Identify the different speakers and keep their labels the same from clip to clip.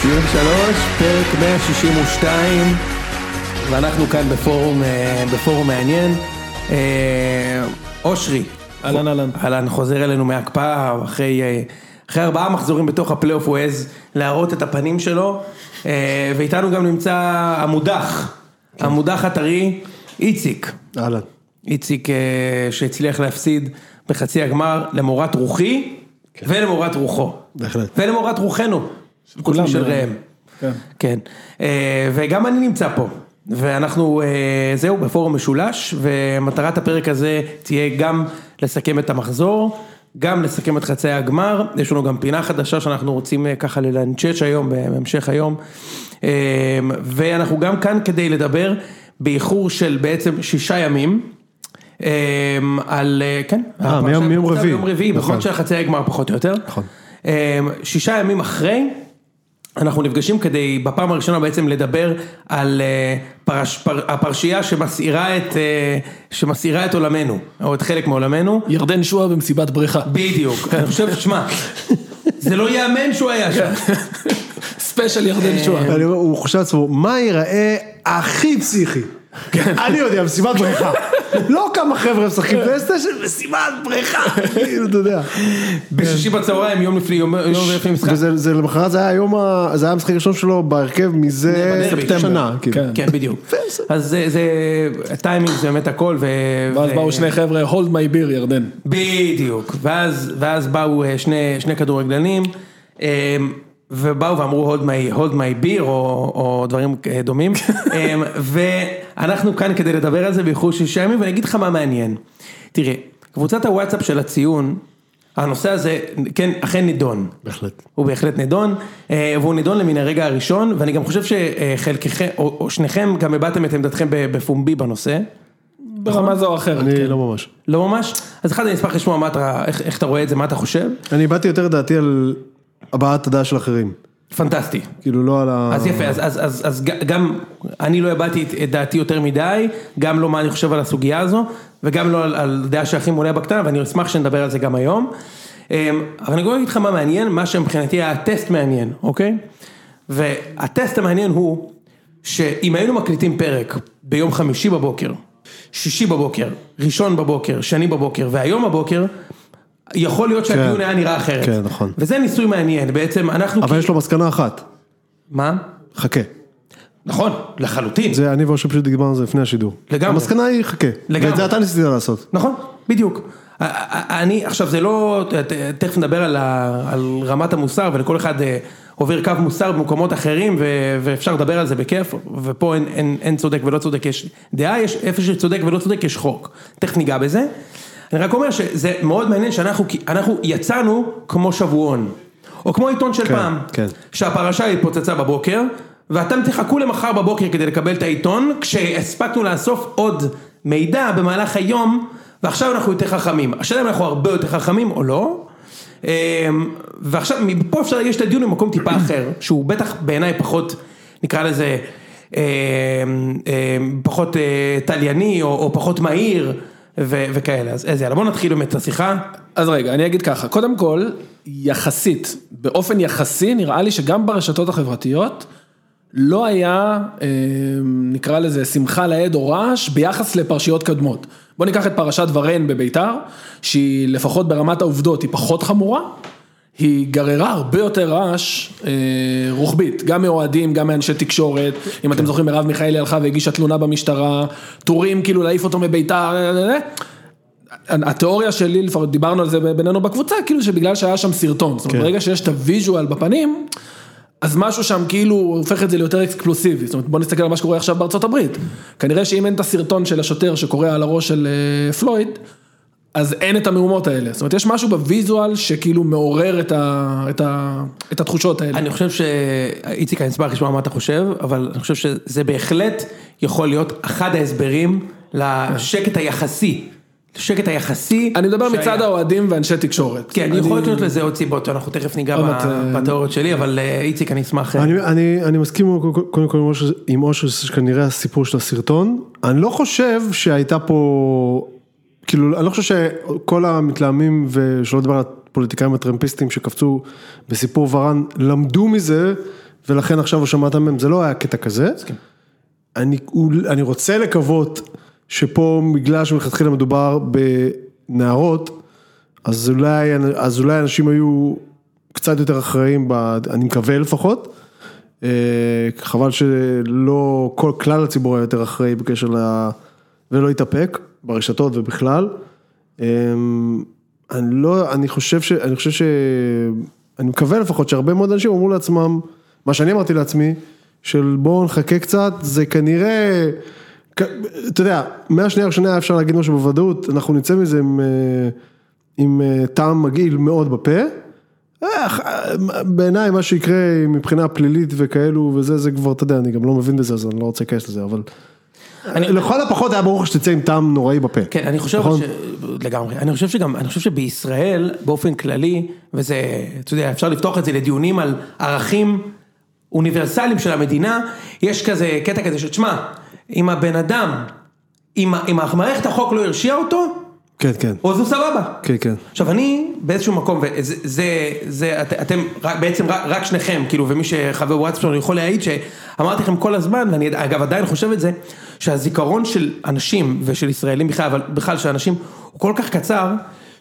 Speaker 1: 73, פרק 162, ואנחנו כאן בפורום, אה, בפורום מעניין. אה, אושרי.
Speaker 2: אהלן, אהלן.
Speaker 1: אהלן חוזר אלינו מהקפאה, אחרי, אה, אחרי ארבעה מחזורים בתוך הפלייאוף הוא העז להראות את הפנים שלו, אה, ואיתנו גם נמצא המודח, המודח הטרי, איציק.
Speaker 2: אהלן.
Speaker 1: איציק אה, שהצליח להפסיד בחצי הגמר למורת רוחי ולמורת רוחו.
Speaker 2: כן. בהחלט.
Speaker 1: ולמורת רוחנו, חוץ
Speaker 2: כולם,
Speaker 1: משל
Speaker 2: אה,
Speaker 1: ראם.
Speaker 2: כן.
Speaker 1: כן. אה, וגם אני נמצא פה. ואנחנו, אה, זהו, בפורום משולש, ומטרת הפרק הזה תהיה גם לסכם את המחזור, גם לסכם את חצי הגמר, יש לנו גם פינה חדשה שאנחנו רוצים אה, ככה ללנצ'ץ' היום, בהמשך היום, אה, ואנחנו גם כאן כדי לדבר באיחור של בעצם שישה ימים, אמ, על, אה, כן, הפרשה
Speaker 2: מיום- מיום
Speaker 1: התפוצצה
Speaker 2: רביעי,
Speaker 1: ביום רביעי,
Speaker 2: נכון.
Speaker 1: בזמן של חצי הגמר פחות או יותר,
Speaker 2: נכון.
Speaker 1: אמ, שישה ימים אחרי, אנחנו נפגשים כדי בפעם הראשונה בעצם לדבר על אה, פרש, פר, הפרשייה שמסעירה את, אה, שמסעירה את עולמנו, או את חלק מעולמנו,
Speaker 3: ירדן שועה במסיבת בריכה.
Speaker 1: בדיוק, אני חושב, שמע, זה לא ייאמן שהוא היה
Speaker 2: כן.
Speaker 1: שם,
Speaker 3: ספיישל ירדן שועה.
Speaker 2: אני אומר, הוא חושב לעצמו, מה ייראה הכי פסיכי? אני יודע, מסיבת בריכה. לא כמה חבר'ה משחקים פלייסטיישן, מסיבת בריכה. כאילו, אתה יודע.
Speaker 1: בשישי בצהריים, יום לפני, יום יום לפני משחק,
Speaker 2: וזה זה למחרת, זה היה היום, ה- זה היה המשחק הראשון שלו בהרכב מזה
Speaker 1: בדרבי.
Speaker 2: שנה. כאילו.
Speaker 3: כן.
Speaker 1: כן בדיוק, אז זה, זה, הטיימינג זה באמת הכל, ו...
Speaker 3: ואז
Speaker 1: ו-
Speaker 3: באו שני חבר'ה, hold my beer ירדן.
Speaker 1: בדיוק, ואז, ואז באו אה, שני, שני כדורגלנים, אה, ובאו ואמרו hold my, hold my beer, או, או דברים אה, דומים, אה, ואנחנו כאן כדי לדבר על זה באיחור שישה ימים, ואני אגיד לך מה מעניין. תראה, קבוצת הוואטסאפ של הציון, הנושא הזה, כן, אכן נידון.
Speaker 2: בהחלט.
Speaker 1: הוא בהחלט נדון, אה, והוא נדון למן הרגע הראשון, ואני גם חושב שחלקכם, או, או שניכם גם הבעתם את עמדתכם בפומבי בנושא.
Speaker 3: ברמה זו או אחרת.
Speaker 2: אני לא ממש.
Speaker 1: לא ממש? אז אחד אני אשמח לשמוע מה אתה, איך, איך אתה רואה את זה, מה אתה חושב?
Speaker 2: אני הבעתי יותר דעתי על הבעת הדעה של אחרים.
Speaker 1: פנטסטי.
Speaker 2: כאילו, לא על ה...
Speaker 1: אז יפה, אז, אז, אז, אז ג- גם אני לא הבעתי את- את דעתי יותר מדי, גם לא מה אני חושב על הסוגיה הזו, וגם לא על, על דעה שהכי מעולה בקטנה, ואני אשמח שנדבר על זה גם היום. אמ, אבל אני גם אגיד לך מה מעניין, מה שמבחינתי היה הטסט מעניין, אוקיי? והטסט המעניין הוא, שאם היינו מקליטים פרק ביום חמישי בבוקר, שישי בבוקר, ראשון בבוקר, שני בבוקר, והיום בבוקר, יכול להיות שהדיון
Speaker 2: כן.
Speaker 1: היה נראה אחרת.
Speaker 2: כן, נכון.
Speaker 1: וזה ניסוי מעניין, בעצם אנחנו...
Speaker 2: אבל יש לו מסקנה אחת,
Speaker 1: מה?
Speaker 2: חכה.
Speaker 1: נכון, לחלוטין. זה...
Speaker 2: זה אני ואושר פשוט דיברנו על זה לפני השידור.
Speaker 1: לגמרי.
Speaker 2: המסקנה היא חכה.
Speaker 1: לגמרי.
Speaker 2: ואת זה אתה ניסית לעשות.
Speaker 1: נכון, בדיוק. א- א- א- אני, עכשיו זה לא, ת- ת- תכף נדבר על, ה, על רמת המוסר ולכל אחד אה, עובר קו מוסר במקומות אחרים ו, ואפשר לדבר על זה בכיף, ופה אין, אין, אין צודק ולא צודק, יש דעה, יש איפה שצודק ולא צודק יש חוק. תכף ניגע בזה. אני רק אומר שזה מאוד מעניין שאנחנו כי- אנחנו יצאנו כמו שבועון, או כמו עיתון של
Speaker 2: כן,
Speaker 1: פעם.
Speaker 2: כן.
Speaker 1: שהפרשה התפוצצה בבוקר, ואתם תחכו למחר בבוקר כדי לקבל את העיתון, כשהספקנו לאסוף עוד מידע במהלך היום, ועכשיו אנחנו יותר חכמים. השאלה אם אנחנו הרבה יותר חכמים או לא, אמ, ועכשיו מפה אפשר לגשת לדיון במקום טיפה אחר, שהוא בטח בעיניי פחות, נקרא לזה, אמ, אמ, פחות אה, תלייני, או, או פחות מהיר, ו- וכאלה. אז אז יאללה, בואו נתחיל באמת את השיחה.
Speaker 3: אז רגע, אני אגיד ככה, קודם כל, יחסית, באופן יחסי, נראה לי שגם ברשתות החברתיות, לא היה, אה, נקרא לזה, שמחה לאיד או רעש ביחס לפרשיות קודמות. בואו ניקח את פרשת ורן בביתר, שהיא לפחות ברמת העובדות היא פחות חמורה, היא גררה הרבה יותר רעש אה, רוחבית, גם מאוהדים, גם מאנשי תקשורת, אם אתם זוכרים, מרב מיכאלי הלכה והגישה תלונה במשטרה, טורים כאילו להעיף אותו מביתר, אה, אה, אה. התיאוריה שלי, לפחות דיברנו על זה בינינו בקבוצה, כאילו שבגלל שהיה שם סרטון, זאת אומרת
Speaker 2: כן.
Speaker 3: ברגע שיש את הוויז'ואל בפנים, אז משהו שם כאילו הופך את זה ליותר אקסקלוסיבי, זאת אומרת בוא נסתכל על מה שקורה עכשיו בארצות הברית, כנראה שאם אין את הסרטון של השוטר שקורע על הראש של אה, פלויד, אז אין את המהומות האלה, זאת אומרת יש משהו בוויזואל שכאילו מעורר את, ה, את, ה, את התחושות האלה.
Speaker 1: אני חושב ש... איציק, אני אשמח לשמוע מה אתה חושב, אבל אני חושב שזה בהחלט יכול להיות אחד ההסברים לשקט היחסי. לשקט היחסי.
Speaker 3: אני מדבר
Speaker 1: שהיה.
Speaker 3: מצד האוהדים ואנשי תקשורת.
Speaker 1: כן,
Speaker 3: אני-
Speaker 1: יכול להיות לזה עוד סיבות, אנחנו תכף ניגע
Speaker 3: עוד
Speaker 1: ב-
Speaker 3: מעט, אה,
Speaker 1: בתיאוריות שלי, אבל אה, איציק, אני אשמח... אה,
Speaker 2: אני, אני, אני מסכים קודם כל עם אושר- עם אושר, שכנראה הסיפור של הסרטון. אני לא חושב שהייתה פה, כאילו, אני לא חושב שכל המתלהמים, ושלא לדבר על הפוליטיקאים הטרמפיסטים שקפצו בסיפור ורן, למדו מזה ולכן עכשיו הוא שמעת מהם, זה לא היה קטע כזה. אני, אול- אני רוצה לקוות שפה בגלל שמלכתחילה מדובר בנערות, אז אולי, אז אולי אנשים היו קצת יותר אחראים, ב, אני מקווה לפחות. אה, חבל שלא כל כלל הציבור היה יותר אחראי בקשר ל... ולא התאפק ברשתות ובכלל. אה, אני לא, אני חושב ש... אני חושב ש... אני מקווה לפחות שהרבה מאוד אנשים אמרו לעצמם, מה שאני אמרתי לעצמי, של בואו נחכה קצת, זה כנראה... כ- אתה יודע, מהשנייה הראשונה היה אפשר להגיד משהו בוודאות, אנחנו נצא מזה עם, אה, עם אה, טעם מגעיל מאוד בפה. אה, בעיניי מה שיקרה מבחינה פלילית וכאלו וזה, זה כבר, אתה יודע, אני גם לא מבין בזה, אז אני לא רוצה להיכנס לזה, אבל...
Speaker 1: אני-
Speaker 2: לכל הפחות היה ברור לך שתצא עם טעם נוראי בפה.
Speaker 1: כן, אני חושב
Speaker 2: נכון?
Speaker 1: ש... לגמרי. אני חושב שגם, אני חושב שבישראל, באופן כללי, וזה, אתה יודע, אפשר לפתוח את זה לדיונים על ערכים אוניברסליים של המדינה, יש כזה, קטע כזה שתשמע, אם הבן אדם, אם, ה- אם מערכת החוק לא הרשיעה אותו,
Speaker 2: כן, כן.
Speaker 1: אז הוא סבבה.
Speaker 2: כן, כן.
Speaker 1: עכשיו אני באיזשהו מקום, וזה, זה, זה, את, אתם, רק, בעצם רק, רק שניכם, כאילו, ומי שחבר וואטסאפ שלנו יכול להעיד שאמרתי לכם כל הזמן, ואני אגב עדיין חושב את זה, שהזיכרון של אנשים ושל ישראלים בכלל, אבל בכלל של אנשים, הוא כל כך קצר,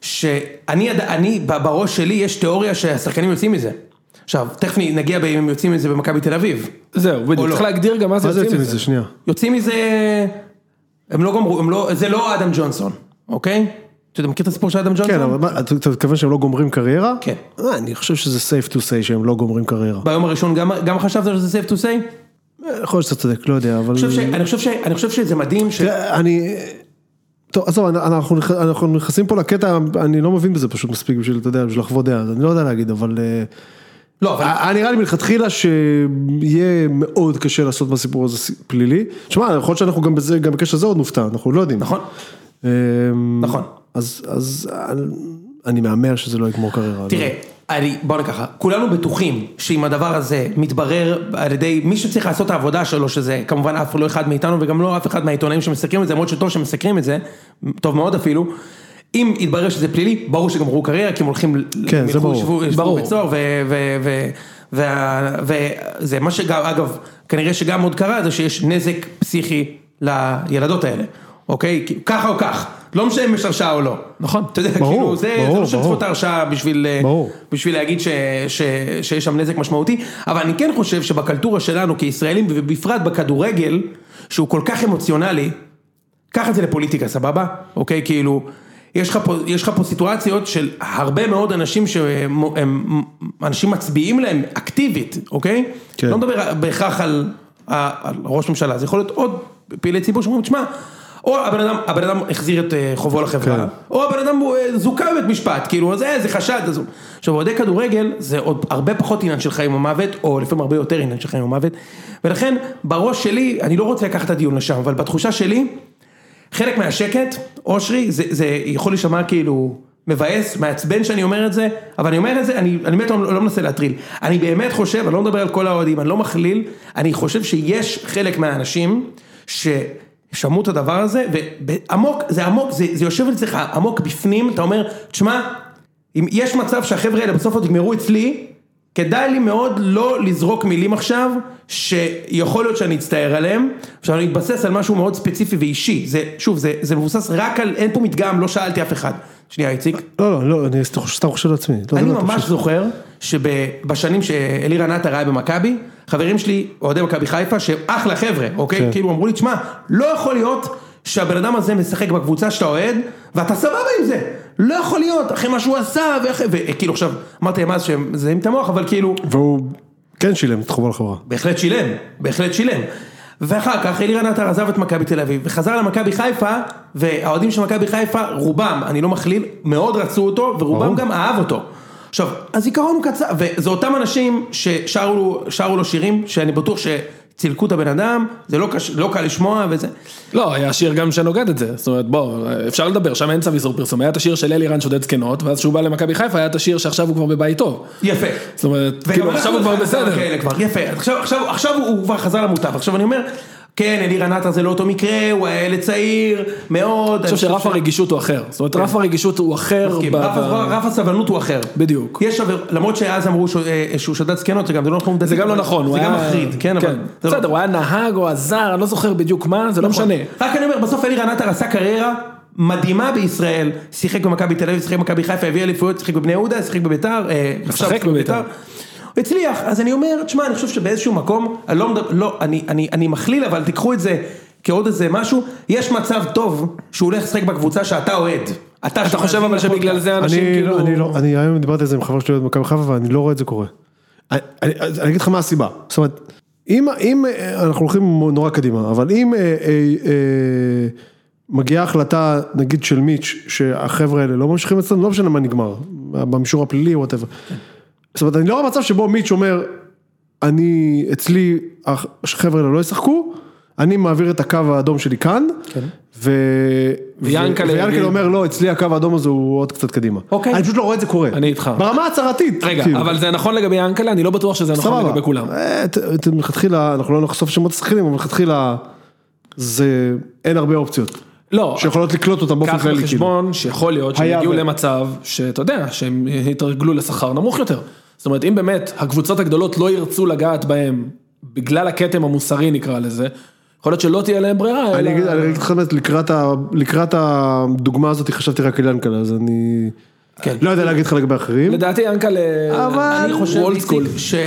Speaker 1: שאני, עד- אני, ב- בראש שלי יש תיאוריה שהשחקנים יוצאים מזה. עכשיו, תכף נגיע אם הם יוצאים מזה במכבי תל אביב.
Speaker 3: זהו,
Speaker 1: או
Speaker 3: בדיוק,
Speaker 1: לא.
Speaker 3: צריך להגדיר גם מה זה
Speaker 2: מה זה
Speaker 3: יוצאים
Speaker 2: יוצאים
Speaker 3: מזה.
Speaker 2: מזה? שנייה.
Speaker 1: יוצאים מזה, הם לא גמרו, הם לא, זה לא אדם ג'ונסון, אוקיי? אתה יודע, מכיר את הסיפור של אדם ג'ונסון?
Speaker 2: כן, אבל מה, אתה אתה מתכוון שהם לא גומרים קריירה?
Speaker 1: כן.
Speaker 2: אה, אני חושב שזה safe to say שהם לא גומרים קריירה.
Speaker 1: ביום הראשון גם, גם חשבת שזה safe to say? אני
Speaker 2: אה, יכול להיות שאתה צודק, לא יודע, אבל...
Speaker 1: חושב, ש, אני, חושב ש, אני חושב שזה מדהים ש...
Speaker 2: תראה, אני... טוב, עזוב, אנ- אנחנו נכ- אנחנו נכנסים פה לקטע, אני לא מבין בזה פשוט מספיק בשביל, אתה יודע, בשביל לחוות דעה, אז אני לא יודע להגיד, אבל... אה,
Speaker 1: לא, אבל...
Speaker 2: היה נראה לי מלכתחילה שיהיה מאוד קשה לעשות מהסיפור הזה ס- פלילי. שמע, יכול להיות שאנחנו גם בזה, גם בקשר לזה עוד נופתע, אנחנו לא יודעים.
Speaker 1: נכון.
Speaker 2: אמ,
Speaker 1: נכון.
Speaker 2: אז, אז אני- אני מהמר שזה לא יגמור קריירה.
Speaker 1: תראה, אני, בוא נגיד ככה, כולנו בטוחים שאם הדבר הזה מתברר על ידי מי שצריך לעשות את העבודה שלו, שזה כמובן אף לא אחד מאיתנו וגם לא אף אחד מהעיתונאים שמסקרים את זה, למרות שטוב שמסקרים את זה, טוב מאוד אפילו, אם יתברר שזה פלילי, ברור שגמרו קריירה, כי הם הולכים, ל-
Speaker 2: כן, זה
Speaker 1: ילכו,
Speaker 2: ברור.
Speaker 1: ישבו- ישבו
Speaker 3: ברור.
Speaker 1: בבית סוהר, ו- ו- ו- וה- וזה מה שגם, אגב, כנראה שגם עוד קרה, זה שיש נזק פסיכי לילדות האלה, אוקיי? כי- ככה או כך, לא משנה אם יש הרשעה או לא.
Speaker 3: נכון.
Speaker 1: אתה יודע,
Speaker 2: ברור,
Speaker 1: כאילו, זה, זה
Speaker 2: ברור,
Speaker 1: לא שהן
Speaker 2: ברור.
Speaker 1: צריכות הרשעה בשביל, אה,
Speaker 2: ברור.
Speaker 1: בשביל להגיד ש, ש, שיש שם נזק משמעותי, אבל אני כן חושב שבקלטורה שלנו כישראלים, ובפרט בכדורגל, שהוא כל כך אמוציונלי, קח את זה לפוליטיקה, סבבה? אוקיי, כאילו, יש לך פה, יש לך פה סיטואציות של הרבה מאוד אנשים שהם הם- אנשים מצביעים להם אקטיבית, אוקיי?
Speaker 2: כן.
Speaker 1: לא מדבר בהכרח על, ה- על ראש ממשלה, זה יכול להיות עוד פעילי ציבור שאומרים, תשמע, או הבן אדם, הבן אדם החזיר את אה, חובו לחברה,
Speaker 2: כן.
Speaker 1: או הבן אדם הוא, אה, זוכה בבית משפט, כאילו, אז אה, זה חשד, אז... הוא- עכשיו, אוהדי כדורגל זה עוד הרבה פחות עניין של חיים ומוות, או לפעמים הרבה יותר עניין של חיים ומוות, ולכן, בראש שלי, אני לא רוצה לקחת את הדיון לשם, אבל בתחושה שלי, חלק מהשקט, אושרי, זה, זה יכול להישמע כאילו מבאס, מעצבן שאני אומר את זה, אבל אני אומר את זה, אני, אני באמת לא, לא מנסה להטריל. אני באמת חושב, אני לא מדבר על כל האוהדים, אני לא מכליל, אני חושב שיש חלק מהאנשים ששמעו את הדבר הזה, ועמוק, זה עמוק, זה, זה יושב אצלך עמוק בפנים, אתה אומר, תשמע, אם יש מצב שהחבר'ה האלה בסוף עוד יגמרו אצלי, כדאי לי מאוד לא לזרוק מילים עכשיו, שיכול להיות שאני אצטער עליהם. עכשיו אני מתבסס על משהו מאוד ספציפי ואישי, זה, שוב, זה, זה מבוסס רק על, אין פה מדגם, לא שאלתי אף אחד. שנייה, איציק.
Speaker 2: לא, לא, לא, אני סתם חושב- סתם חושב לעצמי. לא יודע
Speaker 1: אני
Speaker 2: מה אתה
Speaker 1: ממש
Speaker 2: חושב.
Speaker 1: זוכר שבשנים שאלירן עטר היה במכבי, חברים שלי, אוהדי מכבי חיפה, שהם אחלה חבר'ה, אוקיי?
Speaker 2: כן.
Speaker 1: כאילו אמרו לי, תשמע, לא יכול להיות שהבן אדם הזה משחק בקבוצה שאתה אוהד, ואתה סבבה עם זה. לא יכול להיות, אחרי מה שהוא עשה, ואחרי... וכאילו עכשיו, אמרתי להם אז שהם מזהים את המוח, אבל כאילו,
Speaker 2: והוא כן שילם את חובו לחברה.
Speaker 1: בהחלט שילם, בהחלט שילם. ואחר כך אלירן עטר עזב את מכבי תל אביב וחזר למכבי חיפה והאוהדים של מכבי חיפה רובם, אני לא מכליל, מאוד רצו אותו ורובם
Speaker 2: ברור.
Speaker 1: גם אהב אותו. עכשיו, הזיכרון הוא קצר, וזה אותם אנשים ששרו לו- שרו לו שירים שאני בטוח שצילקו את הבן אדם, זה לא, קש, לא קל לשמוע וזה.
Speaker 3: לא, היה שיר גם שנוגד את זה, זאת אומרת, בוא, אפשר לדבר, שם אין צו איסור פרסום, היה את השיר של אלירן שודד זקנות, ואז כשהוא בא למכבי חיפה היה את השיר שעכשיו הוא כבר בבית טוב.
Speaker 1: יפה.
Speaker 3: זאת אומרת,
Speaker 1: וגם
Speaker 3: כאילו עכשיו הוא כבר
Speaker 1: אנחנו אוקיי,
Speaker 3: בסדר.
Speaker 1: כאלה כבר, יפה, עכשיו, עכשיו, עכשיו הוא כבר חזר למוטב, עכשיו אני אומר, כן, אלירן עטר זה לא אותו מקרה, הוא היה ילד צעיר, מאוד.
Speaker 3: אני חושב שרף הרגישות הוא אחר. זאת אומרת, רף הרגישות הוא אחר.
Speaker 1: מסכים.
Speaker 3: ב-
Speaker 1: רף-
Speaker 3: ב-
Speaker 1: רף הסבלנות הוא אחר.
Speaker 3: בדיוק.
Speaker 1: יש עבר, למרות שאז אמרו שהוא- אה, שהוא שדד זקנות, שגם זה לא נכון.
Speaker 3: זה גם לא נכון, הוא
Speaker 1: זה
Speaker 3: היה...
Speaker 1: גם מחריד, כן, אבל... זה לא-
Speaker 3: בסדר, הוא היה נהג או עזר, אני לא זוכר בדיוק מה, זה לא משנה.
Speaker 1: רק אני אומר, בסוף אלירן עטר עשה קריירה מדהימה בישראל, שיחק במכבי תל אביב, שיחק במכבי חיפה, הביא אליפויות, שיחק בבני יהודה, שיחק בביתר, אה, עכשיו
Speaker 3: משחק בביתר.
Speaker 1: הוא הצליח, אז אני אומר, תשמע, אני חושב שבאיזשהו מקום, אני לא, מדבר- לא אני, אני, אני מכליל, אבל תיקחו את זה כעוד איזה משהו, יש מצב טוב שהוא הולך לשחק בקבוצה שאתה אוהד. אתה,
Speaker 3: אתה חושב אבל שבגלל זה אנשים
Speaker 2: אני,
Speaker 3: כאילו...
Speaker 2: לא, אני לא, אני היום דיברתי על זה עם חבר שלי במכבי חיפה ואני לא רואה את זה קורה. אני, אני, אז אני אגיד לך מה הסיבה, זאת אומרת, אם, אם אה, אנחנו הולכים נורא קדימה, אבל אם אה, אה, אה, מגיעה החלטה נגיד של מיץ' שהחבר'ה האלה לא ממשיכים אצלנו, לא משנה מה נגמר, במישור הפלילי וואטאבר. זאת אומרת, אני לא רואה מצב שבו מיץ' אומר, אני, אצלי, הח- החבר'ה האלה לא ישחקו, אני מעביר את הקו האדום שלי כאן, ו...
Speaker 3: ויענקל'ה כן. יגיד-
Speaker 2: ויענקל'ה אומר, לא, אצלי הקו האדום הזה הוא עוד קצת קדימה.
Speaker 3: אוקיי.
Speaker 2: אני פשוט לא רואה את זה קורה.
Speaker 3: אני איתך.
Speaker 2: ברמה ההצהרתית.
Speaker 3: רגע,
Speaker 2: כאילו.
Speaker 3: אבל זה נכון לגבי אנקלה, אני לא בטוח שזה נכון
Speaker 2: סבבה.
Speaker 3: לגבי כולם.
Speaker 2: אה, ת- ת- מלכתחילה, אנחנו לא נחשוף שמות שחקנים, אבל מלכתחילה, זה, אין הרבה אופציות.
Speaker 3: לא,
Speaker 2: שיכולות לקלוט אותם באופן
Speaker 3: קח
Speaker 2: כללי, כאילו.
Speaker 3: בחשבון שיכול להיות שהם
Speaker 2: היה
Speaker 3: יגיעו
Speaker 2: ו-
Speaker 3: למצב שאתה יודע, שהם יתרגלו לשכר נמוך יותר. זאת אומרת, אם באמת הקבוצות הגדולות לא ירצו לגעת בהם בגלל הכתם המוסרי נקרא לזה, יכול להיות שלא תהיה להם ברירה,
Speaker 2: אני אגיד
Speaker 3: אלא...
Speaker 2: אני אגיד לך באמת, לקראת ה- לקראת הדוגמה הזאת חשבתי רק על ינקלה, אז אני...
Speaker 1: כן.
Speaker 2: לא יודע להגיד לך לגבי אחרים.
Speaker 3: לדעתי אנקלה...
Speaker 2: אבל-
Speaker 1: אני חושב,
Speaker 3: הוא אולד
Speaker 1: איציק,
Speaker 3: סקול.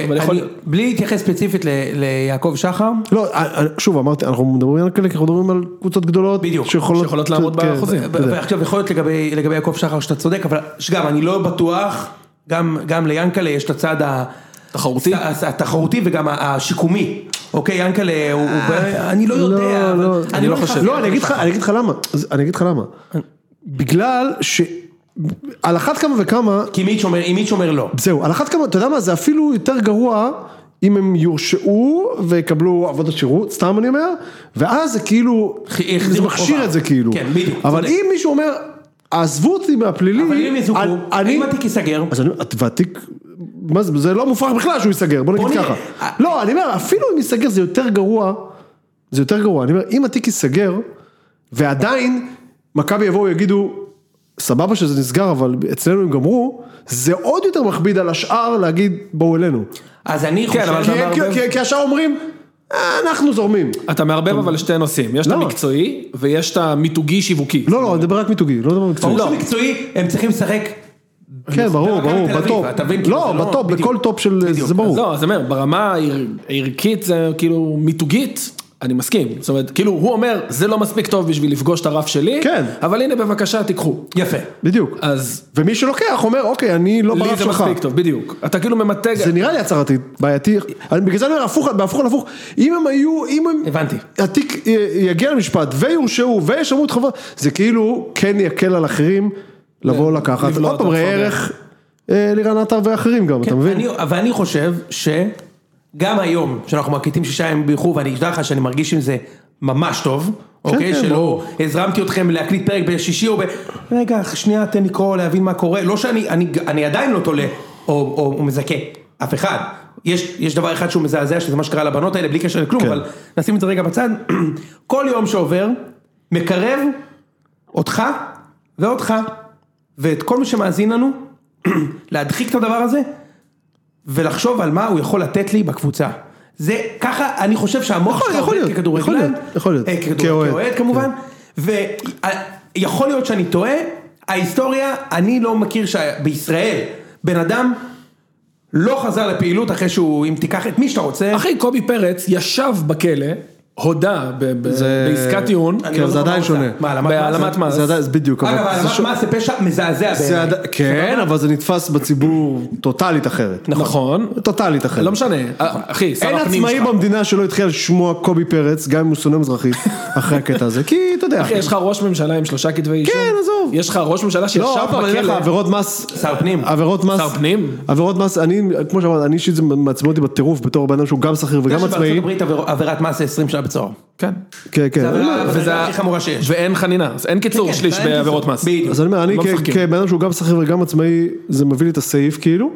Speaker 3: אבל יכול-
Speaker 1: שאני- בלי להתייחס ספציפית ל- ליעקב שחר,
Speaker 2: לא, אה, אה, שוב אמרתי, אנחנו מדברים על כאלה, כי אנחנו מדברים על קבוצות גדולות.
Speaker 1: בדיוק,
Speaker 3: שיכולות לעמוד
Speaker 2: כן,
Speaker 3: באחוזים.
Speaker 2: אתה יודע.
Speaker 1: ועכשיו יכול להיות לגבי, לגבי יעקב שחר שאתה צודק, אבל שגם אני לא בטוח, גם, גם ליאנקלה יש את הצד ה...
Speaker 3: תחרותי?
Speaker 1: הס- התחרותי וגם ה- השיקומי, אוקיי, יאנקלה הוא, הוא ב- אני לא יודע,
Speaker 2: אה. לא,
Speaker 1: אבל-
Speaker 2: לא,
Speaker 1: אני לא חושב,
Speaker 2: לא, אני אגיד לך, אני אגיד לך למה. אז אני אגיד לך למה. בגלל ש... על אחת כמה וכמה,
Speaker 1: כי מיץ' אומר, אם מיץ' אומר לא,
Speaker 2: זהו, על אחת כמה, אתה יודע מה, זה אפילו יותר גרוע אם הם יורשעו ויקבלו עבודות שירות, סתם אני אומר, ואז זה כאילו,
Speaker 1: החזירו
Speaker 2: זה
Speaker 1: חובה.
Speaker 2: מכשיר את זה כאילו.
Speaker 1: כן, בדיוק,
Speaker 2: אבל
Speaker 1: צודק.
Speaker 2: אם מישהו אומר, עזבו אותי מהפלילי,
Speaker 1: אבל אם יזוכו,
Speaker 2: אני-
Speaker 1: אם התיק ייסגר,
Speaker 2: אז אני, את- והתיק, מה זה, זה לא מופרך בכלל שהוא ייסגר, בוא נגיד
Speaker 1: בוא
Speaker 2: ככה.
Speaker 1: נראה.
Speaker 2: לא, אני אומר, אפילו אם ייסגר זה יותר גרוע, זה יותר גרוע, אני אומר, אם התיק ייסגר, ועדיין, מכבי יבואו יגידו, סבבה שזה נסגר, אבל אצלנו הם גמרו, זה עוד יותר מכביד על השאר להגיד, בואו אלינו.
Speaker 1: אז אני
Speaker 3: כן, אבל
Speaker 1: חושב,
Speaker 2: כי,
Speaker 3: אתה
Speaker 2: כי,
Speaker 3: מערבב-
Speaker 2: כי, כי השאר אומרים, "אה, אנחנו זורמים.
Speaker 3: אתה מערבב אבל שתי נושאים, יש את
Speaker 2: למה?
Speaker 3: המקצועי ויש את המיתוגי שיווקי.
Speaker 2: לא, לא, אני מדבר רק מיתוגי, לא מדבר מקצועי.
Speaker 1: ברור שמקצועי הם צריכים לשחק,
Speaker 2: כן, ברור,
Speaker 1: במכבי
Speaker 2: ברור,
Speaker 1: תל אביב,
Speaker 2: בטופ.
Speaker 1: אתה מבין, כאילו,
Speaker 2: לא,
Speaker 1: זה לא-
Speaker 2: בטופ,
Speaker 1: בדיוק.
Speaker 2: בכל טופ של, זה ברור.
Speaker 3: לא, אז אני אומר, ברמה העיר- הערכית זה כאילו מיתוגית, אני מסכים. זאת אומרת, כאילו הוא אומר, זה לא מספיק טוב בשביל לפגוש את הרף שלי,
Speaker 2: כן.
Speaker 3: אבל הנה בבקשה תיקחו.
Speaker 1: יפה,
Speaker 2: בדיוק.
Speaker 3: אז
Speaker 2: ומי שלוקח אומר, אוקיי, אני לא
Speaker 3: לי
Speaker 2: ברף
Speaker 3: זה
Speaker 2: שלך.
Speaker 3: מספיק טוב, בדיוק. אתה כאילו ממתג,
Speaker 2: זה נראה לי הצהרתית, בעייתי, אני- בגלל זה אני אומר הפוך, בהפוך על הפוך, אם הם היו, אם הם,
Speaker 1: הבנתי.
Speaker 2: התיק אה, יגיע למשפט ויורשעו וישלמו את חובה, זה כאילו כן יקל על אחרים לבוא לקחת,
Speaker 3: לבלוע
Speaker 2: עוד פעם
Speaker 3: את
Speaker 2: ראה
Speaker 3: הפרוגרם.
Speaker 2: ערך אה, לירן עטר ואחרים גם, אתה מבין?
Speaker 1: כן, אני, ואני חושב שגם היום, שאנחנו מקליטים שישה ימים באיחור, ואני אשתדל לך שאני מרגיש עם זה ממש טוב, אוקיי?
Speaker 2: כן,
Speaker 1: שלא הזרמתי אתכם להקליט פרק בשישי או ב... רגע, שנייה, תן לקרוא, להבין מה קורה. לא שאני, אני, אני עדיין לא תולה או, או, או מזכה, אף אחד. יש, יש דבר אחד שהוא מזעזע, שזה מה שקרה לבנות האלה, בלי קשר לכלום,
Speaker 2: כן.
Speaker 1: אבל נשים את זה רגע בצד. כל יום שעובר, מקרב אותך ואותך, ואת כל מי שמאזין לנו, להדחיק את הדבר הזה, ולחשוב על מה הוא יכול לתת לי בקבוצה. זה ככה, אני חושב שהמוח
Speaker 2: יכול-
Speaker 1: שלך
Speaker 2: יכול
Speaker 1: עובד
Speaker 2: להיות, יכול
Speaker 1: ככדורגלן,
Speaker 2: להיות, יכול להיות. כן.
Speaker 1: אה, ככדור-
Speaker 2: כאוהד.
Speaker 1: כאוהד כמובן, ויכול להיות שאני טועה, ההיסטוריה, אני לא מכיר שבישראל בן אדם לא חזר לפעילות אחרי שהוא, אם תיקח את מי שאתה רוצה,
Speaker 3: אחי, קובי פרץ ישב בכלא, הודה ב- ב- בעסקת טיעון,
Speaker 1: אני
Speaker 2: כן,
Speaker 1: לא
Speaker 2: זה
Speaker 1: זוכר
Speaker 2: עדיין
Speaker 1: מה הוא
Speaker 2: שונה.
Speaker 1: עשה. מה, העלמת
Speaker 3: בהעלמת
Speaker 1: מס?
Speaker 3: מס.
Speaker 2: זה עדיין, זה בדיוק,
Speaker 1: אגב,
Speaker 2: אבל זה
Speaker 1: העלמת
Speaker 2: שוב-
Speaker 1: מס אה, זה פשע מזעזע
Speaker 2: זה
Speaker 1: בעיניי.
Speaker 2: עדיין- כן, אבל זה נתפס בציבור טוטאלית אחרת.
Speaker 3: נכון.
Speaker 2: טוטאלית אחרת.
Speaker 3: לא משנה, אה, אחי, שר
Speaker 2: אין
Speaker 3: הפנים
Speaker 2: עצמאי
Speaker 3: שלך.
Speaker 2: במדינה שלא התחיל לשמוע קובי פרץ, גם אם הוא שונא מזרחית, אחרי הקטע הזה, כי אתה יודע.
Speaker 3: אחי, יש לך ראש ממשלה עם שלושה כתבי אישום?
Speaker 2: כן, עזוב.
Speaker 3: יש לך ראש ממשלה שישב
Speaker 2: לא, עוד פעם, אני אומר לך,
Speaker 3: בכלא?
Speaker 2: עבירות מס,
Speaker 1: שר פנים.
Speaker 2: עבירות מס,
Speaker 3: שר פנים?
Speaker 2: עבירות מס, אני, כמו שאמרת, אני אישית זה מעצבן אותי בטירוף בתור בן אדם שהוא גם שכיר וגם
Speaker 1: בארצות
Speaker 2: עצמאי,
Speaker 1: הברית עביר- עבירת מס זה 20 שנה בצהר.
Speaker 3: כן.
Speaker 2: כן, כן,
Speaker 1: עבירה-
Speaker 2: אני-
Speaker 1: אבל זה
Speaker 3: וזה-
Speaker 1: הכי חמורה שיש.
Speaker 3: ואין חנינה, אז אין קיצור
Speaker 1: כן,
Speaker 3: שליש
Speaker 1: ואין
Speaker 3: בעבירות
Speaker 1: קיצור.
Speaker 3: מס.
Speaker 1: בדיוק.
Speaker 2: אז אני אומר, אני
Speaker 3: לא
Speaker 2: כ-
Speaker 3: משחקים.
Speaker 2: כבן אדם שהוא גם שכיר וגם עצמאי, זה מביא לי את הסעיף כאילו,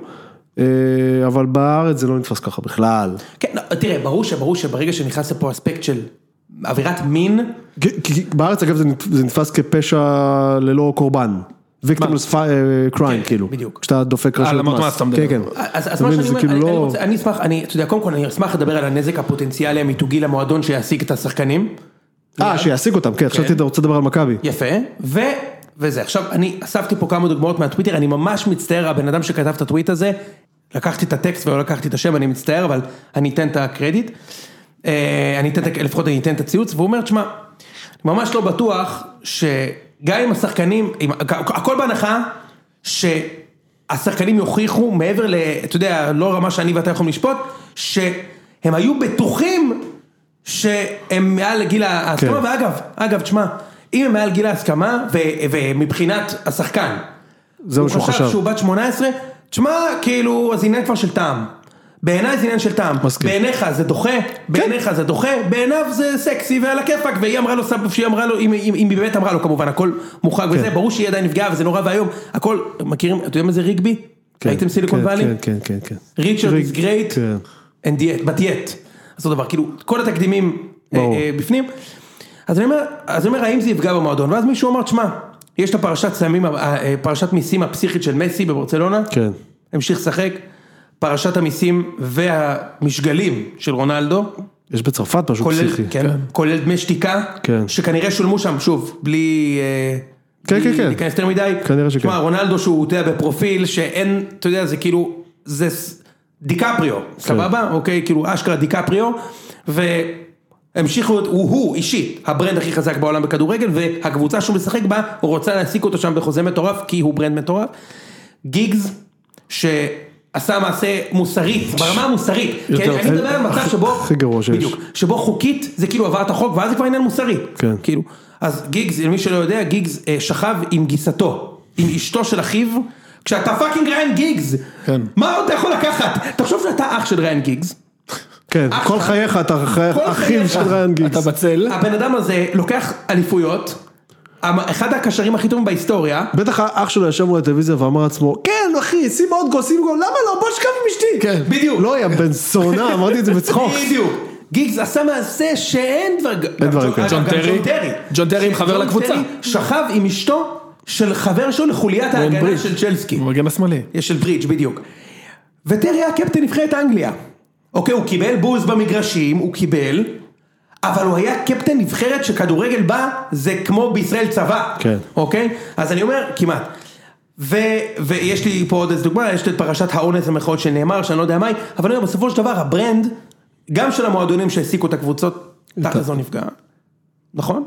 Speaker 2: אה, אבל בארץ זה לא נתפס ככה בכלל,
Speaker 1: כן, לא, תראה, ברור שברור שברגע שנכנס לפה אספקט של עבירת מין,
Speaker 3: כן.
Speaker 2: כי- כי בארץ אגב זה נת- זה נתפס כפשע ללא קורבן. victims fi-
Speaker 3: כן,
Speaker 2: crime כאילו.
Speaker 1: בדיוק.
Speaker 2: כשאתה דופק רשויות
Speaker 3: למרות מס אתה מדבר.
Speaker 2: כן, כן.
Speaker 1: אז, אז
Speaker 2: אתה
Speaker 1: מה
Speaker 2: מבין,
Speaker 1: שאני
Speaker 2: זה
Speaker 1: אומר,
Speaker 2: כאילו
Speaker 1: אני,
Speaker 2: לא-
Speaker 1: אני, רוצה, אני אשמח, אני, אתה יודע, קודם כל אני אשמח לדבר על הנזק הפוטנציאלי המיתוגי למועדון שיעסיק את השחקנים,
Speaker 2: אה, שיעסיק אותם, כן, חשבתי אתה רוצה לדבר על מכבי.
Speaker 1: יפה, ו... וזה, עכשיו אני אספתי פה כמה דוגמאות מהטוויטר, אני ממש מצטער, הבן אדם שכתב את הטוויט הזה, לקחתי את הטקסט ולא לקחתי את השם, אני מצטער, אבל אני אתן את הקרדיט, אה, אני אתן, את ה- לפחות אני אתן את הציוץ, והוא אומר, תשמע, אני ממש לא בטוח שגם אם השחקנים, אם, הכל בהנחה שהשחקנים יוכיחו מעבר ל... אתה יודע, לא רמה שאני ואתה יכולים לשפוט, שהם היו בטוחים שהם מעל לגיל ההסכמה,
Speaker 2: כן.
Speaker 1: ואגב, אגב, תשמע, אם הם מעל גיל ההסכמה, ו- ומבחינת השחקן,
Speaker 2: זה מה שהוא חשב.
Speaker 1: שהוא בת 18, תשמע, כאילו, אז זה עניין כבר של טעם. בעיניי זה עניין של טעם.
Speaker 2: מסכים. כן.
Speaker 1: בעיניך זה דוחה, בעיניך זה דוחה, בעיניו זה סקסי ועל הכיפאק, והיא אמרה לו סבב, שהיא אמרה לו, אם, אם, אם היא באמת אמרה לו כמובן, הכל
Speaker 2: כן.
Speaker 1: מוחרג וזה, ברור שהיא עדיין נפגעה וזה נורא ואיום, הכל, מכירים, אתה יודע מה זה ריגבי?
Speaker 2: כן,
Speaker 1: ראיתם סיליקון
Speaker 2: כן,
Speaker 1: וואלי?
Speaker 2: כן, כן, כן, כן.
Speaker 1: ריצ'רד
Speaker 2: ריג-
Speaker 1: is great
Speaker 2: כן.
Speaker 1: and yet, but yet. אז אותו דבר, כאילו, כל התקדימים אה,
Speaker 2: ברור.
Speaker 1: אה, בפנים. אז אני אומר, אז אני אומר, האם זה יפגע במועדון? ואז מישהו אמר, תשמע, יש את הפרשת סמים, אה, אה, פרשת מיסים הפסיכית של מסי בברצלונה.
Speaker 2: כן.
Speaker 1: המשיך לשחק. פרשת המיסים והמשגלים של רונלדו.
Speaker 2: יש בצרפת משהו
Speaker 1: כולל,
Speaker 2: פסיכי.
Speaker 1: כן, כולל דמי שתיקה,
Speaker 2: כן.
Speaker 1: שכנראה שולמו שם, שוב, בלי... אה,
Speaker 2: כן,
Speaker 1: בלי
Speaker 2: כן, כן.
Speaker 1: להיכנס יותר מדי.
Speaker 2: כנראה שכן.
Speaker 1: תשמע, רונלדו שהוא, אתה יודע, בפרופיל שאין, אתה יודע, זה כאילו, זה ס-
Speaker 2: כן.
Speaker 1: דיקפריו, סבבה? אוקיי, כאילו אשכרה דיקפריו, והמשיכו, להיות- הוא, הוא אישית, הברנד הכי חזק בעולם בכדורגל, והקבוצה שהוא משחק בה, רוצה להעסיק אותו שם בחוזה מטורף, כי הוא ברנד מטורף. גיגס, שעשה מעשה מוסרית, ברמה המוסרית, כי
Speaker 2: יותר-
Speaker 1: אני אני מדבר על מצב
Speaker 2: הכי-
Speaker 1: שבו,
Speaker 2: הכי גרוע שיש.
Speaker 1: בדיוק, שבו חוקית זה כאילו עבר את החוק ואז זה כבר עניין מוסרי.
Speaker 2: כן.
Speaker 1: כאילו, אז גיגס, למי שלא יודע, גיגס אה, שכב עם גיסתו, עם אשתו של אחיו, כשאתה פאקינג ריין גיגס,
Speaker 3: כן.
Speaker 1: מה עוד אתה יכול לקחת? תחשוב שאתה אח של ריין גיגס,
Speaker 2: כן,
Speaker 1: אח
Speaker 2: כל
Speaker 1: שלך.
Speaker 2: חייך אתה
Speaker 1: כל
Speaker 2: אחי- אחיו
Speaker 1: חייך.
Speaker 2: של ריין גיגס.
Speaker 3: אתה בצל,
Speaker 1: הבן אדם הזה לוקח אליפויות, המ- אחד הקשרים הכי טובים בהיסטוריה,
Speaker 2: בטח האח שלו ישב מול הטלוויזיה ואמר לעצמו, כן אחי, שים עוד גול, שים גול, למה לא? בוא שכב עם אשתי.
Speaker 3: כן.
Speaker 1: בדיוק.
Speaker 2: לא, יא בן זונה, אמרתי את זה בצחוק.
Speaker 1: בדיוק. גיגס עשה מעשה שאין דבר... אין
Speaker 2: דברים כאלה.
Speaker 3: ג'ון טרי. ג'ון טרי עם חבר לקבוצה.
Speaker 1: שכב עם אשתו של חבר שלו לחוליית ההגנה
Speaker 3: ברידג'.
Speaker 1: של צ'לסקי.
Speaker 3: מגן השמאלי.
Speaker 1: של ברידג' בדיוק. וטרי היה קפטן נבחרת אנגליה. אוקיי, הוא קיבל בוז במגרשים, הוא קיבל, אבל הוא היה קפטן נבחרת שכדורגל בה זה כמו בישראל צבא.
Speaker 2: כן.
Speaker 1: אוקיי? אז אני אומר, כמעט. ו, ויש לי פה עוד איזה דוגמה, יש לי את פרשת האונס המחאות שנאמר, שאני לא יודע מהי, אבל אני אומר, בסופו של דבר הברנד, גם של המועדונים שהעסיקו את הקבוצות, תכל'ס לא נפגע. נכון?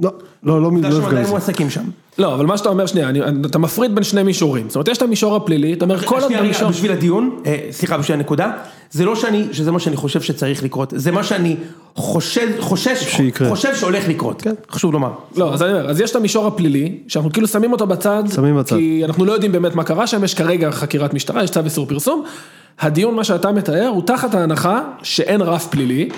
Speaker 2: לא, לא, לא
Speaker 1: אתה יודע שהם
Speaker 2: נפגע
Speaker 1: עדיין
Speaker 2: מזה.
Speaker 1: מועסקים שם.
Speaker 3: לא, אבל מה שאתה אומר, שנייה, אני- אתה מפריד בין שני מישורים. זאת אומרת, יש את המישור הפלילי, אתה אומר, כל
Speaker 1: שנייה, רגע,
Speaker 3: המישור...
Speaker 1: בשביל הדיון, אה, סליחה, בשביל הנקודה, זה לא שאני, שזה מה שאני חושב שצריך לקרות, זה מה שאני חושד, חושש,
Speaker 2: שיקרה.
Speaker 1: חושב שהולך לקרות, חשוב לומר.
Speaker 3: לא, אז אני אומר, אז יש את המישור הפלילי, שאנחנו כאילו שמים אותו בצד,
Speaker 2: שמים בצד.
Speaker 3: כי אנחנו לא יודעים באמת מה קרה שם, יש כרגע חקירת משטרה, יש צו איסור פרסום. הדיון, מה שאתה מתאר, הוא תחת ההנחה שאין רף פלילי,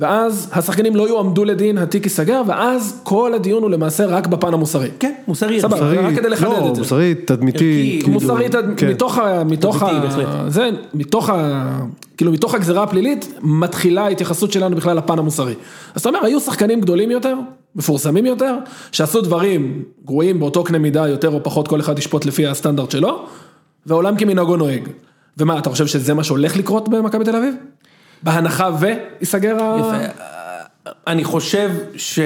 Speaker 3: ואז השחקנים לא יועמדו לדין, התיק ייסגר, ואז כל הדיון הוא למעשה רק בפן המוסרי.
Speaker 1: כן, מוסרי.
Speaker 3: סבבה.
Speaker 1: מוסרי.
Speaker 2: מוסרי,
Speaker 3: רק כדי לחדד
Speaker 2: לא,
Speaker 3: את זה.
Speaker 2: מוסרי, תדמיתי.
Speaker 1: ערכי,
Speaker 2: כאילו,
Speaker 3: מוסרית,
Speaker 2: כן.
Speaker 3: מתוך ה... מתוך
Speaker 1: אמיתי,
Speaker 3: ה...
Speaker 1: בהחלט.
Speaker 3: זה, מתוך ה... כאילו מתוך הגזרה הפלילית, מתחילה ההתייחסות שלנו בכלל לפן המוסרי. אז אתה אומר, היו שחקנים גדולים יותר, מפורסמים יותר, שעשו דברים גרועים באותו קנה מידה, יותר או פחות, כל אחד ישפוט לפי הסטנדרט שלו, והעולם כמנהגו נוהג. ומה, אתה חושב שזה מה שהולך לקרות במכבי תל אביב? בהנחה וייסגר ה...
Speaker 1: יפה. אני חושב ש...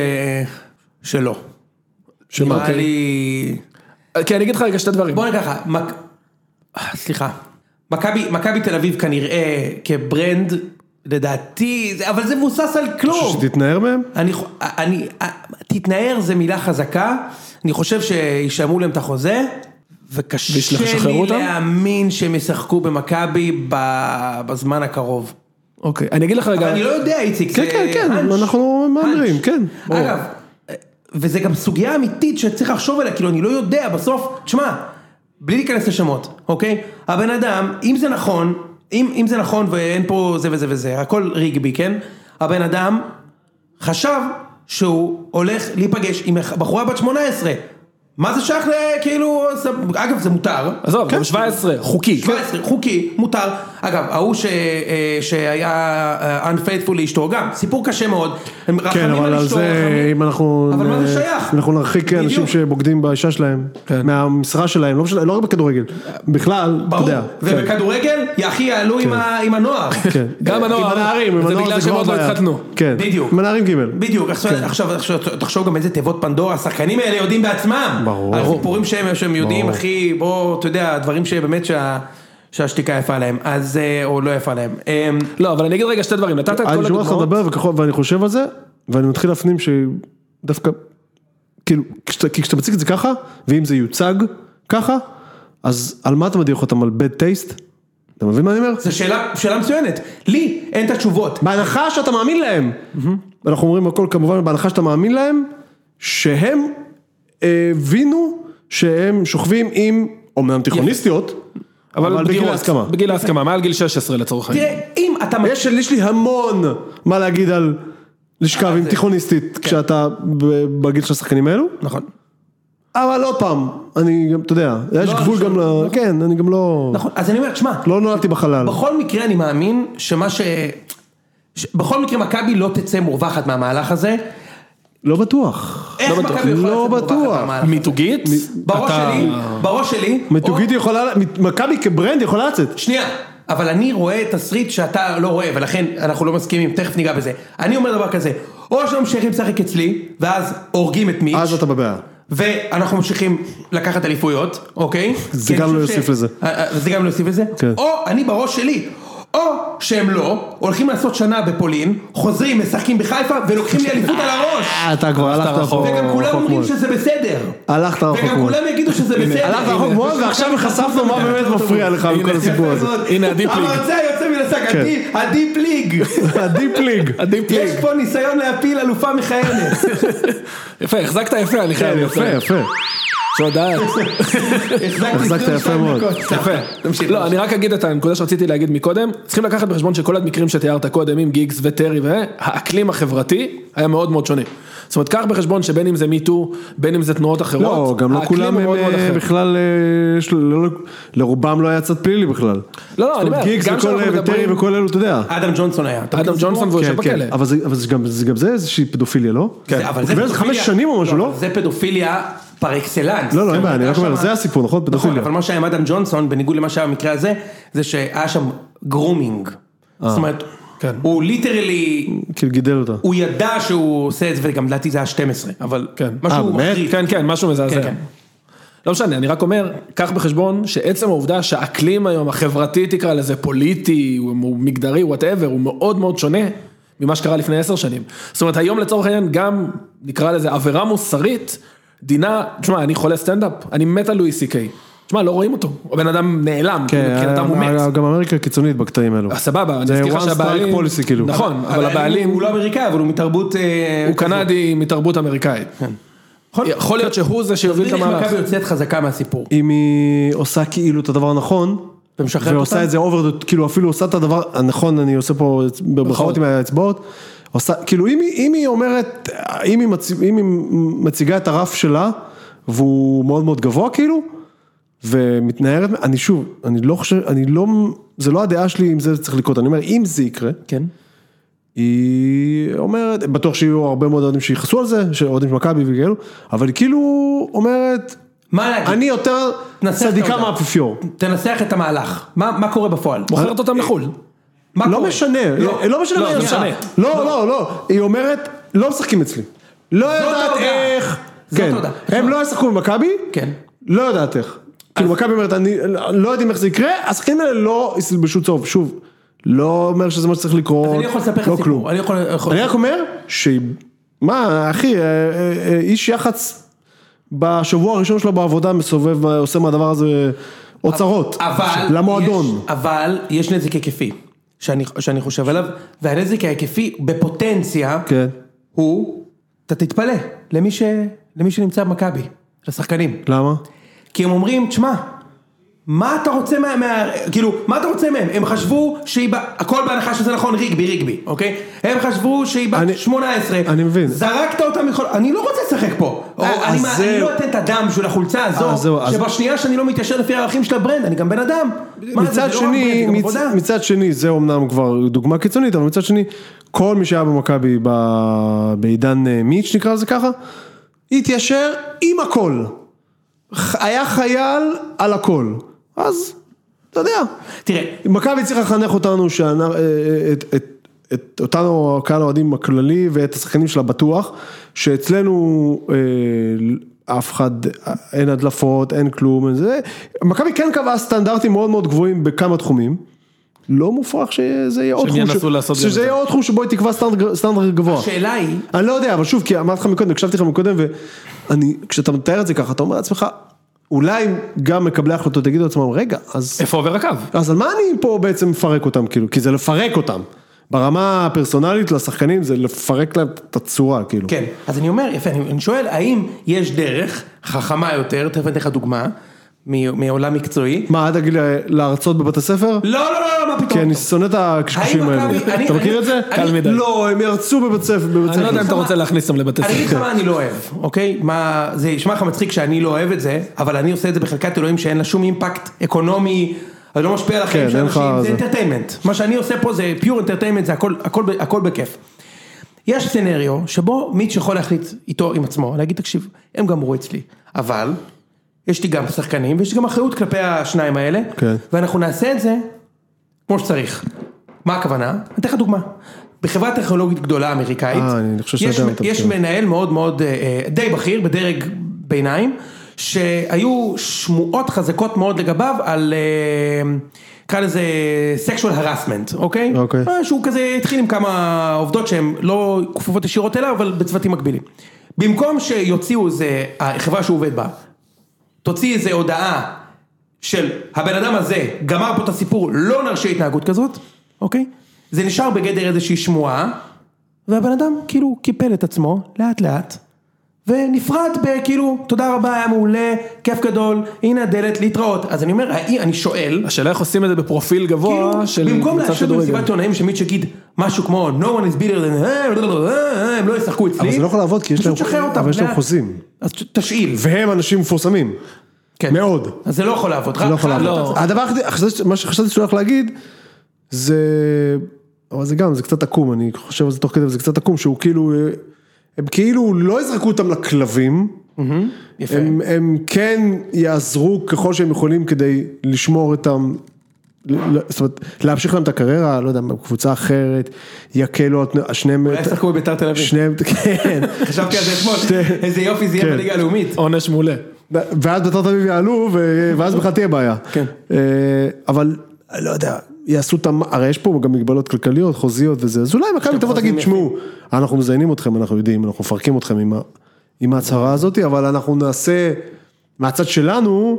Speaker 1: שלא.
Speaker 3: שמה,
Speaker 1: נראה
Speaker 3: אוקיי.
Speaker 1: לי...
Speaker 3: כי אני אגיד לך רגע שתי דברים.
Speaker 1: בוא נגיד ככה, מק... אה, סליחה, מכבי מכבי תל אביב כנראה כברנד, לדעתי, זה- אבל זה מבוסס על כלום.
Speaker 2: שתתנער מהם?
Speaker 1: אני, חו- אה, אני, תתנער זה מילה חזקה, אני חושב שישלמו להם את החוזה, וקשה
Speaker 3: וישחררו
Speaker 1: לי
Speaker 3: אותם?
Speaker 1: להאמין שהם ישחקו במכבי ב- בזמן הקרוב.
Speaker 3: אוקיי, אני אגיד לך
Speaker 1: אבל
Speaker 3: רגע...
Speaker 1: אני לא יודע, איציק,
Speaker 2: כן,
Speaker 1: זה
Speaker 2: כן, כן,
Speaker 1: האנץ'.
Speaker 2: אנחנו מהמרים,
Speaker 1: האנץ'.
Speaker 2: כן. ברור.
Speaker 1: אגב, אה, וזה גם סוגיה אמיתית שצריך לחשוב עליה, כאילו, אני לא יודע, בסוף, תשמע, בלי להיכנס לשמות, אוקיי? הבן אדם, אם זה נכון, אם, אם זה נכון ואין פה זה וזה וזה, הכל ריגבי, כן? הבן אדם חשב שהוא הולך להיפגש עם בחורה בת 18. מה זה שייך ל... כאילו, זה- אגב זה מותר.
Speaker 3: עזוב, גם 17, חוקי.
Speaker 1: 17, חוקי, מותר. אגב, ההוא ש- אה, שהיה אה, unfaithful לאשתו גם, סיפור קשה מאוד. הם רחמים
Speaker 2: כן, אבל על
Speaker 1: אשתו,
Speaker 2: זה,
Speaker 1: רחמים-
Speaker 2: אם אנחנו...
Speaker 1: לא אבל מה
Speaker 2: אה,
Speaker 1: זה שייך?
Speaker 2: אנחנו נרחיק אנשים
Speaker 1: בדיוק.
Speaker 2: שבוגדים באישה שלהם, מהמשרה שלהם, לא משנה- לא רק בכדורגל, בכלל, אתה
Speaker 1: ברור,
Speaker 2: יודע. כן.
Speaker 1: ובכדורגל, יא אחי, יעלו עם ה- עם הנוער.
Speaker 2: כן.
Speaker 3: גם הנוער.
Speaker 2: עם הנערים, עם
Speaker 3: זה
Speaker 2: הנוער
Speaker 3: בגלל
Speaker 2: זה
Speaker 3: שהם
Speaker 2: כבר
Speaker 3: עוד לא
Speaker 2: בעיה.
Speaker 3: התחתנו.
Speaker 2: כן.
Speaker 1: בדיוק.
Speaker 2: עם הנערים ג'.
Speaker 1: בדיוק, עכשיו,
Speaker 2: כן.
Speaker 1: עכשיו, עכשיו תחשוב גם איזה תיבות פנדורה, השחקנים האלה יודעים בעצמם.
Speaker 2: ברור.
Speaker 1: על סיפורים שהם, שהם יודעים,
Speaker 2: ברור.
Speaker 1: אחי, בוא, אתה יודע, דברים שבאמת שה, שהשתיקה יפה להם, אז, אה, או לא יפה להם. אה,
Speaker 3: לא, אבל אני אגיד רגע שתי דברים, נתת את
Speaker 2: אני
Speaker 3: כל
Speaker 2: שומע אותך
Speaker 3: הדוגמאות.
Speaker 2: לדבר וככל- ואני חושב על זה, ואני מתחיל להפנים שדווקא, כאילו, כשאתה- כי כשאתה מציג את זה ככה, ואם זה יוצג ככה, אז על מה אתה מדיח אותם? על bad taste? אתה מבין מה אני אומר?
Speaker 1: זו שאלה, שאלה מצוינת. לי אין את התשובות.
Speaker 2: בהנחה שאתה מאמין להם, אנחנו אומרים הכל כמובן בהנחה שאתה מאמין להם, שהם אה, הבינו שהם שוכבים עם, אומנם תיכוניסטיות, אבל בגיל
Speaker 3: בגירות,
Speaker 2: ההסכמה.
Speaker 3: בגיל ההסכמה, מעל גיל 16 לצורך העניין.
Speaker 1: תראה, אם אתה... מכיר-
Speaker 2: יש, יש לי המון מה להגיד על לשכב
Speaker 1: אה,
Speaker 2: עם תיכוניסטית
Speaker 1: כן.
Speaker 2: כשאתה ב- בגיל של השחקנים האלו,
Speaker 1: נכון.
Speaker 2: אבל עוד פעם, אני גם, אתה יודע,
Speaker 1: לא,
Speaker 2: יש גבול
Speaker 1: שוב,
Speaker 2: גם ל... כן, אני גם לא...
Speaker 1: נכון, אז אני אומר, תשמע,
Speaker 2: לא נולדתי בחלל.
Speaker 1: בכל מקרה אני מאמין שמה ש... ש... בכל מקרה מכבי לא תצא מורווחת מהמהלך הזה.
Speaker 2: לא בטוח.
Speaker 1: איך
Speaker 3: בטוח.
Speaker 1: מכבי יכולה
Speaker 2: לא
Speaker 1: לצאת מורווחת
Speaker 2: בטוח.
Speaker 1: מהמהלך הזה?
Speaker 3: מיתוגית?
Speaker 1: בראש
Speaker 3: אתה-
Speaker 1: שלי, בראש שלי,
Speaker 2: מיתוגית יכולה, מכבי כברנד יכולה לצאת.
Speaker 1: שנייה, אבל אני רואה תסריט שאתה לא רואה, ולכן אנחנו לא מסכימים, תכף ניגע בזה. אני אומר דבר כזה, או שממשיכים לשחק אצלי, ואז הורגים את מיץ',
Speaker 2: אז אתה בבעיה.
Speaker 1: ואנחנו ממשיכים לקחת אליפויות, אוקיי?
Speaker 2: זה
Speaker 1: כי אני
Speaker 2: גם
Speaker 1: חושב
Speaker 2: לא יוסיף לזה.
Speaker 1: אה, אה, זה גם לא יוסיף לזה?
Speaker 2: כן.
Speaker 1: או אני בראש שלי. או שהם לא, הולכים לעשות שנה בפולין, חוזרים, משחקים בחיפה, ולוקחים לי אליפות על הראש!
Speaker 2: אה, אתה כבר הלכת
Speaker 3: רחוק.
Speaker 2: רחוק.
Speaker 1: וגם כולם
Speaker 2: רחוק
Speaker 1: אומרים
Speaker 2: מאוד.
Speaker 1: שזה בסדר.
Speaker 2: נכון, הלכת רחוק
Speaker 1: וגם
Speaker 2: מאוד.
Speaker 1: כולם יגידו שזה בסדר.
Speaker 2: הלכת רחוק
Speaker 1: הנה.
Speaker 2: מאוד, ועכשיו חשפנו מה באמת מפריע לך
Speaker 3: הנה,
Speaker 2: בכל הסיפור
Speaker 1: יפה
Speaker 2: הזה.
Speaker 1: מאוד.
Speaker 3: הנה, הדיפ ליג.
Speaker 1: המרצע יוצא מן השק, הדיפ- הדיפ ליג.
Speaker 2: כן. הדיפ ליג.
Speaker 3: הדיפ ליג.
Speaker 1: יש פה ניסיון להפיל אלופה מכהנת.
Speaker 3: יפה, החזקת יפה, אני חייב.
Speaker 2: כן, יפה, יפה.
Speaker 3: תודה.
Speaker 2: החזקת יפה מאוד.
Speaker 1: יפה. תמשיך.
Speaker 3: לא, אני רק אגיד את הנקודה שרציתי להגיד מקודם, צריכים לקחת בחשבון שכל המקרים שתיארת קודם עם גיגס וטרי והאקלים החברתי היה מאוד מאוד שונה. זאת אומרת, קח בחשבון שבין אם זה מיטו, בין אם זה תנועות אחרות,
Speaker 2: לא, גם לא
Speaker 3: האקלים
Speaker 2: כולם
Speaker 3: הוא
Speaker 2: הם
Speaker 3: מאוד מאוד
Speaker 2: אה,
Speaker 3: אחר.
Speaker 2: בכלל, אה, יש לו- לא- לרובם לא היה צד פלילי בכלל.
Speaker 3: לא, אני
Speaker 2: זאת אומרת,
Speaker 3: אומר,
Speaker 2: גיגס
Speaker 3: גם
Speaker 2: וכל
Speaker 3: כשאנחנו
Speaker 2: אה, וטרי
Speaker 3: מדברים-
Speaker 2: וכל אלו, אתה יודע.
Speaker 1: אדם ג'ונסון היה. אתה
Speaker 3: אדם
Speaker 1: מכיר
Speaker 3: ג'ונסון והוא יושב
Speaker 2: כן, כן,
Speaker 3: בכלא.
Speaker 2: אבל זה- אבל זה גם- זה גם זה איזושהי פדופיליה, לא?
Speaker 1: זה- כן. אבל
Speaker 2: הוא
Speaker 1: זה
Speaker 2: קיבל איזה חמש
Speaker 1: פדופיליה-
Speaker 2: שנים או משהו, לא?
Speaker 1: אבל זה פדופיליה פר אקסלנס.
Speaker 2: לא, לא, אין בעיה, אני רק אומר,
Speaker 1: היה שם-
Speaker 2: זה הסיפור, נכון?
Speaker 1: נכון,
Speaker 2: פדופיליה.
Speaker 1: אבל מה שהיה עם אדם ג'ונסון, בניגוד למה שהיה במקרה הזה, זה שהיה שם גרומינג.
Speaker 2: אה.
Speaker 1: זאת אומרת,
Speaker 3: כן.
Speaker 1: הוא ליטרלי,
Speaker 2: כאילו גידל אותה.
Speaker 1: הוא ידע שהוא עושה את זה, וגם לדעתי זה היה 12, אבל
Speaker 3: כן.
Speaker 2: אה,
Speaker 1: משהו
Speaker 2: באמת?
Speaker 1: מחריד.
Speaker 3: כן, כן, משהו מזעזע.
Speaker 1: כן, כן.
Speaker 3: לא משנה, אני רק אומר, קח בחשבון שעצם העובדה שהאקלים היום, החברתי תקרא לזה, פוליטי, הוא הוא מגדרי, וואטאבר, הוא מאוד מאוד שונה ממה שקרה לפני עשר שנים. זאת אומרת, היום לצורך העניין גם, נקרא לזה עבירה מוסרית, דינה, תשמע, אני חולה סטנדאפ, אני מת על לואי סי קיי. תשמע, לא רואים אותו, הבן אדם נעלם, כאילו,
Speaker 2: כן,
Speaker 3: מבחינתם הוא מת.
Speaker 2: היה- גם אמריקה קיצונית בקטעים האלו.
Speaker 3: אה, סבבה, אני
Speaker 2: זה
Speaker 3: אזכיר לך
Speaker 2: one strike
Speaker 3: שהבעלים...
Speaker 2: policy, כאילו.
Speaker 3: נכון, אבל הבעלים...
Speaker 1: הוא לא אמריקאי, אבל הוא מתרבות... אה,
Speaker 3: הוא קנדי מתרבות אמריקאית. יכול להיות שהוא זה שהוביל את
Speaker 1: תסביר לי איך
Speaker 3: המהלך.
Speaker 1: מכבי יוצאת חזקה מהסיפור.
Speaker 2: אם היא עושה כאילו את הדבר הנכון,
Speaker 1: ומשחררת אותה?
Speaker 2: ועושה את זה אובר, כאילו אפילו עושה את הדבר הנכון, אני עושה פה
Speaker 1: נכון.
Speaker 2: ברכות עם האצבעות, עושה, כאילו אם היא, אם היא אומרת, אם היא, מצ, אם היא מציגה את הרף שלה, והוא מאוד מאוד גבוה כאילו, ומתנערת, אני שוב, אני לא חושב, אני לא, זה לא הדעה שלי אם זה צריך לקרות, אני אומר, אם זה יקרה,
Speaker 1: כן.
Speaker 2: היא אומרת, בטוח שיהיו הרבה מאוד אוהדים שיכעסו על זה, שאוהדים של מכבי וכאלו, אבל היא כאילו אומרת,
Speaker 1: מה להגיד?
Speaker 2: אני יותר
Speaker 1: נצח את
Speaker 2: צדיקה
Speaker 1: ההודעה.
Speaker 2: מהאפיפיור.
Speaker 1: תנסח את המהלך. מה מה קורה בפועל?
Speaker 3: מוכרת אותם לחו"ל.
Speaker 1: מה
Speaker 2: לא
Speaker 1: קורה?
Speaker 2: משנה, לא, לא משנה
Speaker 3: לא,
Speaker 2: מה היא
Speaker 3: זה
Speaker 2: עושה.
Speaker 3: משנה.
Speaker 2: לא, לא, לא, היא אומרת, לא משחקים אצלי. לא יודעת
Speaker 1: ההודעה.
Speaker 2: איך.
Speaker 1: זאת
Speaker 2: כן,
Speaker 1: ההודעה.
Speaker 2: הם לא ישחקו במכבי,
Speaker 1: כן.
Speaker 2: לא יודעת איך. כאילו מכבי אומרת, אני לא יודעים איך זה יקרה, השחקנים האלה לא יסלבשו צהוב, שוב. לא אומר שזה מה שצריך לקרות,
Speaker 1: אז אני יכול לספר לך
Speaker 2: לא כלום.
Speaker 1: סיפור. אני יכול... יכול-
Speaker 2: אני רק אומר, ש... מה, אחי, אה, אה, אה, איש יח"צ בשבוע הראשון שלו בעבודה מסובב, אה, עושה מהדבר הזה אוצרות.
Speaker 1: אבל...
Speaker 2: למועדון.
Speaker 1: יש- אבל יש נזק היקפי. שאני שאני חושב עליו. והנזק ההיקפי בפוטנציה...
Speaker 2: כן.
Speaker 1: הוא... אתה תתפלא. למי ש... למי שנמצא במכבי. לשחקנים.
Speaker 2: למה?
Speaker 1: כי הם אומרים, תשמע, מה אתה רוצה מה... מה כאילו, מה אתה רוצה מהם? הם חשבו שהיא... ב- הכל בהנחה שזה נכון, ריגבי, ריגבי, אוקיי? הם חשבו שהיא
Speaker 2: אני-
Speaker 1: בת 18.
Speaker 2: אני מבין.
Speaker 1: זרקת אותה מכל... אני לא רוצה לשחק פה.
Speaker 2: אה,
Speaker 1: אני
Speaker 2: אז
Speaker 1: מה-
Speaker 2: זהו.
Speaker 1: אני לא אתן את הדם בשביל החולצה
Speaker 2: אה, זהו,
Speaker 1: הזו,
Speaker 2: אז-
Speaker 1: שבשנייה שאני לא מתיישר לפי הערכים של הברנד, אני גם בן אדם. מה זה,
Speaker 2: מצד
Speaker 1: זה לא רק ברנד, זה
Speaker 2: שני,
Speaker 1: גם
Speaker 2: מצ-
Speaker 1: עבודה.
Speaker 2: מצד שני, זה אמנם כבר דוגמה קיצונית, אבל מצד שני, כל מי שהיה במכבי ב- בעידן אה, מיץ' נקרא לזה ככה, התיישר עם הכל. ח- היה חייל על הכל. אז, אתה יודע,
Speaker 1: תראה,
Speaker 2: מכבי צריך לחנך אותנו, שאנ- אה, אה, את, את, את אותנו קהל האוהדים הכללי ואת השחקנים שלה בטוח, שאצלנו אה, אף אחד, אה, אין הדלפות, אין כלום, אין זה, מכבי כן קבעה סטנדרטים מאוד מאוד גבוהים בכמה תחומים. לא מופרך שזה יהיה עוד
Speaker 3: שהם
Speaker 2: תחום,
Speaker 3: ינסו לעשות גם את
Speaker 2: שזה
Speaker 3: זה.
Speaker 2: יהיה עוד תחום שבו היא תקבע סטנדרט, סטנדרט גבוה.
Speaker 1: השאלה היא...
Speaker 2: אני לא יודע, אבל שוב, כי אמרתי לך מקודם, הקשבתי לך מקודם, ואני, כשאתה מתאר את זה ככה, אתה אומר לעצמך, אולי גם מקבלי ההחלטות יגידו לעצמם, רגע, אז
Speaker 3: איפה עובר הקו?
Speaker 2: אז על מה אני פה בעצם מפרק אותם, כאילו? כי זה לפרק אותם. ברמה הפרסונלית לשחקנים זה לפרק להם את הצורה, כאילו.
Speaker 1: כן, אז אני אומר, יפה, אני אני שואל, האם יש דרך חכמה יותר, תכף אני אתן לך דוגמה, מ- מעולם מקצועי.
Speaker 2: מה, אל תגיד לי, להרצות בבית הספר?
Speaker 1: לא, לא, לא, לא, מה פתאום.
Speaker 2: כי אני שונא את הקשקושים
Speaker 1: האם מכבי-
Speaker 2: האלה.
Speaker 1: אני-
Speaker 2: אתה מכיר
Speaker 1: אני-
Speaker 2: את זה?
Speaker 1: אני-
Speaker 3: קל מדי.
Speaker 2: לא, הם ירצו בבית ספר. בבית
Speaker 3: אני לא יודע אם
Speaker 2: ספר.
Speaker 3: אתה רוצה להכניס אותם לבתי
Speaker 1: אני אגיד לך
Speaker 3: ספר.
Speaker 1: מה אני לא אוהב, אוקיי? מה, זה ישמע לך מצחיק שאני לא אוהב את זה, אבל אני עושה את זה בחלקת אלוהים שאין לה שום אימפקט אקונומי, אני לא משפיע על החיים
Speaker 2: כן,
Speaker 1: של
Speaker 2: אין לך
Speaker 1: אנשים, זה
Speaker 2: זה.
Speaker 1: אינטרטיימנט. מה שאני עושה פה זה פיור אינטרטיימנט, זה הכל- הכל ב- הכל בכיף. יש סצנריו שבו מיץ' יכול להחליט איתו עם עצמו, להגיד תקשיב, הם גמרו אצלי, אבל יש לי גם שחקנים ויש לי גם אחריות כלפי השניים האלה,
Speaker 2: כן.
Speaker 1: ואנחנו נעשה את זה כמו שצריך. מה הכוונה? אני אתן לך דוגמה. בחברה טכנולוגית גדולה אמריקאית,
Speaker 2: אה, אני חושב
Speaker 1: יש,
Speaker 2: שיודע מה אתה
Speaker 1: יש
Speaker 2: מתכוון.
Speaker 1: מנהל מאוד מאוד אה, אה, די בכיר בדרג ביניים, שהיו שמועות חזקות מאוד לגביו על, אה, נקרא לזה sexual harassment, אוקיי?
Speaker 2: אוקיי.
Speaker 1: אה, שהוא כזה התחיל עם כמה עובדות שהן לא כפופות ישירות אליו, אבל בצוותים מקבילים. במקום שיוציאו איזה, החברה שהוא עובד בה, תוציא איזה הודעה של הבן אדם הזה גמר פה את הסיפור, לא נרשה התנהגות כזאת, אוקיי? זה נשאר בגדר איזושהי שמועה, והבן אדם כאילו קיפל את עצמו לאט לאט, ונפרד בכאילו, תודה רבה, היה מעולה, כיף גדול, הנה הדלת, להתראות. אז אני אומר, האי- אני שואל,
Speaker 3: השאלה איך עושים את זה בפרופיל גבוה
Speaker 1: כאילו,
Speaker 3: של
Speaker 1: במקום
Speaker 3: קבוצת
Speaker 1: להשאיר
Speaker 3: כדורגל.
Speaker 1: במסיבת עיתונאים שמיץ' יגיד משהו כמו no one is better than אה, לא, לא, לא, אה, הם לא ישחקו אצלי.
Speaker 2: אבל זה לא יכול לעבוד, כי יש
Speaker 1: פשוט
Speaker 2: להם-
Speaker 1: תשחרר אותם
Speaker 2: אבל יש להם
Speaker 1: לאט.
Speaker 2: חוזים.
Speaker 1: אז ת- תשאיל.
Speaker 2: והם אנשים מפורסמים.
Speaker 1: כן.
Speaker 2: מאוד.
Speaker 1: אז זה לא יכול לעבוד.
Speaker 2: זה
Speaker 1: רק-
Speaker 2: לא יכול
Speaker 1: רק-
Speaker 2: לעבוד. הדבר הכי, חשבתי- מה שחשבתי שאני הולך להגיד, זה, אבל זה גם, זה קצת עקום, אני חושב על זה תוך כדי, וזה קצת עקום, שהוא כאילו, אה, הם כאילו לא יזרקו אותם לכלבים,
Speaker 1: יפה.
Speaker 2: הם, הם כן יעזרו ככל שהם יכולים כדי לשמור איתם, ל- ל- זאת אומרת, להמשיך להם את הקריירה, לא יודע, בקבוצה אחרת, יקלו, על תנא- שניהם,
Speaker 1: אולי ישחקו בביתר תל אביב.
Speaker 2: שניהם, כן,
Speaker 1: חשבתי על זה אתמול,
Speaker 2: שתי-
Speaker 1: איזה יופי זה
Speaker 2: כן.
Speaker 1: יהיה בליגה הלאומית.
Speaker 3: עונש מעולה.
Speaker 2: ואז ביתר תל אביב יעלו, ו- ואז בכלל תהיה בעיה.
Speaker 1: כן.
Speaker 2: אה, אבל, לא יודע, יעשו את המ... הרי יש פה גם מגבלות כלכליות, חוזיות וזה, אז אולי מכבי תבוא
Speaker 1: חוזים
Speaker 2: תגיד, תשמעו, אנחנו מזיינים אתכם, אנחנו יודעים, אנחנו מפרקים אתכם עם ה- עם ההצהרה הזאת, אבל אנחנו נעשה, מהצד שלנו,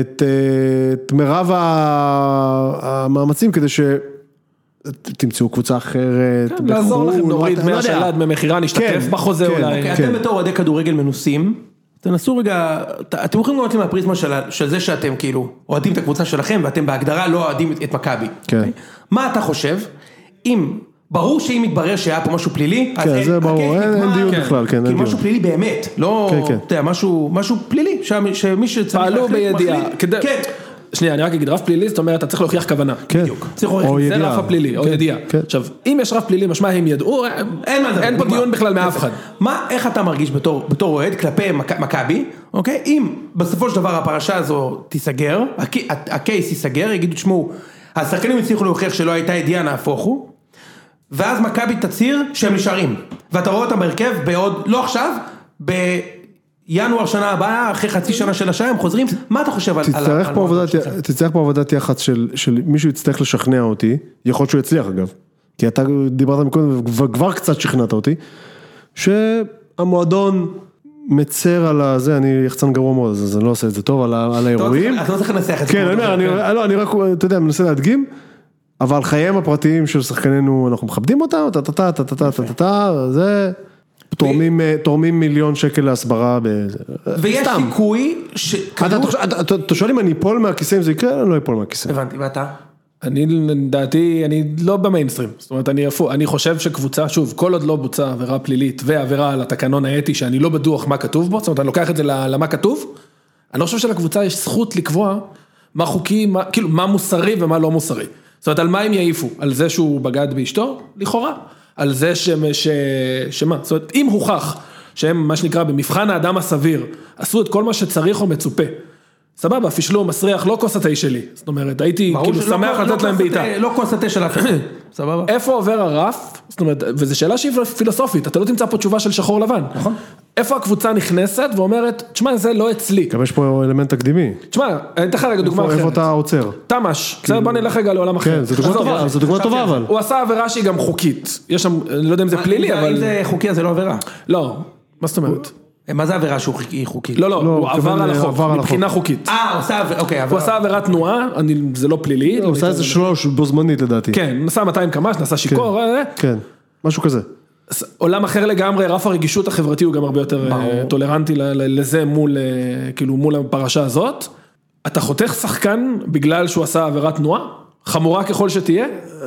Speaker 2: את אה, את מירב ה- המאמצים כדי ש... ת- תמצאו קבוצה אחרת,
Speaker 3: כן, לעזור
Speaker 2: בחו"ל,
Speaker 3: לכם,
Speaker 2: מה
Speaker 3: נוריד
Speaker 2: אתה- לא יודע.
Speaker 3: מהשאלה, דמי מכירה, נשתתף
Speaker 2: כן,
Speaker 3: בחוזה
Speaker 2: כן,
Speaker 3: אולי.
Speaker 1: אוקיי,
Speaker 2: כן.
Speaker 1: אתם בתור אוהדי כדורגל מנוסים, תנסו רגע, ת- אתם יכולים לראות לי מהפריזמה של ה- של זה שאתם כאילו אוהדים את הקבוצה שלכם ואתם בהגדרה לא אוהדים את- את מכבי.
Speaker 2: כן.
Speaker 1: אוקיי? מה אתה חושב, אם, ברור שאם יתברר שהיה פה משהו פלילי, אז
Speaker 2: כן,
Speaker 1: אין-
Speaker 2: זה ברור,
Speaker 1: הקייס
Speaker 2: אין-
Speaker 1: נגמר,
Speaker 2: אין דיון
Speaker 1: כן.
Speaker 2: בכלל, כן, אין
Speaker 1: כאילו
Speaker 2: דיון.
Speaker 1: משהו פלילי באמת, לא,
Speaker 2: כן, כן.
Speaker 1: אתה יודע, משהו משהו פלילי, שהמ- שמי שצריך
Speaker 3: פעלו
Speaker 1: להחליט,
Speaker 3: בידיעה.
Speaker 1: מחליט.
Speaker 3: כדי-
Speaker 1: כן,
Speaker 3: שנייה, אני רק אגיד, רב פלילי, זאת אומרת, אתה צריך להוכיח כוונה.
Speaker 2: כן.
Speaker 1: בדיוק. צריך עורך
Speaker 2: או
Speaker 1: דין,
Speaker 3: זה
Speaker 2: ידיעה.
Speaker 3: רף הפלילי, או
Speaker 2: כן,
Speaker 3: ידיעה.
Speaker 2: כן.
Speaker 3: עכשיו, אם יש רף פלילי, משמע הם ידעו,
Speaker 1: אין מה לדבר.
Speaker 3: אין פה
Speaker 1: נגמר.
Speaker 3: דיון בכלל מאף אחד.
Speaker 1: מה, איך אתה מרגיש בתור, בתור אוהד כלפי מכ- מכבי, אוקיי? אם בסופו של דבר הפרשה הזו תיסגר, הק- הקייס ייסגר, יגידו, תשמעו, השחקנים הצליחו להוכיח שלא הייתה ידיעה, נהפוך הוא, ואז מכבי תצהיר שהם נשארים. ואתה רואה אותם בהרכב בעוד, לא עכשיו, בינואר שנה הבאה, אחרי חצי שנה של השעה, הם חוזרים, מה אתה חושב על... על-
Speaker 2: תצטרך
Speaker 1: על-
Speaker 2: פה
Speaker 1: על-
Speaker 2: עבודת, תצטרך פה עבודת יח"צ של, של מישהו יצטרך לשכנע אותי, יכול להיות שהוא יצליח אגב, כי אתה דיברת מקודם וכבר קצת שכנעת אותי, שהמועדון מצר על הזה, אני יחצן גרוע מאוד, אז אז אני לא עושה את זה טוב, על, ה- על
Speaker 1: אתה לא
Speaker 2: האירועים.
Speaker 1: צריך- אתה לא צריך לנסח את זה.
Speaker 2: כן, אני אומר, אני, לא, אני רק, אתה יודע, מנסה להדגים, אבל חייהם הפרטיים של שחקנינו, אנחנו מכבדים אותם, טה טה טה טה טה טה טה טה, זה... תורמים, אה, תורמים מיליון שקל להסברה, בזה.
Speaker 1: ויש
Speaker 2: סתם.
Speaker 1: סיכוי ש...
Speaker 2: אתה, אתה, אתה, אתה, אתה שואל אם אני אפול מהכיסא אם זה יקרה? אני לא אפול מהכיסא.
Speaker 1: הבנתי, ואתה?
Speaker 3: אני, לדעתי, אני לא במיינסטרים. זאת אומרת, אני, הפוך- אני חושב שקבוצה, שוב, כל עוד לא בוצעה עבירה פלילית ועבירה על התקנון האתי שאני לא בטוח מה כתוב בו, זאת אומרת, אני לוקח את זה ל- למה כתוב, אני לא חושב שלקבוצה יש זכות לקבוע מה חוקי, מה, כאילו, מה מוסרי ומה לא מוסרי. זאת אומרת, על מה הם יעיפו? על זה שהוא בגד באשתו? לכאורה. על זה ש... ש... שמה? זאת אומרת, אם הוכח שהם, מה שנקרא, במבחן האדם הסביר, עשו את כל מה שצריך או מצופה. סבבה, פישלו, מסריח, לא כוס התה שלי. זאת אומרת, הייתי
Speaker 1: ברור
Speaker 3: כאילו
Speaker 1: שלא
Speaker 3: שמח
Speaker 1: כל-
Speaker 3: לתת
Speaker 1: לא
Speaker 3: להם
Speaker 1: כוס
Speaker 3: בעיטה.
Speaker 1: התה- לא כוס התה של אף אחד, סבבה?
Speaker 3: איפה עובר הרף? זאת אומרת, וזו שאלה שהיא פילוסופית, אתה לא תמצא פה תשובה של שחור לבן. נכון. איפה הקבוצה נכנסת ואומרת, תשמע, זה לא אצלי.
Speaker 2: גם יש פה אלמנט תקדימי.
Speaker 3: תשמע, אני אתן לך רגע דוגמה
Speaker 2: כן. איפה, איפה
Speaker 3: אחרת.
Speaker 2: אתה עוצר?
Speaker 3: תמ"ש, בסדר, בוא נלך רגע לעולם אחר.
Speaker 2: כן, זו דוגמה
Speaker 3: עזוב, כן.
Speaker 2: טובה,
Speaker 3: אבל-
Speaker 2: זו דוגמה טובה אבל.
Speaker 3: הוא עשה עבירה שהיא גם חוקית. יש שם, אני לא יודע אם
Speaker 2: אה,
Speaker 3: זה פלילי,
Speaker 1: אם זה- אם
Speaker 3: אבל...
Speaker 1: זה חוקי אז זה לא עבירה.
Speaker 3: לא, מה זאת אומרת?
Speaker 1: אה, מה זה עבירה שהוא חוקי- חוקית?
Speaker 3: לא, לא,
Speaker 2: לא,
Speaker 3: הוא
Speaker 2: הוא
Speaker 3: עבר
Speaker 2: התכוון,
Speaker 3: על
Speaker 2: אה,
Speaker 3: החוק,
Speaker 2: עבר על
Speaker 3: מבחינה חוקית.
Speaker 1: אה, עושה עבירה, אוקיי,
Speaker 3: הוא
Speaker 1: עבירה.
Speaker 3: עשה עבירת תנועה, אני- זה לא פלילי.
Speaker 2: הוא עשה איזה שלוש בו זמנית לדעתי.
Speaker 3: כן, נסע 200 קמ"ש, נסע שיכור, אה, אה.
Speaker 2: כן, משהו כזה.
Speaker 3: ס- עולם אחר לגמרי, רף הרגישות החברתי הוא גם הרבה יותר אה, טולרנטי ל- ל- לזה מול, אה, כאילו מול הפרשה הזאת. אתה חותך שחקן בגלל שהוא עשה עבירת תנועה? חמורה ככל שתהיה? לא,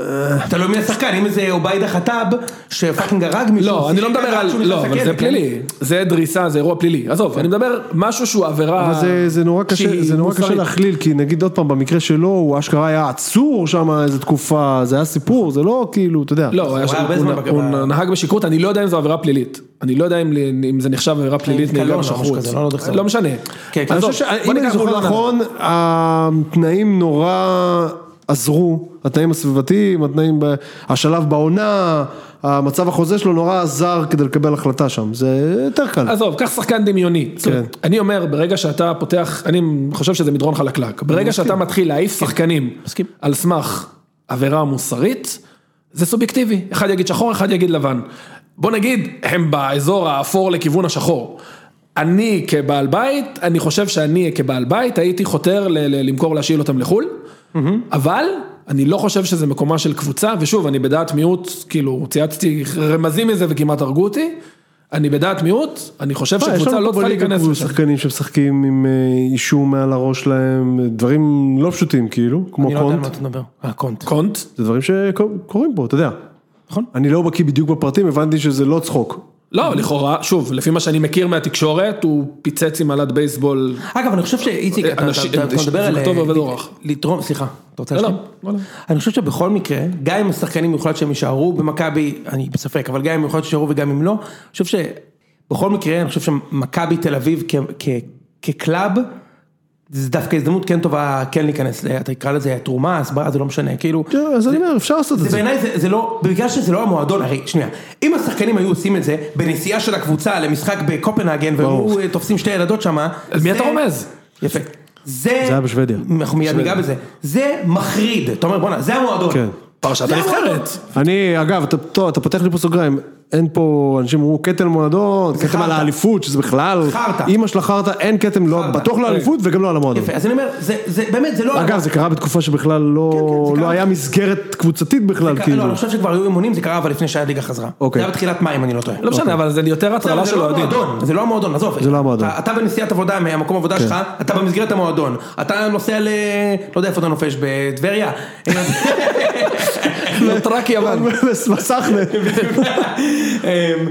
Speaker 1: תלוי מי לא השחקן, אם זה עוביידה חטאב, שפאקינג הרג מישהו.
Speaker 3: לא, אני לא
Speaker 1: שיחק
Speaker 3: מדבר
Speaker 1: עד
Speaker 3: על,
Speaker 1: שהוא נכנס
Speaker 3: לא, אבל
Speaker 1: לכלא,
Speaker 3: זה
Speaker 1: כן?
Speaker 3: פלילי, זה דריסה, זה אירוע פלילי. עזוב, אני מדבר משהו שהוא עבירה...
Speaker 2: אבל אה, זה, זה נורא
Speaker 3: שהיא
Speaker 2: קשה, זה נורא קשה
Speaker 3: מוסרית.
Speaker 2: להכליל, כי נגיד עוד פעם, במקרה שלו, הוא אשכרה היה עצור שם איזה תקופה, זה היה סיפור, זה לא כאילו, אתה יודע.
Speaker 3: לא, הוא היה
Speaker 1: היה
Speaker 3: שם-
Speaker 1: הרבה
Speaker 3: הוא
Speaker 1: זמן
Speaker 3: נ-
Speaker 1: בגב-
Speaker 3: הוא נהג בשכרות, אני לא יודע אם זו עבירה פלילית. אני לא יודע אם ל- אם זה נחשב עבירה פלילית
Speaker 1: כן, קלון
Speaker 3: נהיגה
Speaker 1: או משהו
Speaker 3: בשכרות.
Speaker 1: כזה, לא יודע איך זה-
Speaker 3: לא משנה.
Speaker 1: כן, כן.
Speaker 2: אני
Speaker 3: עזוב,
Speaker 2: חושב
Speaker 3: בוא
Speaker 2: שאם
Speaker 3: ניקח
Speaker 2: אני זוכר
Speaker 3: אולמן.
Speaker 2: נכון, התנאים נורא עזרו, התנאים הסביבתיים, התנאים, ב- השלב בעונה, המצב החוזה שלו נורא עזר כדי לקבל החלטה שם, זה יותר קל.
Speaker 3: עזוב, קח שחקן דמיוני. זאת
Speaker 1: כן.
Speaker 3: אומרת, אני אומר, ברגע שאתה פותח, אני חושב שזה מדרון חלקלק. ברגע שאתה מתחיל להעיף שחקנים
Speaker 1: מסכים.
Speaker 3: על סמך עבירה מוסרית, זה סובייקטיבי. אחד יגיד שחור, אחד יגיד לבן. בוא נגיד, הם באזור האפור לכיוון השחור. אני כבעל בית, אני חושב שאני כבעל בית הייתי חותר ל- ל- למכור להשאיל אותם לחו"ל, אבל אני לא חושב שזה מקומה של קבוצה, ושוב, אני בדעת מיעוט, כאילו, צייצתי רמזים מזה וכמעט הרגו אותי, אני בדעת מיעוט, אני חושב
Speaker 2: אה, יש
Speaker 3: שקבוצה
Speaker 2: לנו
Speaker 3: לא צריכה
Speaker 2: בליגה
Speaker 3: להיכנס
Speaker 2: כאילו
Speaker 3: לשם.
Speaker 2: שחקנים שמשחקים עם אה, אישום מעל הראש שלהם, דברים לא פשוטים כאילו, כמו
Speaker 1: אני לא יודע על
Speaker 2: קונט,
Speaker 1: מה אתה מדבר. אה, קונט.
Speaker 3: קונט,
Speaker 2: זה דברים שקורים פה, אתה יודע.
Speaker 1: נכון.
Speaker 2: אני לא בקיא בדיוק בפרטים, הבנתי שזה לא צחוק.
Speaker 3: לא, לכאורה, שוב, לפי מה שאני מכיר מהתקשורת, הוא פיצץ עם עלת בייסבול.
Speaker 1: אגב, אני חושב שאיציק, אתה- אתה
Speaker 3: אנשים-
Speaker 1: אתה- אתה מדבר על...
Speaker 3: טוב, עובד
Speaker 1: אה,
Speaker 3: אורח.
Speaker 1: לתרום, סליחה, אתה רוצה
Speaker 3: לא, לא,
Speaker 1: להשלים?
Speaker 3: לא, לא.
Speaker 1: אני חושב שבכל מקרה, גם אם השחקנים יוחלט שהם יישארו במכבי, אני בספק, אבל גם אם יוחלט שיישארו וגם אם לא, אני חושב שבכל מקרה, אני חושב שמכבי תל אביב כ- כ- כקלאב, זה דווקא הזדמנות כן טובה כן להיכנס, ל- אתה תקרא לזה תרומה, הסברה, זה לא משנה, כאילו,
Speaker 2: כן, אז אני אומר, אפשר לעשות את
Speaker 1: זה
Speaker 2: זה.
Speaker 1: בעיניי זה, זה לא, בגלל שזה לא המועדון, הרי שנייה, אם השחקנים היו עושים את זה בנסיעה של הקבוצה למשחק בקופנהגן והיו אה, תופסים שתי ילדות שמה,
Speaker 3: על מי
Speaker 1: זה-
Speaker 3: אתה רומז?
Speaker 1: יפה. זה,
Speaker 2: זה היה בשוודיה.
Speaker 1: אנחנו מיד ניגע בזה, זה מחריד, אתה אומר בואנה, זה המועדון.
Speaker 2: כן.
Speaker 3: פרשת
Speaker 1: זה המועדון.
Speaker 3: הנבחרת.
Speaker 2: אני, אגב, אתה, טוב, אתה פותח לי פה סוגריים, אין פה, אנשים אמרו כתם מועדון, כתם
Speaker 1: חרטא.
Speaker 2: על האליפות, שזה בכלל,
Speaker 1: חרטא.
Speaker 2: אימא של החרטא, אין כתם, לא,
Speaker 1: חרטא.
Speaker 2: בטוח לא אליפות וגם לא על המועדון.
Speaker 1: יפה, אז אני אומר, זה, זה באמת, זה לא...
Speaker 2: אגב, זה קרה בתקופה שבכלל לא,
Speaker 1: כן, זה
Speaker 2: לא
Speaker 1: קרה.
Speaker 2: היה מסגרת קבוצתית בכלל,
Speaker 1: זה-
Speaker 2: כאילו.
Speaker 1: לא, אני חושב שכבר היו אימונים, זה קרה אבל לפני שהליגה חזרה.
Speaker 2: אוקיי.
Speaker 1: זה היה בתחילת מים, אני לא טועה.
Speaker 3: לא משנה, אבל זה יותר הטרלה
Speaker 1: זה
Speaker 3: של
Speaker 1: לא
Speaker 3: אוהדים.
Speaker 1: המועדון, זה לא המועדון, עזוב.
Speaker 2: זה לא המועדון. כן.
Speaker 1: אתה- אתה בנסיעת עבודה מהמקום עבודה שלך, אתה במסגרת המועדון. אתה נוסע ל... לא יודע איפה אתה נופש, בטבריה.
Speaker 3: לא טראק יוון.
Speaker 2: מסכנה.
Speaker 1: לא, אמ,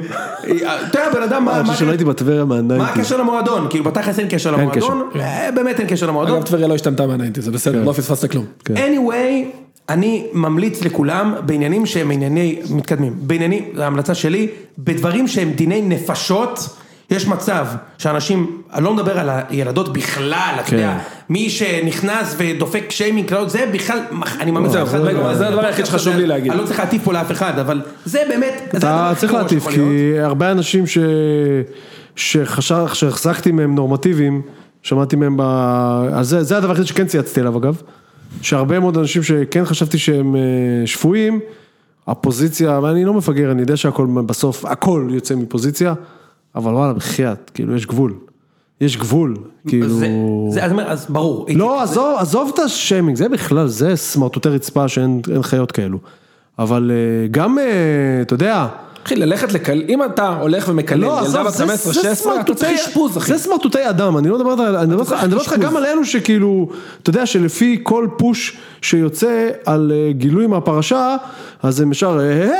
Speaker 1: אתה יודע, בן אדם, מה- מה-
Speaker 2: אה, שלא הייתי בטבריה
Speaker 1: מה
Speaker 2: מהניינטיז.
Speaker 1: הקשר למועדון? כאילו, בתכלס אין קשר למועדון. אה, באמת אין קשר למועדון.
Speaker 3: אגב, טבריה לא השתנתה מהניינטיז, זה בסדר, לא פספסת כלום.
Speaker 2: כן.
Speaker 1: anyway, אני ממליץ לכולם בעניינים שהם ענייני מתקדמים, בעניינים, זו ההמלצה שלי, בדברים שהם דיני נפשות, יש מצב שאנשים, אני לא מדבר על הילדות בכלל, אתה
Speaker 2: כן.
Speaker 1: יודע, מי שנכנס ודופק שיימינג, קללות, זה בכלל, מח- אני ממליץ,
Speaker 3: לא,
Speaker 1: לאף אחד,
Speaker 3: לא,
Speaker 1: רגע,
Speaker 3: לא,
Speaker 1: אבל
Speaker 3: זה הדבר היחיד שחשוב לי להגיד.
Speaker 1: אני לא צריך להטיף פה לאף אחד, אבל זה באמת, זה הדבר
Speaker 2: אתה
Speaker 1: הכי
Speaker 2: צריך
Speaker 1: גרוע
Speaker 2: להטיף,
Speaker 1: שיכול
Speaker 2: כי
Speaker 1: להיות.
Speaker 2: הרבה אנשים ש... שחשך, שהחזקתי מהם נורמטיביים, שמעתי מהם ב... אז זה, זה הדבר היחיד שכן צייצתי עליו אגב, שהרבה מאוד אנשים שכן חשבתי שהם אה, שפויים, הפוזיציה, ואני לא מפגר, אני יודע שהכל בסוף, הכל יוצא מפוזיציה, אבל וואלה, בחייאת, כאילו, יש גבול. יש גבול, כאילו...
Speaker 1: זה- זה- אז אני אומר, אז ברור,
Speaker 2: לא, עזוב, עזוב את השיימינג, זה בכלל, זה סמרטוטי רצפה שאין אין חיות כאלו. אבל אה, גם, אה, אתה יודע,
Speaker 3: אחי, ללכת לקל... אם אתה הולך ומקלל
Speaker 2: לא,
Speaker 3: ילדה
Speaker 2: עזוב,
Speaker 3: בת
Speaker 2: זה-
Speaker 3: 15-16,
Speaker 2: זה
Speaker 3: אתה צריך
Speaker 2: סמרטוטי-
Speaker 3: אשפוז, אחי.
Speaker 2: זה סמרטוטי אדם, אני לא מדבר על... אני מדבר לך- אני מדבר איתך גם עלינו שכאילו, אתה יודע שלפי כל פוש שיוצא על אה, גילוי מהפרשה, אז הם ישר, "אה, אה,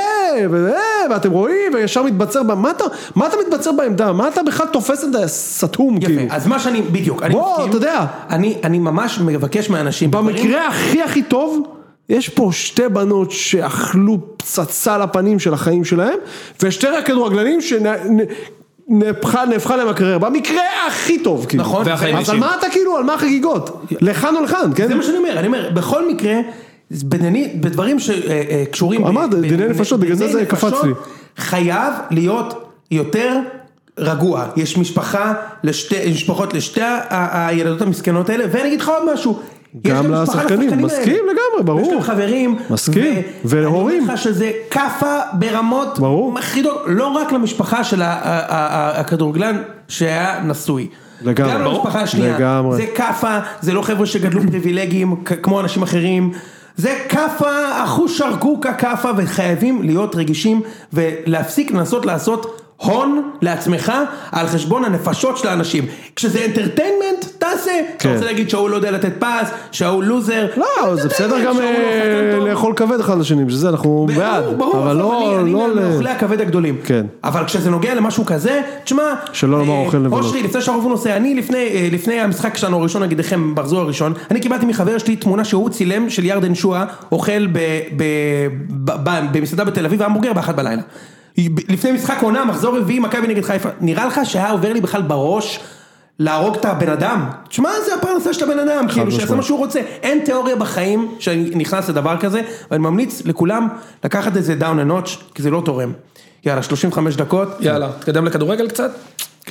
Speaker 2: ו- אה", ואתם רואים, וישר מתבצר, ב- מה אתה- מה אתה מתבצר בעמדה? מה אתה בכלל תופס את הסתום, כאילו?
Speaker 1: יפה, אז מה שאני, בדיוק, אני
Speaker 2: בוא, אתה יודע.
Speaker 1: אני, אני ממש מבקש מאנשים, דברים-
Speaker 2: במקרה הכי הכי טוב, יש פה שתי בנות שאכלו פצצה לפנים של החיים שלהם, ושתי כדורגלנים שנהפכה נהפכה להם הקריירה, במקרה הכי טוב, כאילו.
Speaker 1: נכון,
Speaker 3: והחיים
Speaker 1: זה-
Speaker 2: אז על מה אתה כאילו, על מה החגיגות? לכאן או לכאן,
Speaker 1: זה
Speaker 2: כן?
Speaker 1: מה שאני אומר, אני אומר, בכל מקרה, בדני, בדברים שקשורים... ב-
Speaker 2: אמרת,
Speaker 1: ב-
Speaker 2: דיני
Speaker 1: ב-
Speaker 2: נפשות, בגלל זה
Speaker 1: דיני
Speaker 2: זה קפץ
Speaker 1: נפשות,
Speaker 2: לי.
Speaker 1: חייב להיות יותר רגוע. יש משפחה, לשתי, משפחות לשתי ה- ה- הילדות המסכנות האלה, ואני אגיד לך עוד משהו. יש
Speaker 2: גם
Speaker 1: משפחה
Speaker 2: לשחקנים, מסכים
Speaker 1: האלה.
Speaker 2: לגמרי, ברור.
Speaker 1: יש להם חברים.
Speaker 2: מסכים,
Speaker 1: ואני
Speaker 2: ולהורים.
Speaker 1: אומר לך שזה כאפה ברמות
Speaker 2: ברור.
Speaker 1: מחרידות, לא רק למשפחה של ה- ה- ה- ה- הכדורגלן שהיה נשוי.
Speaker 2: לגמרי,
Speaker 1: גם
Speaker 2: ברור.
Speaker 1: למשפחה השנייה.
Speaker 2: לגמרי.
Speaker 1: זה כאפה, זה לא חבר'ה שגדלו פריבילגיים כ- כמו אנשים אחרים. זה כאפה, אחוש שרקוקה כאפה, וחייבים להיות רגישים ולהפסיק לנסות לעשות הון לעצמך על חשבון הנפשות של האנשים. כשזה אנטרטיינמנט, תעשה. אתה
Speaker 2: כן.
Speaker 1: רוצה להגיד שההוא לא יודע לתת פס, שההוא לוזר.
Speaker 2: לא, זה
Speaker 1: entertainment,
Speaker 2: בסדר גם
Speaker 1: שההוא לא שחקן
Speaker 2: אה,
Speaker 1: טוב.
Speaker 2: לאכול כבד אחד לשני, בשביל זה אנחנו בעד,
Speaker 1: ברור, ברור,
Speaker 2: אבל לא,
Speaker 1: אני,
Speaker 2: לא
Speaker 1: אני
Speaker 2: ל-
Speaker 1: מאוכלי הכבד הגדולים.
Speaker 2: כן.
Speaker 1: אבל כשזה נוגע למשהו כזה, תשמע... אה,
Speaker 2: שלא לומר אוכל לבלות.
Speaker 1: אושרי, לפני שהרוב נוסע, אני לפני, אה, לפני המשחק שלנו הראשון נגדכם, ברזור הראשון, אני קיבלתי מחבר שלי תמונה שהוא צילם של ירדן שואה אוכל ב, ב, ב, ב, במסעדה בתל אביב המבורגר באחת בלילה. ב- לפני משחק עונה, מחזור רביעי, מכבי נגד חיפה. נראה לך שהיה עובר לי בכלל בראש להרוג את הבן אדם? תשמע, זה הפרנסה של הבן אדם, כאילו, שיעשה
Speaker 2: משמעית.
Speaker 1: מה שהוא רוצה. אין תיאוריה בחיים שאני נכנס לדבר כזה, ואני ממליץ לכולם לקחת את זה דאון הנוטש, כי זה לא תורם. יאללה, 35 דקות.
Speaker 3: יאללה, תתקדם לכדורגל קצת?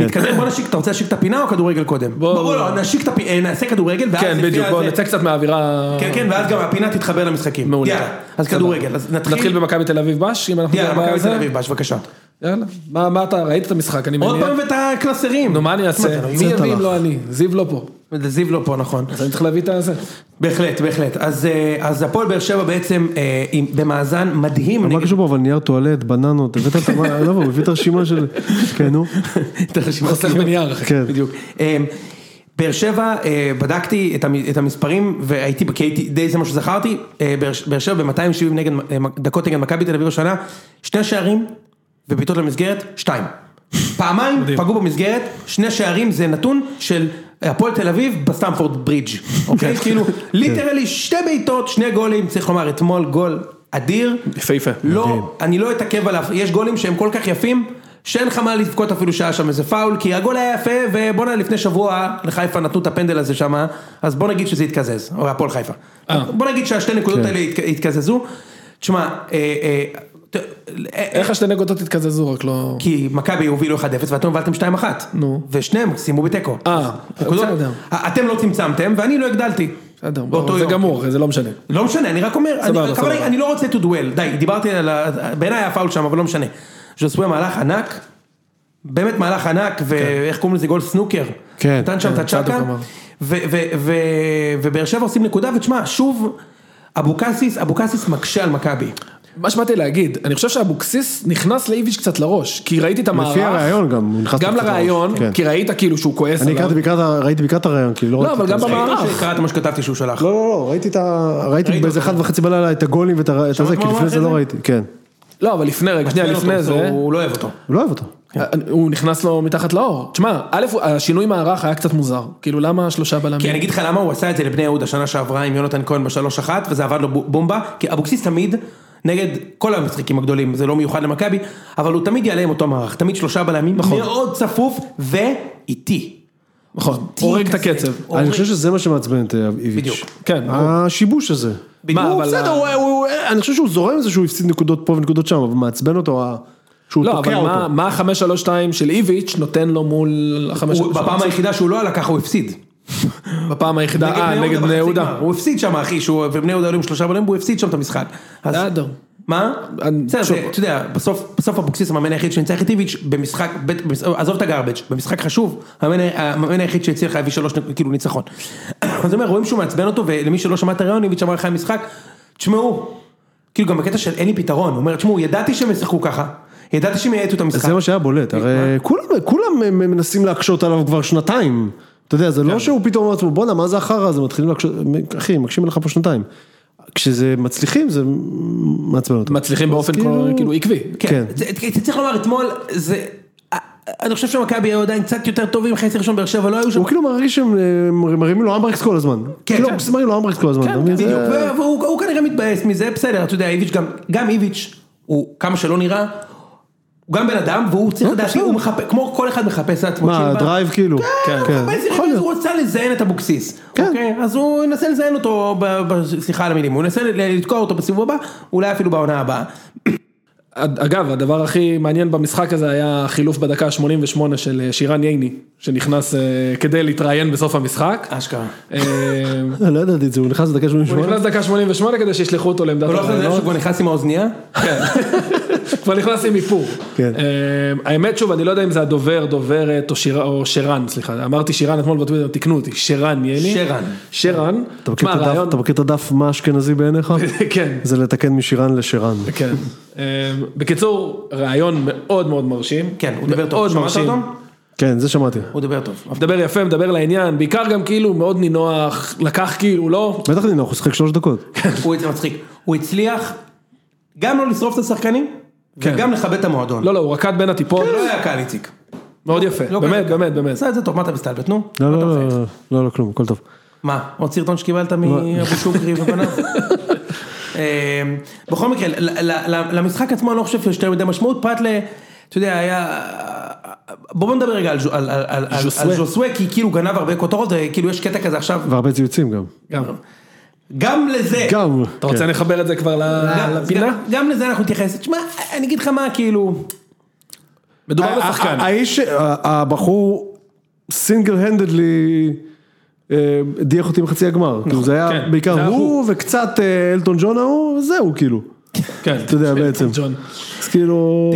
Speaker 1: אה, נתקדם, בוא נשיק, אתה רוצה להשיק את הפינה או כדורגל קודם?
Speaker 3: כן. בוא, בוא.
Speaker 1: לא, נשיק את הפינה, נעשה כדורגל, ואז
Speaker 3: כן,
Speaker 1: לפי
Speaker 3: בדיוק, בוא
Speaker 1: הזה-
Speaker 3: נצא קצת מהאווירה...
Speaker 1: כן, כן, ואז גם הפינה תתחבר למשחקים.
Speaker 3: מעולה.
Speaker 1: יאללה, אז
Speaker 3: סבבה.
Speaker 1: כדורגל, אז
Speaker 3: נתחיל
Speaker 1: נתחיל.
Speaker 3: במכבי תל אביב בש, אם אנחנו...
Speaker 1: יאללה,
Speaker 3: כבר
Speaker 1: מכבי
Speaker 3: בזה?
Speaker 1: תל אביב, בש, בבקשה.
Speaker 3: יאללה. מה מה אתה, ראית את המשחק, אני
Speaker 1: עוד
Speaker 3: מניח.
Speaker 1: פעם ואת הקלסרים.
Speaker 3: נו, מה אני אעשה? מי יביא אם לא אני? זיו לא פה.
Speaker 1: זיו לא פה, נכון.
Speaker 3: אז אני צריך להביא את הזה.
Speaker 1: בהחלט, בהחלט. אז, אה, אז הפועל באר שבע בעצם אה, עם- במאזן מדהים.
Speaker 2: מה
Speaker 1: נגד-
Speaker 2: קשור פה, אבל נייר טואלט, בננות, הבאת את ה... לא, אבל הוא הביא את הרשימה של... כן, נו.
Speaker 1: את הרשימה
Speaker 3: חוסך
Speaker 1: השנייה.
Speaker 3: בנייר, אחי.
Speaker 2: כן.
Speaker 1: בדיוק. אמ, באר שבע, אה, בדקתי את המ- את המספרים והייתי, כי הייתי, די זה מה שזכרתי, אה, באר ש- באר שבע ב-270 נגד, אה, דקות נגד מכבי תל אביב השנה, שני שערים ובעיטות למסגרת, שתיים. פעמיים פגעו במסגרת, שני שערים זה נתון של הפועל תל אביב בסטמפורד ברידג', אוקיי? כאילו, ליטרלי שתי בעיטות, שני גולים, צריך לומר, אתמול גול אדיר.
Speaker 3: יפהפה.
Speaker 1: לא, אני לא אתעכב עליו, יש גולים שהם כל כך יפים, שאין לך מה לבכות אפילו שהיה שם איזה פאול, כי הגול היה יפה, ובואנה לפני שבוע לחיפה נתנו את הפנדל הזה שם, אז בוא נגיד שזה התקזז, או הפועל חיפה.
Speaker 3: אה.
Speaker 1: בוא נגיד שהשתי נקודות
Speaker 2: כן.
Speaker 1: האלה התק- התקזזו. תשמע, אה, אה, ת- אה,
Speaker 3: איך השתי נקודות התקזזו, רק לא...
Speaker 1: כי מכבי הובילו 1-0 ואתם הובלתם 2-1.
Speaker 3: נו.
Speaker 1: ושניהם סיימו בתיקו.
Speaker 3: אה,
Speaker 1: נקודות.
Speaker 3: בסדר.
Speaker 1: אתם לא צמצמתם ואני לא הגדלתי.
Speaker 3: בסדר,
Speaker 1: באותו
Speaker 3: ברור, זה
Speaker 1: יום.
Speaker 3: גמור, אחי, זה לא משנה.
Speaker 1: לא משנה, אני רק אומר, אני,
Speaker 3: סבבה,
Speaker 1: הכוונה היא,
Speaker 3: סבבה.
Speaker 1: אני לא רוצה to duel, די, דיברתי על ה... בעיניי היה פאול שם, אבל לא משנה. ז'וסווה מהלך ענק, באמת מהלך ענק, ואיך קוראים לזה גול סנוקר.
Speaker 2: כן,
Speaker 1: נתן שם
Speaker 3: כן,
Speaker 1: את הצ'אקה,
Speaker 3: צדוק אמר.
Speaker 1: ו- ו- ו- ובאר שבע עושים נקודה, ותשמע, שוב, אבוקסיס, אבוקסיס מקשה על מכבי.
Speaker 3: מה שבאתי להגיד, אני חושב שאבוקסיס נכנס לאיביץ' קצת לראש, כי ראיתי את המערך.
Speaker 2: לפי הראיון גם, הוא נכנס
Speaker 3: גם
Speaker 2: קצת לראש,
Speaker 3: לראיון,
Speaker 2: כן.
Speaker 3: כי ראית כאילו שהוא כועס
Speaker 2: אני
Speaker 3: עליו.
Speaker 2: הכרתי בעיקר את ה- ראיתי בעיקר את הרעיון, כאילו לא
Speaker 3: לא,
Speaker 2: ראיתי
Speaker 3: אבל
Speaker 2: את
Speaker 3: גם
Speaker 2: המשחק.
Speaker 3: במערך.
Speaker 1: ראיתי שקראת מה שכתבתי שהוא שלח.
Speaker 2: לא, לא, לא, ראיתי את ה... ראיתי
Speaker 1: ראית
Speaker 2: באיזה
Speaker 1: אותו.
Speaker 2: אחד וחצי בלילה את הגולים ואת ה- את הזה,
Speaker 1: שמעת
Speaker 2: כי
Speaker 1: מה הוא
Speaker 2: לפני זה
Speaker 1: אמר אחרי
Speaker 2: לא
Speaker 1: זה?
Speaker 2: ראיתי, כן.
Speaker 3: לא, אבל לפני רגע, שנייה,
Speaker 1: אין אותו, כן.
Speaker 3: לפני זה.
Speaker 1: הוא לא אוהב אותו.
Speaker 2: הוא לא אוהב אותו.
Speaker 3: הוא נכנס לו מתחת לאור. תשמע, א', הוא- השינוי מערך היה קצת מוזר. כאילו, למה שלושה
Speaker 1: כי אני
Speaker 3: בלמים?
Speaker 1: אגיד לך למה הוא עשה את זה לבני יהודה שנה שעברה עם יונתן כהן בשלוש אחת וזה עבד לו בו- בומבה כי אבוקסיס תמיד נגד כל המשחקים הגדולים זה לא מיוחד למכבי אבל הוא תמיד יעלה עם אותו מערך תמיד שלושה בלמים מאוד צפוף ואיטי.
Speaker 3: נכון, הורג את הקצב.
Speaker 2: אני חושב שזה מה שמעצבן את אה, איביץ'.
Speaker 1: בדיוק.
Speaker 3: כן,
Speaker 2: השיבוש הזה.
Speaker 1: בדיוק.
Speaker 2: הוא
Speaker 3: אבל
Speaker 2: בסדר,
Speaker 3: ה-
Speaker 2: הוא- הוא- הוא- אני חושב שהוא זורם עם זה שהוא הפסיד נקודות פה ונקודות שם, אבל מעצבן אותו ה- שהוא
Speaker 3: לא,
Speaker 2: תוקע
Speaker 3: אבל מה-
Speaker 2: אותו.
Speaker 3: מה החמש שלוש שתיים של איביץ' נותן לו מול החמש
Speaker 1: הוא-
Speaker 3: שלוש
Speaker 1: בפעם היחידה שהוא לא עלה ככה הוא הפסיד.
Speaker 3: בפעם היחידה, אה, נגד בני
Speaker 1: בחצי
Speaker 3: יהודה.
Speaker 1: גמר. הוא הפסיד שם אחי שהוא ובני יהודה עלו עם שלושה בלמים והוא הפסיד שם את המשחק. אז-
Speaker 3: בסדר.
Speaker 1: מה?
Speaker 3: אני-
Speaker 1: בסדר,
Speaker 3: שוב.
Speaker 1: זה- אתה יודע, בסוף בסוף אבוקסיס המאמן היחיד שניצח את איביץ' במשחק, בית- במש- עזוב את הגרבג', במשחק חשוב, המאמן ה- המאמן היחיד שהצליח להביא שלוש נק- כאילו ניצחון. אז אני אומר, רואים שהוא מעצבן אותו, ולמי שלא שמע את הרעיון, איביץ' אמר אחרי המשחק, תשמעו, כאילו גם בקטע של אין לי פתרון, הוא אומר, תשמעו, ידעתי שהם ישחקו ככה, ידעתי שהם יעטו את המשחק.
Speaker 2: זה מה שהיה בולט, הרי כולם, כולם הם- הם מנסים להקשות עליו כבר שנתיים. אתה יודע, זה לא שהוא פתאום אומר לעצמו, בואנה, מה זה החרא הזה, מתחילים להקשות, אחי, מקשים עליך פה שנתיים. כשזה מצליחים, זה מעצבן אותו.
Speaker 3: מצליחים באופן
Speaker 2: כאילו-
Speaker 3: כל- כאילו עקבי.
Speaker 2: כן.
Speaker 1: כן. זה- אתה צריך לומר, אתמול זה... אני חושב שמכבי היו עדיין קצת יותר טובים, חצי ראשון באר שבע לא היו שם.
Speaker 2: הוא כאילו מרגיש שהם אה, מרימים לו אמברקס כל הזמן.
Speaker 1: כן,
Speaker 2: כאילו,
Speaker 1: כן.
Speaker 2: מרימים לו אמברקס כל הזמן. אתה
Speaker 1: כן,
Speaker 2: לא מבין? אה, זה-
Speaker 1: בדיוק, והוא- והוא הוא כנראה מתבאס מזה, בסדר, אתה יודע, איביץ' גם, גם איביץ', הוא כמה שלא נראה, הוא גם בן אדם, והוא צריך לדעתי, הוא מחפש, כמו כל אחד מחפש לעצמו
Speaker 2: לא מה,
Speaker 1: צ'ילבה.
Speaker 2: דרייב כאילו?
Speaker 1: כן, הוא מחפש
Speaker 2: יכול
Speaker 1: יריבים, אז
Speaker 2: להיות.
Speaker 1: הוא רצה לזיין את אבוקסיס,
Speaker 2: כן.
Speaker 1: אוקיי? אז הוא ינסה לזיין אותו, ב- ב- סליחה על המילים, הוא ינסה ל- לתקוע אותו בסיבוב הבא, אולי אפילו בעונה הבאה.
Speaker 3: אגב, הדבר הכי מעניין במשחק הזה היה החילוף בדקה ה-88 של אה, שירן ייני, שנכנס אה, כדי להתראיין בסוף המשחק.
Speaker 1: אשכרה.
Speaker 3: אה,
Speaker 2: אה, לא ידעתי את זה, הוא נכנס לדקה
Speaker 3: הוא
Speaker 2: 88?
Speaker 3: נכנס דקה 88 כדי שישלחו אותו לעמדת
Speaker 1: הוא לא חושב שהוא
Speaker 3: הרעיונות.
Speaker 1: כבר נכנס עם האוזנייה?
Speaker 3: כן. כבר נכנס עם איפור.
Speaker 2: כן.
Speaker 3: אה, האמת שוב, אני לא יודע אם זה הדובר, דוברת או שיר- או שרן, סליחה, אמרתי שירן אתמול בטוויטר, תקנו אותי, שרן ייני.
Speaker 1: שרן.
Speaker 3: שרן.
Speaker 2: אתה מכיר
Speaker 3: מה,
Speaker 2: את הדף-
Speaker 3: הרעיון-
Speaker 2: אתה מכיר את הדף מה אשכנזי בעיניך?
Speaker 3: כן.
Speaker 2: זה לתקן משירן לשירן.
Speaker 3: כן. אה, בקיצור, רעיון מאוד מאוד מרשים.
Speaker 1: כן, הוא דיבר טוב.
Speaker 3: מאוד
Speaker 1: שמעת
Speaker 3: מרשים.
Speaker 1: אותו?
Speaker 2: כן, זה שמעתי.
Speaker 1: הוא דיבר טוב.
Speaker 3: מדבר יפה, מדבר לעניין, בעיקר גם כאילו מאוד נינוח, לקח כאילו, לא,
Speaker 2: בטח נינוח, הוא שיחק שלוש דקות.
Speaker 1: הוא יצא מצחיק. הוא הצליח גם לא לשרוף את השחקנים,
Speaker 3: כן.
Speaker 1: וגם לכבד את המועדון.
Speaker 3: לא, לא, הוא רקד בין הטיפות,
Speaker 1: לא היה קל, איציק.
Speaker 3: מאוד יפה,
Speaker 1: לא
Speaker 3: באמת,
Speaker 1: קל.
Speaker 3: באמת, באמת.
Speaker 1: עשה את זה טוב, מה אתה מסתלבט, נו?
Speaker 2: לא,
Speaker 1: מה אתה
Speaker 2: לא, לא,
Speaker 1: מחייך?
Speaker 2: לא, לא, לא, כלום, הכל טוב.
Speaker 1: מה, עוד סרטון שקיבלת מאבו שוקרי ובניו? אמ, בכל מקרה, ל- ל- ל- למשחק עצמו אני לא חושב שיש יותר מדי משמעות, פרט ל... אתה יודע, היה... בואו נדבר רגע על ז'ו- על- על- על- על-
Speaker 3: ז'וסווה.
Speaker 1: על ז'וסווה, כי כאילו גנב הרבה כותרות, כאילו יש קטע כזה עכשיו,
Speaker 2: והרבה ציוצים גם.
Speaker 3: גם.
Speaker 1: גם לזה,
Speaker 2: גם.
Speaker 3: אתה רוצה
Speaker 2: כן.
Speaker 3: נחבר את זה כבר ל-
Speaker 1: גם-
Speaker 3: לפינה?
Speaker 1: גם- גם לזה אנחנו נתייחס, תשמע, אני אגיד לך מה, כאילו,
Speaker 3: מדובר
Speaker 2: ה-
Speaker 3: בשחקן.
Speaker 2: ה- האיש, ה- הבחור סינגל הנדדלי דייח אה, אותי בחצי הגמר. כאילו, זה היה
Speaker 3: כן,
Speaker 2: בעיקר
Speaker 3: זה היה
Speaker 2: הוא וקצת אה, אלטון ג'ון ההוא, זהו כאילו.
Speaker 3: כן,
Speaker 2: אתה יודע בעצם.
Speaker 3: ג'ון.
Speaker 2: אז כאילו,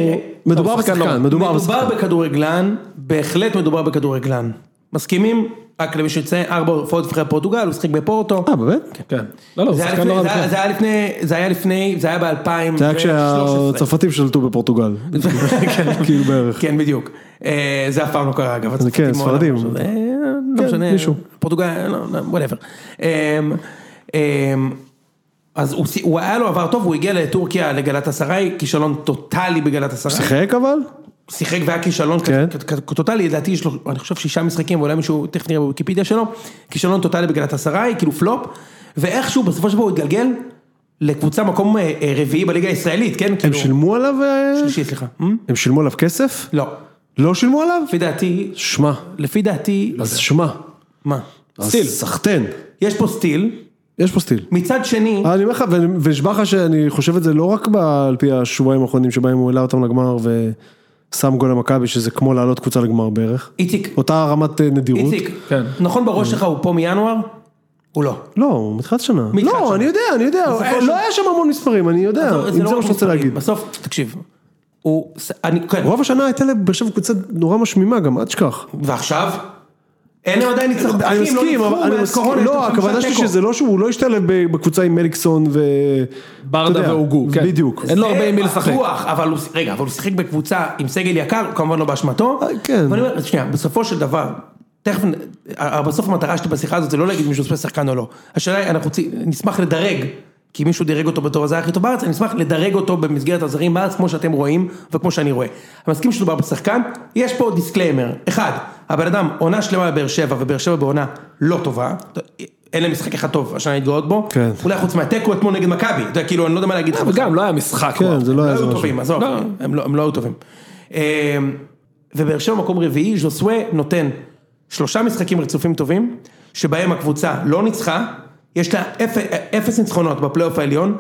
Speaker 2: מדובר
Speaker 3: הוא שחקן לא רע.
Speaker 2: בשחקן, מדובר בשחקן.
Speaker 1: מדובר בכדורגלן, בהחלט מדובר בכדורגלן. מסכימים? רק למי שיצא, ארבע הופעות אחרי פורטוגל, הוא שיחק בפורטו.
Speaker 2: אה, באמת?
Speaker 3: כן. לא, לא, הוא
Speaker 1: זה היה
Speaker 3: שחקן
Speaker 1: לפני-
Speaker 3: לא רע
Speaker 1: זה היה-
Speaker 3: בכלל.
Speaker 1: זה היה לפני, זה היה לפני, זה היה ב-2013.
Speaker 2: זה היה כשהצרפתים שלטו בפורטוגל. כאילו בערך.
Speaker 1: כן, בדיוק. אה, זה אף פעם לא קרה, אגב. הצרפתים
Speaker 2: כן,
Speaker 1: מאוד
Speaker 2: ספרדים.
Speaker 1: אהבו את זה. אה, לא
Speaker 2: כן,
Speaker 1: משנה.
Speaker 2: מישהו.
Speaker 1: פורטוגל, לא, וואטאבר. אז הוא סי- הוא היה לו עבר טוב, הוא הגיע לטורקיה, לגלת אסריי, כישלון טוטאלי בגלת אסריי.
Speaker 2: שיחק אבל?
Speaker 1: שיחק והיה כישלון
Speaker 2: כן.
Speaker 1: כ- כ- כ- טוטאלי, לדעתי יש לו, אני חושב שישה משחקים, ואולי מישהו, תכף נראה בוויקיפדיה שלו, כישלון טוטאלי בגלת אסריי, כאילו פלופ, ואיכשהו בסופו של דבר הוא התגלגל לקבוצה מקום אה, אה, רביעי בליגה הישראלית, כן?
Speaker 2: הם
Speaker 1: כאילו,
Speaker 2: שילמו עליו? אה,
Speaker 1: שלישי, סליחה. אמ?
Speaker 2: הם שילמו עליו כסף?
Speaker 1: לא.
Speaker 2: לא שילמו עליו?
Speaker 1: לפי דעתי,
Speaker 2: שמע,
Speaker 1: לפי דעתי,
Speaker 2: אז שמע,
Speaker 1: מה?
Speaker 2: אז
Speaker 1: סטיל.
Speaker 2: סחטיין,
Speaker 1: יש פה סטיל,
Speaker 2: יש פה סטיל.
Speaker 1: מצד שני,
Speaker 2: אה, אני אומר לך, ואני- ונשבע לך שאני חושב את זה לא רק ב- על פי השבועיים האחרונים שבהם הוא העלה אותם לגמר ושם גול למכבי, שזה כמו לעלות קבוצה לגמר בערך.
Speaker 1: איציק,
Speaker 2: אותה רמת אה, נדירות.
Speaker 1: איציק,
Speaker 3: כן.
Speaker 1: נכון בראש שלך הוא פה מינואר? הוא לא.
Speaker 2: לא, הוא מתחילת שנה.
Speaker 1: מתחילת
Speaker 2: לא,
Speaker 1: שנה.
Speaker 2: אני יודע, אני יודע,
Speaker 1: בסופו
Speaker 2: אה,
Speaker 1: של-
Speaker 2: לא היה שם המון מספרים, אני יודע,
Speaker 1: עזוב,
Speaker 2: אם זה
Speaker 1: לא
Speaker 2: מה
Speaker 1: רק
Speaker 2: שאתה רוצה
Speaker 1: מספרים.
Speaker 2: להגיד.
Speaker 1: בסוף, תקשיב, הוא, אני, כן,
Speaker 2: רוב השנה הייתה לבאר שבע קבוצה נורא משמימה גם, אל תשכח.
Speaker 1: ועכשיו? אין להם עדיין לא ניצחון.
Speaker 2: אני מסכים, אבל אני מסכים, לא, הכוונה שלי שזה לא שהוא לא השתלב ב- בקורסה עם מליקסון ו...
Speaker 3: ברדה
Speaker 2: אתה יודע,
Speaker 3: והוגו, כן.
Speaker 2: בדיוק.
Speaker 3: אין לו הרבה עם מי לשחק.
Speaker 1: זה בטוח, אבל הוא, רגע, אבל הוא שיחק בקבוצה עם סגל יקר, כמובן לא
Speaker 3: אה,
Speaker 1: באשמתו.
Speaker 2: כן.
Speaker 1: ואני אומר, שנייה, בסופו של דבר, תכף, נ- ה- בסוף המטרה שלי בשיחה הזאת זה לא להגיד אם שהוא עושה שחקן או לא. השאלה היא, אנחנו רוצים- נשמח לדרג. כי מישהו דירג אותו בתור הזר הכי טוב בארץ, אני אשמח לדרג אותו במסגרת הזרים בארץ, כמו שאתם רואים וכמו שאני רואה. אני מסכים שמדובר בשחקן, יש פה דיסקליימר. אחד, הבן אדם עונה שלמה בבאר שבע, ובאר שבע בעונה לא טובה, אין להם משחק אחד טוב, השנה להתגאות בו.
Speaker 2: כן.
Speaker 1: אולי חוץ מהתיקו אתמול נגד מכבי, אתה יודע, כאילו, אני לא יודע מה להגיד לך.
Speaker 3: אבל גם לא היה משחק.
Speaker 2: כן, זה לא היה
Speaker 1: לא
Speaker 2: איזה
Speaker 1: היו
Speaker 2: משהו.
Speaker 1: טובים, עזוב,
Speaker 3: לא.
Speaker 1: הם לא הם לא היו טובים. אמ, ובאר שבע מקום רביעי, ז'וסווה נותן שלושה משחקים רצופים טובים, שבהם הקבוצה לא ניצחה, יש לה אפ- אפס ניצחונות בפלייאוף העליון,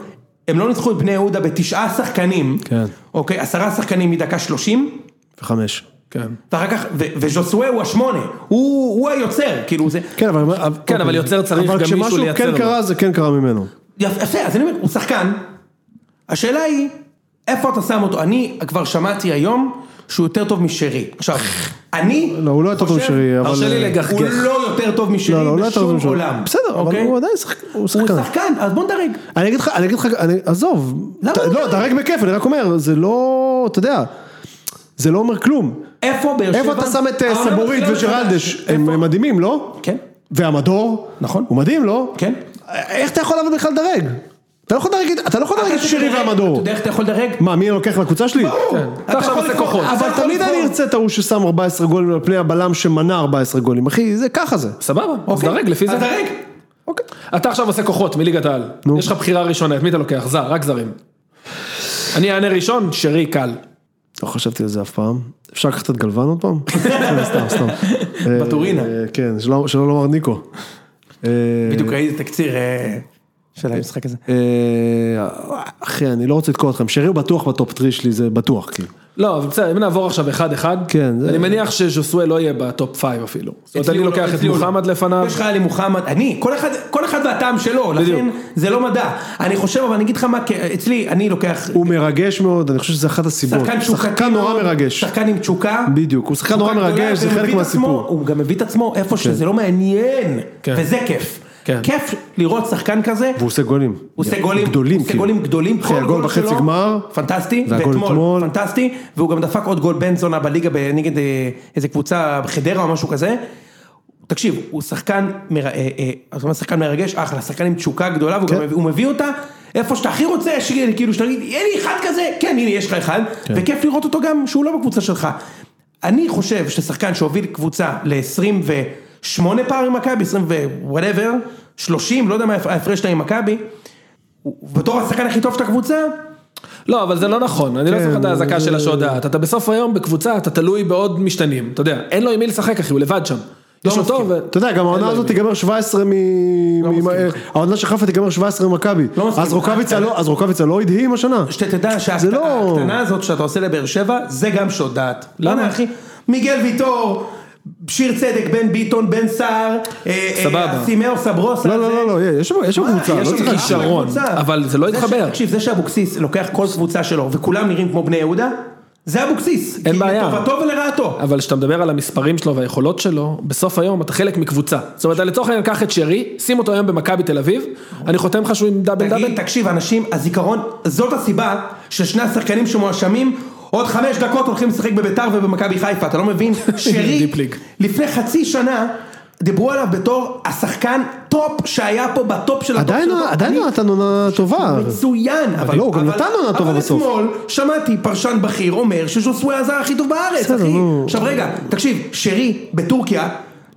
Speaker 1: הם לא ניצחו את בני יהודה בתשעה שחקנים,
Speaker 2: כן.
Speaker 1: אוקיי, עשרה שחקנים מדקה שלושים,
Speaker 2: וחמש.
Speaker 3: כן.
Speaker 1: ואחר כך, ו- וז'וסווה הוא השמונה, הוא הוא היוצר, כאילו זה,
Speaker 2: כן, אבל...
Speaker 3: כן, אבל יוצר צריך גם מישהו
Speaker 2: אבל
Speaker 3: לייצר
Speaker 2: כשמשהו
Speaker 3: לו.
Speaker 2: כן קרה, זה כן קרה ממנו.
Speaker 1: יפ- יפה, אז אני אומר, הוא שחקן. השאלה היא, איפה אתה שם אותו? אני כבר שמעתי היום שהוא יותר טוב משרי. עכשיו, אני
Speaker 2: לא, הוא לא יותר טוב
Speaker 1: חושב-
Speaker 2: משרי, אבל-
Speaker 3: תרשה לי לגחגח.
Speaker 1: הוא לא יותר טוב משרי
Speaker 2: לא, לא, הוא לא יותר טוב
Speaker 1: בשום
Speaker 2: משרי.
Speaker 1: עולם.
Speaker 2: בסדר, אבל
Speaker 1: אוקיי?
Speaker 2: הוא עדיין שחק- הוא
Speaker 1: הוא
Speaker 2: שחקן.
Speaker 1: שחקן, אז בוא נדרג.
Speaker 2: אני אגיד לך, אני אגיד לך, אני, עזוב,
Speaker 1: למה
Speaker 2: ת,
Speaker 1: לא?
Speaker 2: לא, דרג בכיף, אני רק אומר, זה לא, אתה יודע, זה לא אומר כלום.
Speaker 1: איפה באר שבע?
Speaker 2: איפה אתה שם את אה,
Speaker 1: העונה
Speaker 2: סבורית
Speaker 1: מתחילה
Speaker 2: וג'רלדש,
Speaker 1: מחדש.
Speaker 2: הם
Speaker 1: איפה?
Speaker 2: הם מדהימים, לא?
Speaker 1: כן.
Speaker 2: והמדור?
Speaker 1: נכון.
Speaker 2: הוא מדהים, לא?
Speaker 1: כן.
Speaker 2: איך אתה יכול אבל בכלל לדרג? אתה לא יכול לדרג, את- אתה לא יכול לדרג את
Speaker 1: אתה
Speaker 2: שירי
Speaker 1: תדרג, אתה
Speaker 2: והמדור.
Speaker 1: יודע איך אתה יכול לדרג?
Speaker 2: מה, מי אני לוקח לקבוצה שלי?
Speaker 1: כן.
Speaker 3: אתה עכשיו
Speaker 1: יכול
Speaker 3: עושה
Speaker 1: לבחור,
Speaker 3: כוחות.
Speaker 1: אתה
Speaker 2: אבל
Speaker 1: יכול
Speaker 2: תמיד אני
Speaker 1: לבחור.
Speaker 2: ארצה את ההוא ששם 14 גולים על פני הבלם שמנע 14 גולים, אחי, זה ככה זה.
Speaker 3: סבבה, אז דרג לפי זה.
Speaker 1: אוקיי. אז דרג.
Speaker 2: אוקיי.
Speaker 3: אתה עכשיו עושה כוחות מליגת העל.
Speaker 2: נו.
Speaker 3: יש לך בחירה ראשונה, את מי אתה לוקח? זר, רק זרים. אני אענה ראשון, שרי קל.
Speaker 2: לא חשבתי על זה אף פעם. אפשר לקחת את גלוון עוד פעם? סתם, סתם.
Speaker 1: בטורינה.
Speaker 2: אה, כן, שלא שלא לומר ניקו. אה,
Speaker 1: בדיוק ראיתי תקציר אה, של המשחק הזה.
Speaker 2: אה, אחי, אני לא רוצה לתקוע אתכם, שרי הוא בטוח בטופ טרי שלי, זה בטוח, כאילו.
Speaker 3: לא, אבל בסדר, אם נעבור עכשיו אחד-אחד,
Speaker 2: כן, זה-
Speaker 3: אני מניח שז'וסווה לא יהיה בטופ פייב אפילו. זאת אומרת,
Speaker 1: אצלי
Speaker 3: אני
Speaker 1: הוא לא-
Speaker 3: לוקח את
Speaker 1: אצלי הוא לא.
Speaker 3: מוחמד לפניו.
Speaker 1: יש לך עלי מוחמד, אני, כל אחד, כל אחד והטעם שלו, לכן זה לא מדע. אני חושב, אבל אני אגיד לך מה, כי אצלי, אני לוקח
Speaker 2: הוא מרגש מאוד, אני חושב שזה אחת הסיבות.
Speaker 1: שחקן תשוקתי.
Speaker 2: שחקן
Speaker 1: מאוד,
Speaker 2: נורא מרגש.
Speaker 1: שחקן עם תשוקה.
Speaker 2: בדיוק, הוא שחקן נורא
Speaker 1: תשוקה גדולה,
Speaker 2: מרגש, זה
Speaker 1: והוא
Speaker 2: חלק
Speaker 1: מביא את עצמו-
Speaker 2: מהסיפור. כן.
Speaker 1: הוא גם מביא את עצמו איפה שזה לא מעניין,
Speaker 3: כן.
Speaker 1: וזה כיף.
Speaker 3: כן.
Speaker 1: כיף לראות שחקן כזה,
Speaker 2: והוא עושה גולים.
Speaker 1: הוא עושה גולים
Speaker 2: גדולים,
Speaker 1: הוא עושה
Speaker 2: כאילו.
Speaker 1: גולים גדולים,
Speaker 2: אחי,
Speaker 1: כל
Speaker 2: הגול
Speaker 1: גול
Speaker 2: בחצי
Speaker 1: שלו,
Speaker 2: גמר,
Speaker 1: פנטסטי,
Speaker 2: והגול
Speaker 1: ואתמול,
Speaker 2: אתמול.
Speaker 1: פנטסטי, והוא גם דפק עוד גול בן זונה בליגה נגד אה, איזה קבוצה בחדרה או משהו כזה. תקשיב, הוא שחקן, מר- אה, אה, זאת אומרת שחקן מרגש, אחלה, שחקן עם תשוקה גדולה, והוא
Speaker 2: כן.
Speaker 1: גם מביא- הוא מביא אותה איפה שאתה הכי רוצה, שכאילו, כאילו, שתגיד, יהיה לי אחד כזה, כן, הנה, יש לך אחד, וכיף לראות אותו גם, שהוא לא בקבוצה שלך. אני חושב ששחקן שהוביל קבוצה ל-28 פער עם מכבי, 20 ו-whatever, 30, לא יודע מה ההפרש שלה עם מכבי, הוא- בתור השחקן הכי טוב של הקבוצה,
Speaker 3: לא, אבל זה לא נכון, אני לא
Speaker 2: כן,
Speaker 3: צריך את האזעקה של השודעת. אתה בסוף היום בקבוצה, אתה תלוי בעוד משתנים. אתה יודע, אין לו עם מי לשחק, אחי, הוא לבד שם. יש אותו, ו...
Speaker 2: לא אתה יודע, גם העונה הזאת תיגמר 17 מ... מ-
Speaker 1: לא מסכים.
Speaker 2: העונה של חיפה תיגמר 17 ממכבי.
Speaker 1: לא מסכים.
Speaker 2: אז רוקאביצה לא- אז רוקאביצה לא הדהים השנה?
Speaker 1: שתדע
Speaker 2: זה לא-
Speaker 1: שהקטנה הזאת שאתה עושה לבאר שבע, זה גם שוד דעת. למה אחי? מיגל ויטור, שיר צדק, בן ביטון, בן סער, אה, אה,
Speaker 3: סבבה.
Speaker 1: סימאו סברוסה.
Speaker 2: לא,
Speaker 1: זה-
Speaker 2: לא, לא, לא, יש שם יש שם
Speaker 1: מה,
Speaker 2: קבוצה,
Speaker 1: יש
Speaker 2: לא
Speaker 1: שם
Speaker 2: צריך...
Speaker 3: צריך כישרון,
Speaker 1: קבוצה.
Speaker 3: אבל זה לא
Speaker 1: ש-
Speaker 3: התחבר.
Speaker 1: תקשיב, זה שאבוקסיס לוקח כל קבוצה שלו, וכולם נראים כמו בני יהודה, זה אבוקסיס.
Speaker 3: אין בעיה.
Speaker 1: כי לטובתו ולרעתו.
Speaker 3: אבל כשאתה מדבר על המספרים שלו והיכולות שלו, בסוף היום אתה חלק מקבוצה. זאת אומרת, לצורך העניין, קח את שרי, שים אותו היום במכבי תל אביב, אני חותם לך שהוא עם דאבל דאבל.
Speaker 1: תגיד, תקשיב, אנשים, הזיכרון, זאת הסיבה ששני השחקנים שמואשמים, עוד חמש דקות הולכים לשחק בביתר ובמכבי חיפה, אתה לא מבין? שרי,
Speaker 3: דיפ ליג.
Speaker 1: לפני חצי שנה, דיברו עליו בתור השחקן טופ שהיה פה בטופ של הטופ
Speaker 2: עדיין
Speaker 1: של
Speaker 2: לא-
Speaker 1: הטופ.
Speaker 2: עדיין
Speaker 1: אני-
Speaker 2: לא נתן עונה טובה.
Speaker 1: מצוין, אבל...
Speaker 2: לא, הוא גם
Speaker 1: אבל-
Speaker 2: נתן עונה טובה בסוף.
Speaker 1: אבל אתמול שמעתי פרשן בכיר אומר שז'וסווי הזר הכי טוב בארץ,
Speaker 2: בסדר,
Speaker 1: אחי.
Speaker 2: נו.
Speaker 1: עכשיו רגע, תקשיב, שרי בטורקיה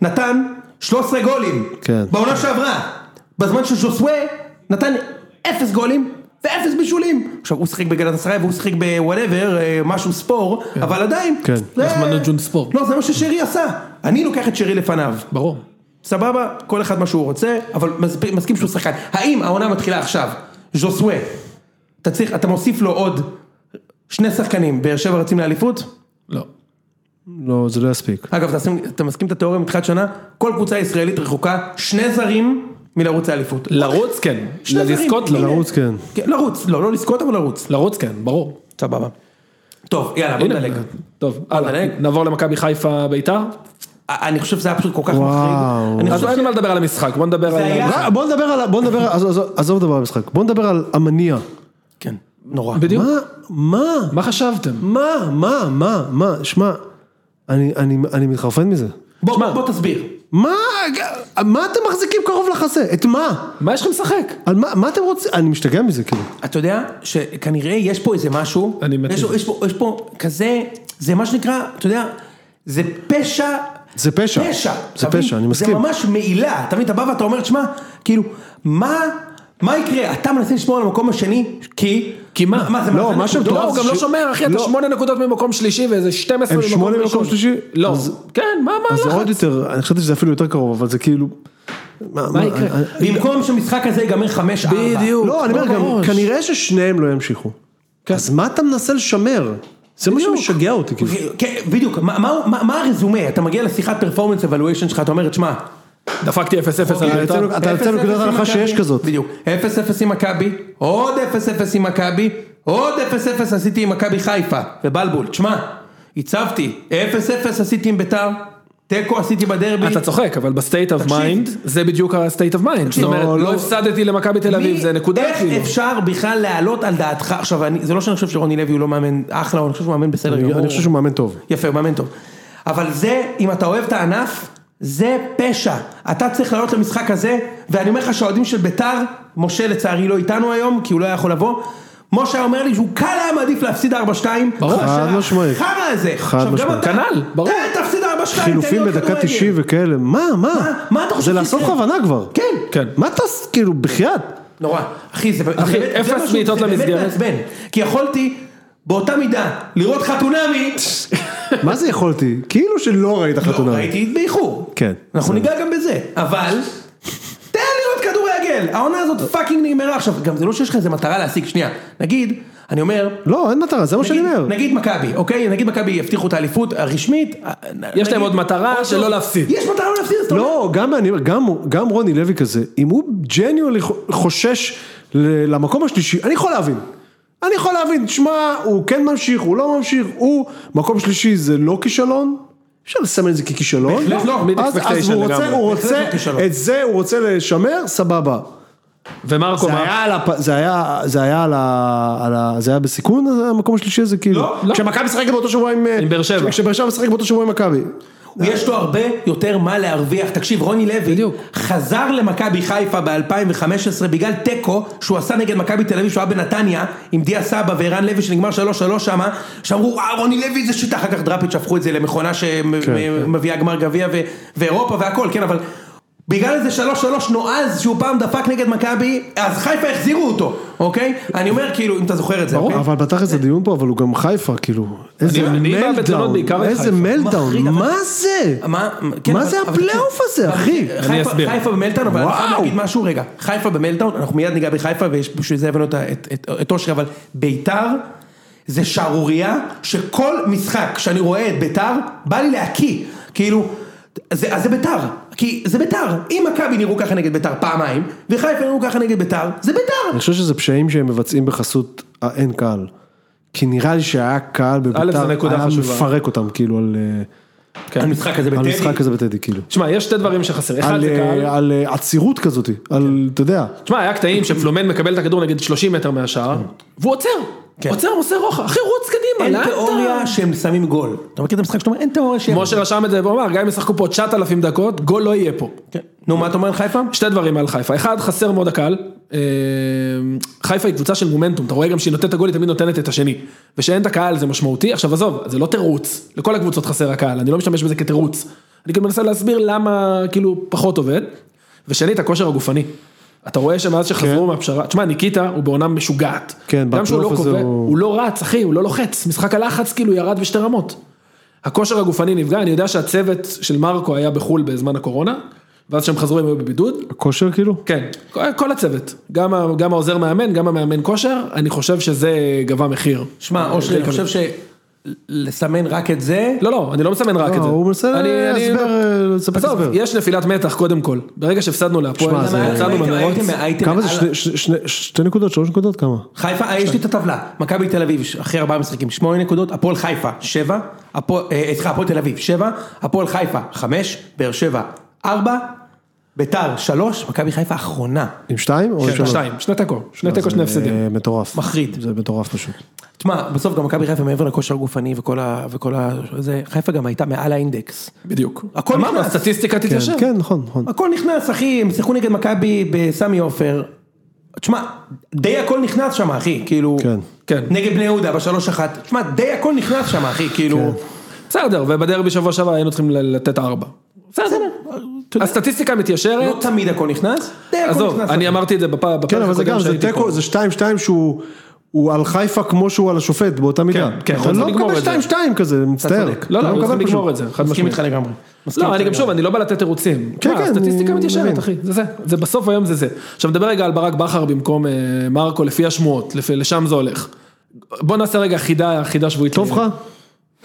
Speaker 1: נתן 13 גולים.
Speaker 2: כן.
Speaker 1: בעונה שעברה. בזמן שז'וסווי נתן 0 גולים. ואפס בישולים. עכשיו הוא שיחק בגלת אסריי והוא שיחק בוואטאבר, אה, משהו ספור, אבל עדיין.
Speaker 2: כן.
Speaker 1: זה-
Speaker 3: נחמן נג'ון ספור.
Speaker 1: לא, זה מה ששרי עשה. אני לוקח את שרי לפניו.
Speaker 3: ברור.
Speaker 1: סבבה, כל אחד מה שהוא רוצה, אבל מספ- מסכים שהוא שחקן. האם העונה מתחילה עכשיו, ז'וסווה, אתה צריך, אתה מוסיף לו עוד שני שחקנים, באר שבע רצים לאליפות?
Speaker 3: לא.
Speaker 2: לא, זה לא יספיק.
Speaker 1: אגב, אתה, מסכים- אתה מסכים את התיאוריה מתחילת שנה? כל קבוצה ישראלית רחוקה שני זרים מלרוץ לאליפות.
Speaker 3: לרוץ כן,
Speaker 1: שני זרים,
Speaker 3: לזכות
Speaker 1: הנה.
Speaker 3: לא.
Speaker 2: לרוץ, כן.
Speaker 1: כן, לרוץ, לא, לא לזכות אבל לרוץ.
Speaker 3: לרוץ כן, ברור.
Speaker 1: סבבה. טוב, יאללה, בוא
Speaker 3: הנה,
Speaker 1: נדלג.
Speaker 3: טוב, הלאה,
Speaker 1: נדלג.
Speaker 3: נעבור למכבי חיפה ביתר.
Speaker 1: אני חושב שזה היה פשוט כל כך
Speaker 2: וואו.
Speaker 1: מחריג. אני
Speaker 3: אז
Speaker 1: חושב
Speaker 3: אין מה לדבר על המשחק, בוא נדבר על...
Speaker 1: זה היה-
Speaker 2: אה, בוא נדבר על... בוא נדבר... עזוב- עזוב- עזוב דבר המשחק. בוא נדבר על המניע.
Speaker 1: ש- כן, נורא.
Speaker 3: בדיוק.
Speaker 2: מה? מה?
Speaker 3: מה חשבתם?
Speaker 2: מה? מה? מה? מה? שמע, אני- אני אני מתחרפן מזה.
Speaker 1: בוא-
Speaker 3: שמע.
Speaker 1: בוא תסביר.
Speaker 2: מה? מה אתם מחזיקים קרוב לחזה? את מה?
Speaker 3: מה יש לכם לשחק?
Speaker 2: על מה, מה אתם רוצים? אני משתגע מזה כאילו.
Speaker 1: אתה יודע שכנראה יש פה איזה משהו,
Speaker 3: אני מת
Speaker 1: יש,
Speaker 3: לזה.
Speaker 1: יש, פה, יש פה כזה, זה מה שנקרא, אתה יודע, זה פשע,
Speaker 2: זה פשע.
Speaker 1: פשע,
Speaker 2: זה
Speaker 1: אתה
Speaker 2: פשע,
Speaker 1: מבין?
Speaker 2: אני
Speaker 1: זה
Speaker 2: מסכים.
Speaker 1: ממש מעילה, אתה מבין, אתה בא ואתה אומר, שמע, כאילו, מה, מה יקרה, אתה מנסה לשמור על המקום השני, כי,
Speaker 3: כי מה?
Speaker 1: מה זה
Speaker 2: לא,
Speaker 1: מאזן
Speaker 2: מה שהם
Speaker 1: נקודות?
Speaker 3: לא, הוא גם לא
Speaker 2: ש-
Speaker 3: שומר, אחי, אתה
Speaker 2: לא.
Speaker 3: שמונה נקודות ממקום שלישי ואיזה 12
Speaker 2: הם
Speaker 3: ממקום ראשון.
Speaker 2: שמונה ממקום שלישי?
Speaker 3: לא.
Speaker 2: אז-
Speaker 3: כן, מה, מה
Speaker 2: אז זה עוד
Speaker 3: הלחץ?
Speaker 2: יותר, אני חשבתי שזה אפילו יותר קרוב, אבל זה כאילו...
Speaker 3: מה יקרה?
Speaker 1: במקום שהמשחק הזה ייגמר 5-4,
Speaker 3: בדיוק.
Speaker 2: לא, אני אומר גם,
Speaker 3: בראש.
Speaker 2: כנראה ששניהם לא ימשיכו.
Speaker 3: כן.
Speaker 2: אז מה אתה מנסה לשמר? זה מה
Speaker 3: בדיוק.
Speaker 2: שמשגע אותי כאילו.
Speaker 1: כן, בדיוק, מה, מה, מה, מה הרזומה, אתה מגיע לשיחת פרפורמנס אבלואשן שלך, אתה אומר, שמע,
Speaker 3: דפקתי 0-0 על
Speaker 2: אוקיי,
Speaker 3: ביתר.
Speaker 2: אצלנו- אתה יוצא
Speaker 1: 0-0
Speaker 2: מנקודת
Speaker 1: עם
Speaker 2: הנחה
Speaker 1: מכבי.
Speaker 2: שיש כזאת.
Speaker 1: בדיוק. 0-0 עם מכבי, עוד 0-0 עם מכבי, עוד 0-0 עשיתי עם מכבי חיפה, ובלבול. תשמע, הצבתי, 0-0 עשיתי עם ביתר, תיקו עשיתי בדרבי.
Speaker 3: אתה צוחק, אבל בסטייט אוף
Speaker 1: תקשיב.
Speaker 3: מיינד, זה בדיוק הסטייט אוף מיינד. זאת
Speaker 1: תקשיב.
Speaker 3: אומרת,
Speaker 2: לא,
Speaker 3: לא
Speaker 2: לא.
Speaker 3: הפסדתי למכבי תל אביב,
Speaker 1: מי-
Speaker 3: זה נקודה כאילו.
Speaker 1: איך אפשר בכלל להעלות על דעתך, עכשיו אני- זה לא שאני חושב שרוני לוי הוא לא מאמן אחלה, אני חושב שהוא מאמן בסדר
Speaker 2: אני
Speaker 1: גמור.
Speaker 2: אני חושב שהוא מאמן טוב.
Speaker 1: יפה, הוא מאמן טוב. אבל זה, אם אתה אוהב את הענף, זה פשע. אתה צריך לעלות למשחק הזה, ואני אומר לך שהאוהדים של ביתר, משה לצערי לא איתנו היום, כי הוא לא היה יכול לבוא. משה היה אומר לי שהוא קל היה מעדיף להפסיד 4-2.
Speaker 3: ברור.
Speaker 1: מאשר
Speaker 2: חד משמעית.
Speaker 1: החרא הזה.
Speaker 2: חד
Speaker 1: עכשיו, גם
Speaker 2: משמעית.
Speaker 1: אתה-
Speaker 3: כנ"ל, ברור.
Speaker 1: כן, תפסיד 4-2.
Speaker 2: חילופים
Speaker 1: תן לי עוד
Speaker 2: בדקה
Speaker 1: כדורגל.
Speaker 2: 90 וכאלה, מה, מה?
Speaker 1: מה? מה אתה חושב
Speaker 2: זה לעשות
Speaker 1: שיקרה?
Speaker 2: כוונה כבר.
Speaker 1: כן.
Speaker 3: כן.
Speaker 2: מה אתה, עושה? כאילו, בחייאת.
Speaker 1: נורא. אחי, זה
Speaker 3: אחי,
Speaker 1: זה באמת- זה
Speaker 3: אפס
Speaker 1: משהו-
Speaker 3: בעיטות
Speaker 1: זה
Speaker 3: למסגרת.
Speaker 1: באמת מעצבן. כי יכולתי, באותה מידה, לראות חתונמי.
Speaker 2: מה זה יכולתי? כאילו שלא ראית
Speaker 1: לא,
Speaker 2: חתונה.
Speaker 1: ראיתי באיחור.
Speaker 2: כן.
Speaker 1: אנחנו ניגע גם בזה, אבל... תן לי עוד כדורגל! העונה הזאת פאקינג נגמרה עכשיו. גם זה לא שיש לך איזה מטרה להשיג, שנייה. נגיד, אני אומר...
Speaker 2: לא, אין מטרה, זה מה שאני
Speaker 1: נגיד-
Speaker 2: אומר.
Speaker 1: נגיד מכבי, אוקיי? נגיד מכבי יבטיחו את האליפות הרשמית. נגיד-
Speaker 3: להם עוד מטרה
Speaker 1: עוד
Speaker 3: שלא
Speaker 1: לא-
Speaker 3: להפסיד.
Speaker 1: יש מטרה לא להפסיד, אז אתה אומר...
Speaker 2: לא, גם, אני, גם, גם רוני לוי כזה, אם הוא ג'ניואלי חושש ל- למקום השלישי, אני יכול להבין. אני יכול להבין, תשמע, הוא כן ממשיך, הוא לא ממשיך, הוא, מקום שלישי זה לא כישלון, אפשר לסמן את זה ככישלון.
Speaker 1: בהחלט לא,
Speaker 3: mid
Speaker 2: אז, אז
Speaker 3: expectation
Speaker 2: הוא רוצה,
Speaker 3: לגמרי.
Speaker 2: הוא
Speaker 1: בהחלט
Speaker 2: רוצה,
Speaker 1: לא כישלון.
Speaker 2: את זה הוא רוצה לשמר, סבבה.
Speaker 3: ומרקו,
Speaker 2: זה
Speaker 3: מה?
Speaker 2: היה על הפ... זה היה, זה היה על ה... על ה... זה היה בסיכון, אז המקום השלישי הזה, כאילו.
Speaker 1: לא,
Speaker 3: לא.
Speaker 2: כשמכבי משחקת באותו שבוע עם...
Speaker 3: עם באר שבע.
Speaker 2: כשבאר שבע משחקת באותו שבוע עם מכבי.
Speaker 1: יש לו הרבה יותר מה להרוויח. תקשיב, רוני לוי
Speaker 3: בדיוק.
Speaker 1: חזר למכבי חיפה ב-2015 בגלל תיקו שהוא עשה נגד מכבי תל אביב שהוא היה בנתניה עם דיה סבא וערן לוי שנגמר 3-3 שמה, שאמרו, אה, רוני לוי זה שיטה, אחר כך דראפיץ' הפכו את זה למכונה
Speaker 3: כן,
Speaker 1: שמביאה גמר גביע ו- ואירופה והכל, כן, אבל... בגלל איזה שלוש שלוש נועז שהוא פעם דפק נגד מכבי, אז חיפה החזירו אותו, אוקיי? אני אומר כאילו, אם אתה זוכר את זה,
Speaker 3: ברור.
Speaker 1: אוקיי?
Speaker 2: אבל בתכלס זה דיון פה, אבל הוא גם חיפה, כאילו. איזה
Speaker 3: אני בא בתלונות בעיקר
Speaker 2: מלדאון.
Speaker 3: על
Speaker 2: איזה
Speaker 3: חיפה.
Speaker 1: מחריד,
Speaker 2: מלדאון.
Speaker 1: אבל-
Speaker 2: מה זה?
Speaker 1: מה, כן,
Speaker 2: מה
Speaker 1: אבל-
Speaker 2: זה
Speaker 1: אבל-
Speaker 2: הפלייאוף הזה,
Speaker 1: אבל-
Speaker 2: אחי?
Speaker 1: חיפה-
Speaker 3: אני אסביר.
Speaker 1: חיפה במלטאון, אבל אני חייב
Speaker 2: וואו.
Speaker 1: להגיד משהו רגע. חיפה במלטאון, אנחנו מיד ניגע בחיפה, ובשביל זה הבאנו את ה- את- את- את אושרי, אבל ביתר זה שערורייה שכל משחק שאני רואה את ביתר, בא לי להקיא. כאילו, זה- אז זה ביתר. כי זה ביתר. אם מכבי נראו ככה נגד ביתר פעמיים, וחיפה נראו ככה נגד ביתר, זה ביתר.
Speaker 2: אני חושב שזה פשעים שהם מבצעים בחסות האין קהל. כי נראה לי שהיה קהל
Speaker 3: זו
Speaker 2: בביתר,
Speaker 3: נקודה
Speaker 2: היה
Speaker 3: חשובה.
Speaker 2: מפרק אותם, כאילו, על אה,
Speaker 3: כן.
Speaker 1: המשחק הזה
Speaker 2: על
Speaker 1: בטדי.
Speaker 2: משחק כזה בטדי, כאילו.
Speaker 3: תשמע, יש שתי דברים שחסר. אחד
Speaker 2: על
Speaker 3: זה קהל. כן.
Speaker 2: אה, על, אה, עצירות כזאת, על, אתה יודע.
Speaker 3: תשמע, היה קטעים שפלומן מקבל את הכדור נגיד 30 מטר מהשער, והוא עוצר.
Speaker 1: כן.
Speaker 3: עוצר, מוסר רוחב. אחי, רוץ קדימה.
Speaker 1: אין
Speaker 3: לאן אתה?
Speaker 1: תיאוריה שהם שמים גול. אתה מכיר את המשחק שאתה אומר, אין תיאוריה שהם...
Speaker 3: משה רשם את זה והוא אמר, גם אם ישחקו פה 9,000 דקות, גול לא יהיה פה.
Speaker 1: כן. נו, מה אתה אומר על חיפה?
Speaker 3: שתי דברים על חיפה, אחד חסר מאוד הקהל, אה, חיפה היא קבוצה של מומנטום, אתה רואה גם שהיא נותנת את הגול, היא תמיד נותנת את השני, ושאין את הקהל זה משמעותי, עכשיו עזוב, זה לא תירוץ, לכל הקבוצות חסר הקהל, אני לא משתמש בזה כתירוץ, אני כאילו מנסה להסביר למה כאילו פחות עובד, ושנית הכושר הגופני, אתה רואה שמאז
Speaker 2: כן.
Speaker 3: שחזרו מהפשרה, תשמע ניקיטה הוא בעונה משוגעת,
Speaker 2: כן,
Speaker 3: גם שהוא לא
Speaker 2: בפלייאוף הזה
Speaker 3: קובע,
Speaker 2: הוא-
Speaker 3: הוא לא רץ אחי, הוא לא לוחץ, משחק הלחץ כאילו ירד בשתי רמות. הכושר הגופני נפגע, אני יודע שהצוות של מרקו היה בחול בזמן הקורונה, ואז כשהם חזרו הם היו בבידוד,
Speaker 2: כושר כאילו?
Speaker 3: כן, כל הצוות, גם, ה- גם העוזר מאמן, גם המאמן כושר, אני חושב שזה גבה מחיר.
Speaker 1: שמע, אושרי, אני חושב שלסמן רק את זה,
Speaker 3: אה, לא, לא, אני לא מסמן רק
Speaker 2: לא,
Speaker 3: את זה.
Speaker 2: הוא מנסה
Speaker 3: אני- אני- לא-
Speaker 2: להסבר, אה, לספק
Speaker 3: עזוב,
Speaker 2: הסבר.
Speaker 3: יש נפילת מתח קודם כל, ברגע שהפסדנו להפועל,
Speaker 2: שמע, זה-
Speaker 3: יצאנו
Speaker 1: לא, הייתם-
Speaker 3: במרוץ,
Speaker 1: הייתם- הייתם
Speaker 2: כמה זה?
Speaker 1: מעל-
Speaker 2: שני- ש- שני- שתי נקודות, שלוש נקודות? כמה?
Speaker 1: חיפה, אה, יש לי את הטבלה, מכבי תל אביב, ש- אחרי ארבעה משחקים, שמונה נקודות, הפועל חיפה, שבע, הפועל- אה, סליחה, הפועל תל אביב, שבע, הפועל חיפה, חמש, באר שבע, ארבע, ביתר, שלוש, מכבי חיפה אחרונה.
Speaker 2: עם שתיים? או עם
Speaker 3: כן,
Speaker 2: שלוש?
Speaker 3: שתיים, שני תיקו, שני
Speaker 2: לא, זה,
Speaker 3: תיקו, שני הפסדים.
Speaker 2: אה, מטורף.
Speaker 1: מחריד.
Speaker 2: זה מטורף פשוט.
Speaker 1: תשמע, בסוף גם מכבי חיפה מעבר לכושר גופני וכל ה... וכל ה... זה, חיפה גם הייתה מעל האינדקס.
Speaker 3: בדיוק.
Speaker 1: הכל
Speaker 3: אמרנו,
Speaker 1: נכנס.
Speaker 3: הסטטיסטיקה
Speaker 2: כן,
Speaker 3: תתיישב.
Speaker 2: כן, נכון, נכון.
Speaker 1: הכל נכנס, אחי, הם שיחקו נגד מכבי בסמי עופר. תשמע, די הכל נכנס שם, אחי, כאילו...
Speaker 2: כן.
Speaker 3: כן.
Speaker 1: נגד בני יהודה בשלוש אחת. תשמע, די הכל נכנס שם, אחי, כאילו...
Speaker 2: כן.
Speaker 3: בסדר, ובדרבי שבוע שעבר היינו צריכים ל- לתת ארבע. בסדר,
Speaker 1: אתה יודע,
Speaker 3: הסטטיסטיקה מתיישרת,
Speaker 1: לא תמיד הכל נכנס, די הכל
Speaker 3: עזוב,
Speaker 1: נכנס.
Speaker 3: אני אמרתי את זה בפ- בפרק
Speaker 2: כן, אבל זה
Speaker 3: הקודם
Speaker 2: גם, זה
Speaker 3: שהייתי פה.
Speaker 2: תיקו, זה שתיים שתיים שהוא... הוא על חיפה כמו שהוא על השופט באותה מידה. אתה
Speaker 3: כן, הוא צריך
Speaker 2: לא
Speaker 3: לגמור את
Speaker 2: מקבל
Speaker 3: זה.
Speaker 2: שתיים שתיים כזה, אני מצטער.
Speaker 1: צודק.
Speaker 3: לא,
Speaker 2: אתה
Speaker 3: לא, הוא צריך
Speaker 2: מקבל
Speaker 3: לגמור
Speaker 2: פשוט.
Speaker 3: את זה, חד
Speaker 1: מסכים
Speaker 3: משמעית.
Speaker 1: איתך לגמרי. מסכים
Speaker 3: לא, אני
Speaker 1: איתך
Speaker 3: גם שוב, אני לא בא לתת תירוצים. כן,
Speaker 2: כן,
Speaker 3: כן. הסטטיסטיקה
Speaker 2: אני
Speaker 3: מתיישרת,
Speaker 2: מבין.
Speaker 3: אחי, זה זה. זה בסוף היום זה זה. עכשיו נדבר רגע על ברק בכר במקום אה, מרקו, לפי השמועות, לפי- לשם זה הולך. בוא נעשה רגע חידה, חידה שבועית.
Speaker 2: טוב לך?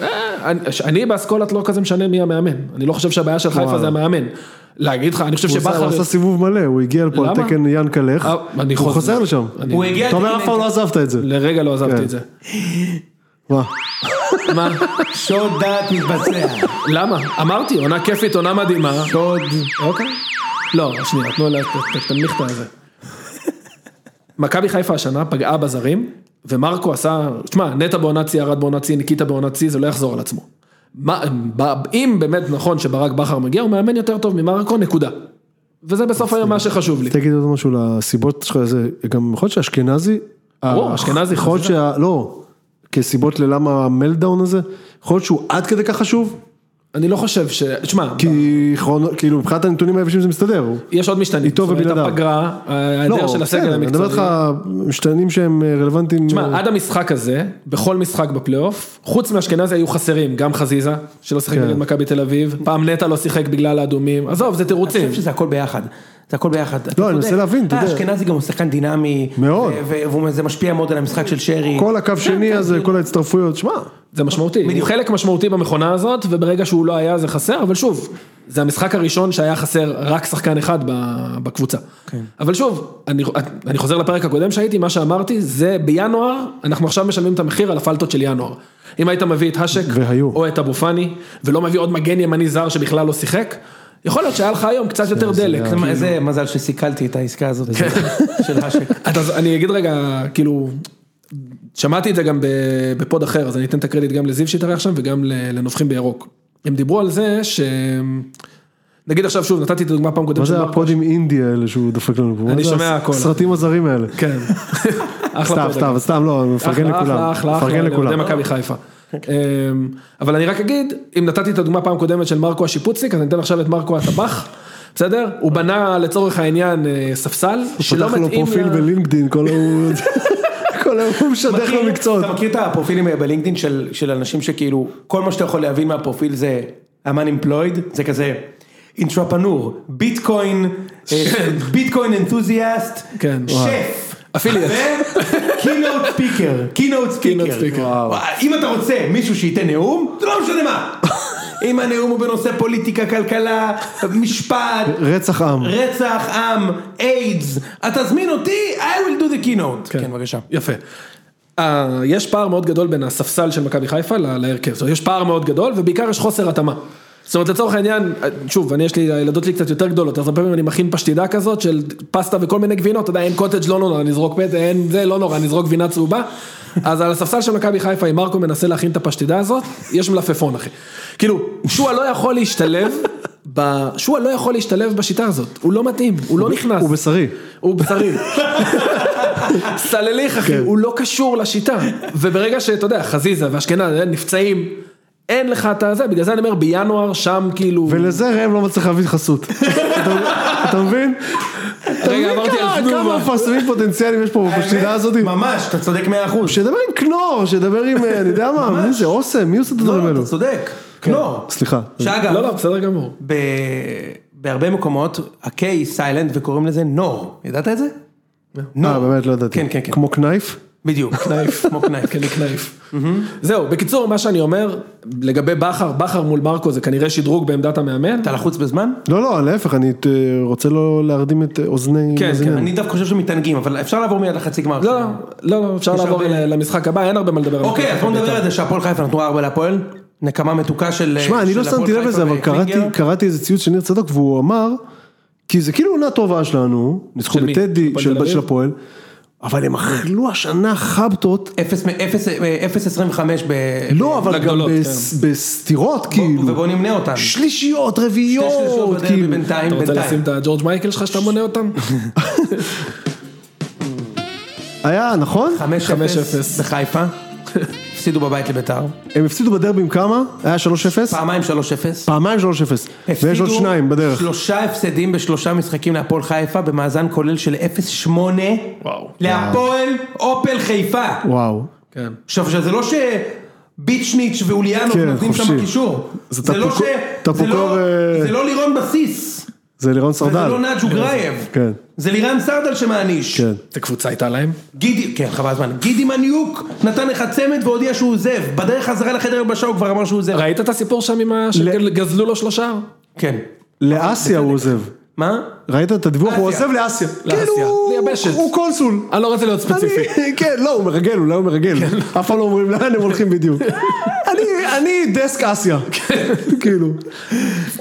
Speaker 3: אה, אני- אני באסכולת לא כזה משנה מי המאמן. אני לא חושב שהבעיה של חיפה
Speaker 2: וואלה.
Speaker 3: זה המאמן. להגיד לך, אני חושב
Speaker 2: הוא עשה-
Speaker 3: שבכר...
Speaker 2: הוא עשה סיבוב מלא, הוא הגיע לפה על
Speaker 3: למה?
Speaker 2: תקן ינקלך.
Speaker 3: אה, אני
Speaker 2: הוא
Speaker 3: חוזר.
Speaker 2: חוזר לשם.
Speaker 3: אני-
Speaker 1: הוא הגיע...
Speaker 2: אתה אומר אף פעם לא עזבת את זה.
Speaker 3: לרגע לא עזבתי
Speaker 2: כן.
Speaker 3: את זה.
Speaker 2: מה?
Speaker 3: מה?
Speaker 2: לא-
Speaker 1: שוד דעת מתבצע.
Speaker 3: למה? אמרתי, עונה כיפית, עונה מדהימה.
Speaker 1: שוד.
Speaker 3: אוקיי. לא, שנייה, תנו לה, ת- ת- תנמיך את הזה. מכבי חיפה השנה פגעה בזרים, ומרקו עשה, תשמע, נטע בעונת שיא, ארד בעונת שיא, ניקיטה בעונת שיא, זה לא יחזור על עצמו. מה, ב- אם באמת נכון שברק בכר מגיע, הוא מאמן יותר טוב ממרקו, נקודה. וזה בסוף היום מה שחשוב לי.
Speaker 2: תגיד עוד משהו לסיבות שלך, זה גם יכול להיות שאשכנזי, אה,
Speaker 3: ברור, אשכנזי
Speaker 2: יכול להיות שה... לא, כסיבות ללמה המלדאון הזה, יכול להיות שהוא עד כדי כך חשוב,
Speaker 3: אני לא חושב ש... תשמע,
Speaker 2: כי כרונו, כאילו מבחינת הנתונים היבשים זה מסתדר. הוא-
Speaker 3: יש עוד משתנים.
Speaker 2: איתו
Speaker 3: זאת אומרת,
Speaker 2: ובלעדיו.
Speaker 3: הפגרה, אה, ההיעדר של הסגל
Speaker 2: לא, בסדר, אני מדבר
Speaker 3: המקצועי.
Speaker 2: איתך משתנים שהם אה, רלוונטיים.
Speaker 3: תשמע, עד המשחק הזה, בכל משחק בפלייאוף, חוץ מאשכנזי היו חסרים, גם חזיזה, שלא שיחק
Speaker 2: כן.
Speaker 3: נגד מכבי תל אביב, פעם נטע לא שיחק בגלל האדומים, עזוב, זה
Speaker 1: אני
Speaker 3: תירוצים.
Speaker 1: חושב שזה הכל ביחד. זה הכל ביחד. אתה
Speaker 2: לא, אני
Speaker 1: צודק.
Speaker 2: מנסה להבין, אתה
Speaker 1: אה,
Speaker 2: יודע.
Speaker 1: אשכנזי גם הוא שחקן דינמי.
Speaker 2: מאוד.
Speaker 1: וזה משפיע מאוד על המשחק של שרי.
Speaker 2: כל הקו שני הזה, כל ההצטרפויות, שמע,
Speaker 3: כן, זה משמעותי, הוא חלק משמעותי במכונה הזאת, וברגע שהוא לא היה זה חסר, אבל שוב, זה המשחק הראשון שהיה חסר רק שחקן אחד ב- בקבוצה.
Speaker 1: כן.
Speaker 3: אבל שוב, אני, אני חוזר לפרק הקודם שהייתי, מה שאמרתי, זה בינואר, אנחנו עכשיו משלמים את המחיר על הפלטות של ינואר. אם היית מביא את השק,
Speaker 2: והיו.
Speaker 3: או את אבו פאני, ולא מביא עוד מגן ימני זר שבכלל לא שיחק, יכול להיות שהיה לך היום קצת יותר דלק.
Speaker 1: זה-
Speaker 2: כאילו.
Speaker 1: זה מזל שסיכלתי את העסקה הזאת של אשק.
Speaker 3: אתה, אני אגיד רגע, כאילו, שמעתי את זה גם ב- בפוד אחר, אז אני אתן את הקרדיט גם לזיו שהתארח שם וגם ל- לנובחים בירוק. הם דיברו על זה ש... נגיד עכשיו שוב, נתתי את הדוגמה פעם
Speaker 2: מה
Speaker 3: קודמת. של
Speaker 2: זה
Speaker 3: מרקו.
Speaker 2: הפודים אינדי האלה שהוא דופק לנו פה? מה
Speaker 3: אני
Speaker 2: זה
Speaker 3: שומע הכל.
Speaker 2: הסרטים הזרים האלה.
Speaker 3: כן. אחלה
Speaker 2: סתם,
Speaker 3: פוד,
Speaker 2: סתם,
Speaker 3: אגב.
Speaker 2: סתם, לא, אני מפרגן
Speaker 3: אחלה,
Speaker 2: לכולם.
Speaker 3: אחלה, אחלה, אחלה,
Speaker 2: מפרגן
Speaker 3: לאוהדי
Speaker 2: לכולם.
Speaker 3: מכבי חיפה. אמ, אבל אני רק אגיד, אם נתתי את הדוגמה פעם קודמת של מרקו השיפוצניק, אז אני אתן עכשיו את מרקו הטבח, בסדר? הוא בנה לצורך העניין אה, ספסל, שלא
Speaker 2: פותח לו
Speaker 3: מתאים
Speaker 2: פרופיל
Speaker 3: ל-
Speaker 2: בלינקדין, כל היום כל היום הוא משדך לו
Speaker 1: מכיר-
Speaker 2: מקצועות.
Speaker 1: אתה מכיר את הפרופילים בלינקדאין של, של אנשים שכאילו, כל מה שאתה יכול להבין מהפרופיל זה אמנ-אמפלויד, זה כזה אינטרפנור, ביטקוין, אה, ביטקוין אנתוזיאסט,
Speaker 3: כן.
Speaker 1: שף.
Speaker 3: אפילייט.
Speaker 1: קינאוט ספיקר, קינאוט
Speaker 3: Keynote speaker.
Speaker 1: ספיקר. אם אתה רוצה מישהו שייתן נאום, זה לא משנה מה. אם הנאום הוא בנושא פוליטיקה, כלכלה, משפט,
Speaker 2: רצח עם.
Speaker 1: רצח עם, איידס, אז תזמין אותי, I will do the keynote. כן, בבקשה.
Speaker 3: יפה. אה, יש פער מאוד גדול בין הספסל של מכבי חיפה ל- להרכב, זאת אומרת, יש פער מאוד גדול ובעיקר יש חוסר התאמה. זאת אומרת לצורך העניין, אה, שוב, אני יש לי, הילדות שלי קצת יותר גדולות, אז הרבה פעמים אני מכין פשטידה כזאת של פסטה וכל מיני גבינות, אתה יודע, אין קוטג' לא נורא, נזרוק פטה, אין זה, לא נורא, נזרוק גבינה צהובה. אז על הספסל של מכבי חיפה, אם מרקו מנסה להכין את הפשטידה הזאת, יש מלפפון אחי. כאילו, שועה לא יכול להשתלב, ב- שועה לא יכול להשתלב בשיטה הזאת, הוא לא מתאים, הוא לא נכנס.
Speaker 2: הוא בשרי.
Speaker 3: הוא בשרי. סלליך אחי, הוא לא קשור לשיטה. וברגע שאתה יודע, חזיזה ואשכנז אה, נפצעים, אין לך את הזה, בגלל זה אני אומר בינואר שם כאילו...
Speaker 2: ולזה ראם לא מצליח להביא חסות. אתה- אתה מבין? אתה מבין
Speaker 3: אמרתי
Speaker 2: כמה-
Speaker 3: על תנובה.
Speaker 2: כמה אפסמים פוטנציאליים יש פה בפשידה הזאת?
Speaker 1: ממש, אתה צודק מאה אחוז.
Speaker 2: שידבר עם קנור, שידבר עם, אה, אני יודע מה, מי זה, אוסם, מי עושה את הדברים
Speaker 1: לא,
Speaker 2: האלו?
Speaker 1: אתה צודק. לא.
Speaker 2: כן, סליחה.
Speaker 1: שאגב,
Speaker 3: לא, לא, בסדר גמור.
Speaker 1: ב- בהרבה מקומות, ה-K היא סיילנט וקוראים לזה נור. ידעת את זה?
Speaker 2: אה, באמת, לא ידעתי.
Speaker 1: כן, כן, כן.
Speaker 2: כמו כנייף?
Speaker 1: בדיוק. כנאיף. כמו כנאיף.
Speaker 3: כן, לקנייף. זהו, בקיצור, מה שאני אומר, לגבי בכר, בכר מול מרקו זה כנראה שדרוג בעמדת המאמן.
Speaker 1: אתה לחוץ בזמן?
Speaker 2: לא, לא, להפך, אני אה, רוצה לא להרדים את אה, אוזני...
Speaker 3: כן,
Speaker 2: מאזינים.
Speaker 1: אני דווקא חושב שמתענגים, אבל אפשר לעבור מיד לחצי גמר.
Speaker 3: לא, לא, לא, אפשר
Speaker 1: יש
Speaker 3: לעבור
Speaker 1: הרבה-
Speaker 3: ל- למשחק הבא, אין הרבה מה לדבר. על
Speaker 1: אוקיי,
Speaker 3: מכבי
Speaker 1: אז בוא
Speaker 3: חיפה.
Speaker 1: נדבר על זה שהפועל חיפה נתנו ארבע להפועל. נקמה מתוקה של...
Speaker 2: שמע, אני
Speaker 1: של
Speaker 2: לא
Speaker 1: הפועל
Speaker 2: שמתי לב
Speaker 1: חיפה
Speaker 2: לזה, אבל
Speaker 1: וקלינגר.
Speaker 2: קראתי, קראתי איזה ציוץ של ניר צדוק, והוא אמר, כי זה כאילו עונה טובה שלנו, ניצחו
Speaker 3: של מי?
Speaker 2: בטדי,
Speaker 3: הפועל תל
Speaker 2: של
Speaker 3: אביב?
Speaker 2: של הפועל, אבל הם אכלו השנה חבטות,
Speaker 1: אפס מ- אפס- אה, אפס עשרים וחמש ב...
Speaker 2: לא, אבל גם
Speaker 3: לגדולות,
Speaker 2: בס- בסתירות, כאילו,
Speaker 1: ובוא נמנה אותם.
Speaker 2: שלישיות,
Speaker 1: שתי שלישות
Speaker 2: רביעיות,
Speaker 1: בדרבי
Speaker 2: כאילו,
Speaker 1: בינתיים,
Speaker 3: אתה רוצה לשים
Speaker 1: בינתיים.
Speaker 3: את הג'ורג' מייקל שלך שאתה מונה אותם?
Speaker 2: היה, נכון?
Speaker 1: חמש אפס
Speaker 3: 5-0.
Speaker 1: בחיפה. הפסידו בבית לביתר.
Speaker 2: הם הפסידו בדרבי עם כמה? היה 3-0?
Speaker 1: פעמיים שלוש אפס.
Speaker 2: פעמיים 3-0, ויש עוד
Speaker 1: הפסידו
Speaker 2: שניים בדרך.
Speaker 1: שלושה הפסדים בשלושה משחקים להפועל חיפה במאזן כולל של 0-8
Speaker 3: וואו.
Speaker 1: להפועל אופל חיפה.
Speaker 2: וואו.
Speaker 3: כן.
Speaker 1: עכשיו שזה לא שביצ'ניץ' ואוליאנו
Speaker 2: כן,
Speaker 1: נותנים שם
Speaker 2: חופשי.
Speaker 1: קישור.
Speaker 2: זה
Speaker 1: זה לא
Speaker 2: טפוקו-
Speaker 1: ש-
Speaker 2: טפוקו
Speaker 1: זה לא-
Speaker 2: ו-
Speaker 1: זה לא לירון בסיס.
Speaker 2: זה לירון
Speaker 1: וזה
Speaker 2: סרדל.
Speaker 1: לא נג'ו גרייב.
Speaker 2: כן.
Speaker 1: זה לירן סרדל שמעניש.
Speaker 2: כן.
Speaker 3: איזה קבוצה הייתה להם?
Speaker 1: גידי, כן חבל הזמן, גידי מניוק נתן לך צמד והודיע שהוא עוזב, בדרך חזרה לחדר הלבשה הוא כבר אמר שהוא עוזב,
Speaker 3: ראית את הסיפור שם עם ה... שגזלו לו שלושה?
Speaker 1: כן,
Speaker 2: לאסיה הוא עוזב.
Speaker 1: מה?
Speaker 2: ראית את הדיווח? הוא
Speaker 1: לאסיה.
Speaker 2: עוזב לאסיה.
Speaker 3: לאסיה.
Speaker 2: כאילו, הוא-
Speaker 3: ליבשת.
Speaker 2: הוא קונסול.
Speaker 3: אני לא רוצה להיות ספציפי.
Speaker 2: אני- כן, לא, הוא מרגל, אולי הוא מרגל. אף פעם לא אומרים לאן הם הולכים בדיוק. אני- אני דסק אסיה. כאילו.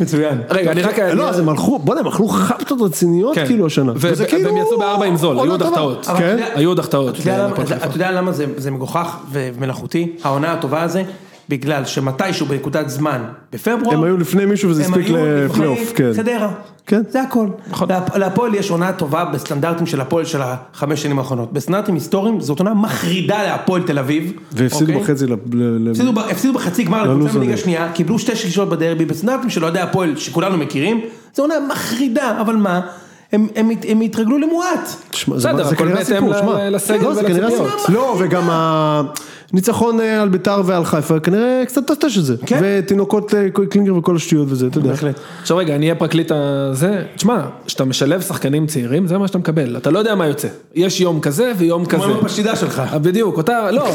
Speaker 1: מצוין.
Speaker 3: רגע, אני רק...
Speaker 2: לא, אז הם הלכו, בוא'נה, הם אכלו חפטות רציניות
Speaker 1: כן.
Speaker 2: כאילו השנה.
Speaker 3: ו-
Speaker 2: וזה
Speaker 3: ו-
Speaker 2: כאילו...
Speaker 3: והם יצאו בארבע עם זול, היו
Speaker 2: עונה
Speaker 3: עוד
Speaker 2: טובה.
Speaker 3: החטאות.
Speaker 1: אבל
Speaker 2: כן?
Speaker 1: אתה יודע-
Speaker 3: היו עוד החטאות
Speaker 1: אתה
Speaker 3: כן, נכון.
Speaker 1: יודע למה-
Speaker 3: להפועל חיפה.
Speaker 1: אתה יודע למה זה זה מגוחך ומלאכותי? העונה הטובה הזה, בגלל שמתישהו בנקודת זמן, בפברואר,
Speaker 2: הם היו לפני מישהו וזה
Speaker 1: הם
Speaker 2: הספיק
Speaker 1: היו לפני
Speaker 2: לפלייאוף, כן.
Speaker 1: חדרה.
Speaker 2: כן.
Speaker 1: זה הכל. להפ- להפועל יש עונה טובה בסטנדרטים של הפועל של החמש שנים האחרונות. בסטנדרטים היסטוריים זאת עונה מחרידה להפועל תל אביב.
Speaker 2: והפסידו
Speaker 1: אוקיי?
Speaker 2: בחצי לא ל... ל- ל-
Speaker 1: הפסידו ב- הפסידו בחצי גמר לקבוצה
Speaker 2: ללוזרים.
Speaker 1: בליגה השנייה, קיבלו שתי שלישות בדרבי, בסטנדרטים של אוהדי הפועל שכולנו מכירים, זו עונה מחרידה, אבל מה, הם- הם הת- הם התרגלו למועט.
Speaker 2: תשמע,
Speaker 3: בסדר,
Speaker 2: זה
Speaker 3: הכל
Speaker 2: כנראה
Speaker 3: בהתאם
Speaker 2: סיפור,
Speaker 3: ל-
Speaker 2: שמע.
Speaker 3: לסגל
Speaker 2: לא, זה כנראה
Speaker 3: ולציפיות.
Speaker 2: סיפור. לא, וגם הניצחון אה, על ביתר ועל חיפה, כנראה קצת טשטש את זה.
Speaker 1: כן.
Speaker 2: ותינוקות אה, קלינגר וכל השטויות וזה, אתה יודע.
Speaker 1: בהחלט.
Speaker 3: עכשיו רגע, אני אהיה פרקליט הזה, תשמע, כשאתה משלב שחקנים צעירים, זה מה שאתה מקבל, אתה לא יודע מה יוצא. יש יום כזה ויום כזה.
Speaker 1: כמו עם הפשידה שלך.
Speaker 3: אה, בדיוק, אתה, לא.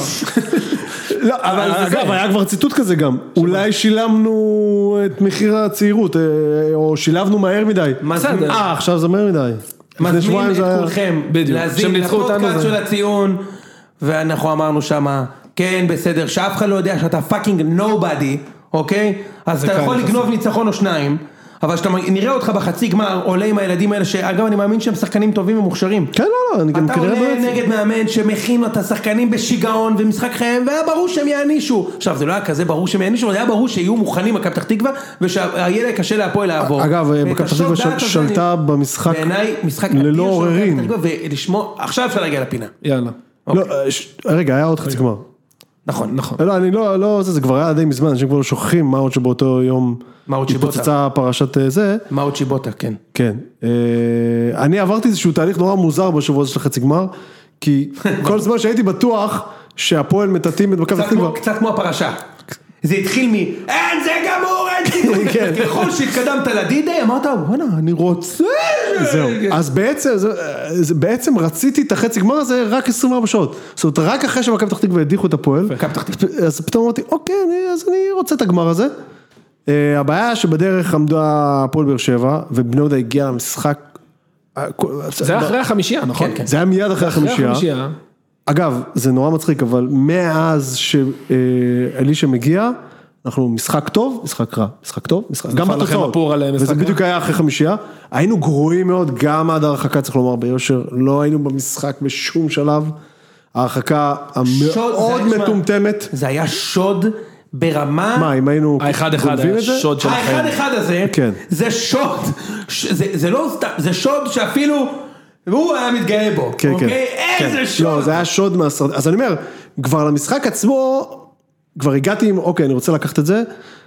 Speaker 2: לא, אבל
Speaker 3: זה
Speaker 2: אגב,
Speaker 3: זה.
Speaker 2: היה כבר ציטוט כזה גם. אולי שילמנו את מחיר הצעירות, אה, או שילבנו מהר מדי.
Speaker 1: מזמין-
Speaker 2: אה, עכשיו זה מהר מדי. לפני
Speaker 1: מזמין
Speaker 2: שבועיים
Speaker 1: את
Speaker 2: זה היה...
Speaker 1: כולכם,
Speaker 3: בדיוק. כשהם
Speaker 1: להזין
Speaker 3: ניצחו אותנו
Speaker 1: לפודקאסט
Speaker 3: זה-
Speaker 1: של הציון, ואנחנו אמרנו שמה, כן בסדר, שאף אחד לא יודע שאתה פאקינג נובדי, אוקיי? אז אתה
Speaker 3: קל
Speaker 1: יכול
Speaker 3: יחסית.
Speaker 1: לגנוב ניצחון או שניים, אבל כשאתה מ- נראה אותך בחצי גמר עולה עם הילדים האלה, שאגב אני מאמין שהם שחקנים טובים ומוכשרים.
Speaker 2: כן, לא, לא, אני גם
Speaker 1: אתה
Speaker 2: כנראה...
Speaker 1: עולה
Speaker 2: בעצם-
Speaker 1: נגד מאמן שמכין לו את השחקנים בשיגעון ומשחק חייהם והיה ברור שהם יענישו. עכשיו זה לא היה כזה ברור שהם יענישו, אבל היה ברור שיהיו מוכנים מכבי פתח תקווה ושהיה להם קשה להפועל לעבור.
Speaker 2: אגב, אה,
Speaker 1: ואת
Speaker 2: מכבי פתח
Speaker 1: השוד
Speaker 2: תקווה
Speaker 1: דעת
Speaker 2: של-
Speaker 1: הזה אני-
Speaker 2: שלטה במשחק
Speaker 1: בעיניי משחק
Speaker 2: ללא
Speaker 1: אדיר של מכבי
Speaker 2: עוררין.
Speaker 1: פתח תקווה, ולשמור, עכשיו אפשר להגיע לפינה.
Speaker 3: יאללה.
Speaker 2: לא, אה, ש- רגע, היה עוד חצי גמר.
Speaker 1: נכון, נכון.
Speaker 2: לא, אני לא, לא, זה, זה כבר היה די מזמן, אנשים כבר לא שוכחים מה עוד שבאותו יום
Speaker 1: מה עוד שבאותה.
Speaker 2: התפוצצה פרשת אה, זה.
Speaker 1: מה עוד שיבוטה, כן.
Speaker 2: כן. אה, אני עברתי איזשהו תהליך נורא מוזר בשבוע הזה של חצי גמר, כי כל זמן שהייתי בטוח שהפועל מטאטאים את מכבי
Speaker 1: קצת
Speaker 2: פתח
Speaker 1: כמו-
Speaker 2: תקווה.
Speaker 1: קצת כמו הפרשה. זה התחיל מ, אין זה גמור, אין
Speaker 2: כן.
Speaker 1: סיכוי. ככל שהתקדמת לדידי, אמרת, וואלה, אני רוצה.
Speaker 2: זהו. אז בעצם, זה, זה, בעצם רציתי את החצי גמר הזה רק 24 שעות. זאת אומרת, רק אחרי שמכבי פתח תקווה הדיחו את הפועל,
Speaker 1: מכבי פתח
Speaker 2: אז פתאום אמרתי, אוקיי, אני, אז אני רוצה את הגמר הזה. אה, הבעיה שבדרך עמדה הפועל באר שבע, ובני יהודה הגיע למשחק. אה,
Speaker 3: זה היה אחרי החמישייה, נכון?
Speaker 1: כן, כן.
Speaker 2: זה היה מיד אחרי
Speaker 3: אחרי
Speaker 2: החמישייה.
Speaker 3: החמישייה.
Speaker 2: אגב, זה נורא מצחיק, אבל מאז שאלישע מגיע, אנחנו משחק טוב, משחק רע, משחק טוב, משחק, גם
Speaker 3: נפל לכם
Speaker 2: בתוצאות,
Speaker 3: הפור על משחק
Speaker 2: וזה
Speaker 3: רע?
Speaker 2: בדיוק היה אחרי חמישייה, היינו גרועים מאוד, גם עד ההרחקה צריך לומר ביושר, לא היינו במשחק בשום שלב, ההרחקה המאוד
Speaker 1: זה היה-
Speaker 2: מטומטמת,
Speaker 1: זה היה שוד ברמה...
Speaker 2: מה אם היינו
Speaker 3: האחד אחד
Speaker 2: גונבים
Speaker 3: היה
Speaker 2: את זה? אה,
Speaker 3: שוד של
Speaker 1: האחד
Speaker 3: החיים.
Speaker 1: אחד הזה,
Speaker 2: כן.
Speaker 1: זה שוד, ש- זה, זה לא סתם, זה שוד שאפילו, הוא היה מתגאה בו,
Speaker 2: כן, כן.
Speaker 1: אוקיי? איזה
Speaker 2: כן.
Speaker 1: שוד.
Speaker 2: לא, זה היה שוד מהסרט. אז אני אומר, כבר למשחק עצמו, כבר הגעתי עם, אוקיי, אני רוצה לקחת את זה.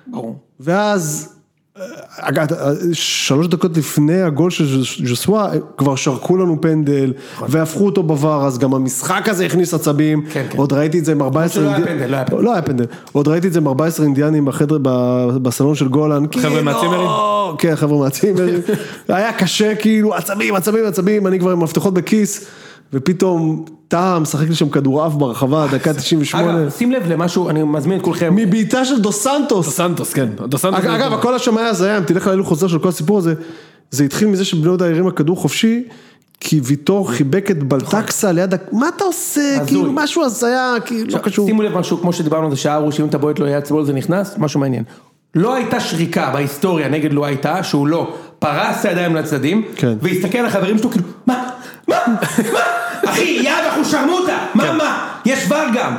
Speaker 1: ברור.
Speaker 2: ואז, אה, אגב, אה, שלוש דקות לפני הגול של ז'וס- ז'וסווה, אה, כבר שרקו לנו פנדל, והפכו אותו בVAR, אז גם המשחק הזה הכניס עצבים.
Speaker 1: נכון. כן, כן.
Speaker 2: עוד ראיתי את זה עם 14...
Speaker 1: שלא היה
Speaker 2: אינדי-
Speaker 1: פנדל, לא היה פנדל.
Speaker 2: לא היה פנדל. עוד ראיתי את זה עם 14 אינדיאנים בחדר, ב- בסלון של גולן.
Speaker 1: כאילו,
Speaker 3: חבר'ה מהצימרים?
Speaker 2: לא, כן, חבר'ה מהצימרים. היה קשה, כאילו, עצבים, עצבים, עצבים, אני כבר עם מפתחות בכיס, ופתאום טאה משחק לי שם כדורעף ברחבה, דקה 98,
Speaker 1: אגב, שים לב למשהו, אני מזמין את כולכם,
Speaker 2: מבעיטה של דו סנטוס.
Speaker 3: סנטוס, כן. דו סנטוס.
Speaker 2: אג- אגב, הכל השם היה הזיה, אם תלך להילוך חוזר של כל הסיפור הזה, זה התחיל מזה שבני יהודה הרימה כדור חופשי. כי ויטור חיבק את בלטקסה ליד ה... מה אתה עושה?
Speaker 1: הזוי.
Speaker 2: כאילו משהו הזיה, כאילו לא קשור.
Speaker 1: שימו לב משהו, כמו שדיברנו על זה שהארו, שאם אתה בועט לו ליד שמאל לא זה נכנס, משהו מעניין. לא הייתה שריקה בהיסטוריה נגד לו הייתה, שהוא לא פרס את הידיים לצדדים,
Speaker 2: כן.
Speaker 1: והסתכל על החברים שלו כאילו, מה, מה, מה, אחי, יד אנחנו שרמוטה, מה,
Speaker 2: כן.
Speaker 1: מה, יש ור גם.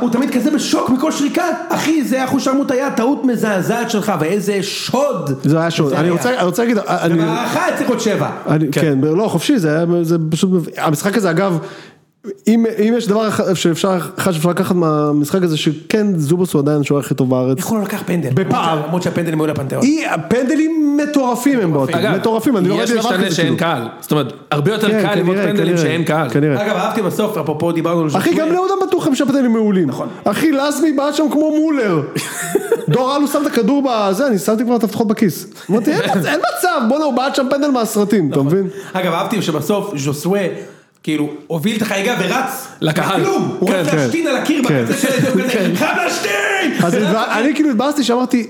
Speaker 1: הוא תמיד כזה בשוק מכל שריקה, אחי זה אחושרמוט היה טעות מזעזעת שלך ואיזה שוד.
Speaker 2: זה היה שונה. אני רוצה אני רוצה להגיד... אני-
Speaker 1: במערכה היה צריך עוד שבע.
Speaker 2: אני, כן. כן, לא חופשי, זה היה, זה פשוט, המשחק הזה אגב, אם, אם יש דבר אחד שאפשר, אחד שאפשר לקחת מהמשחק הזה, שכן זובוס הוא עדיין השוער הכי טוב בארץ.
Speaker 1: איך הוא לא לקח פנדל?
Speaker 2: בפער.
Speaker 1: למרות שהפנדלים היו לפנתיאון.
Speaker 2: אי, הפנדלים מטורפים הם באותם,
Speaker 3: אגב,
Speaker 2: מטורפים, אני לא ראיתי
Speaker 3: יש
Speaker 2: דבר
Speaker 3: משתנה
Speaker 2: כזה.
Speaker 3: שאין
Speaker 2: כאילו.
Speaker 3: קהל. זאת אומרת, הרבה יותר
Speaker 2: כן,
Speaker 3: קל לראות
Speaker 2: כנראה,
Speaker 3: פנדלים
Speaker 2: כנראה,
Speaker 3: שאין קהל.
Speaker 2: כנראה.
Speaker 1: אגב אהבתי בסוף, אפרופו דיברנו על
Speaker 2: אחי, גם
Speaker 1: ז'וסווה.
Speaker 2: לאודה בטוח הם שהפנדלים מעולים.
Speaker 1: נכון.
Speaker 2: אחי, לזמי בעט שם כמו מולר. דור אלו שם את הכדור בזה, אני שמתי כבר את המפתחות בכיס. אמרתי, "אין מצ- אין מצב, בואנה, הוא בעט שם פנדל מהסרטים, אתה מבין?
Speaker 1: אגב, אהבתי שבסוף ז'וסווה, כאילו, הוביל את החגיגה ורץ.
Speaker 3: לקהל.
Speaker 1: כלום, הוא
Speaker 3: כן,
Speaker 1: רץ
Speaker 2: כן.
Speaker 1: להשתין על הקיר
Speaker 2: כן.
Speaker 1: בקצה של איזה כזה, חייב להשתין!
Speaker 2: אז
Speaker 1: ואז-
Speaker 2: אני- אני כאילו התבאסתי שאמרתי,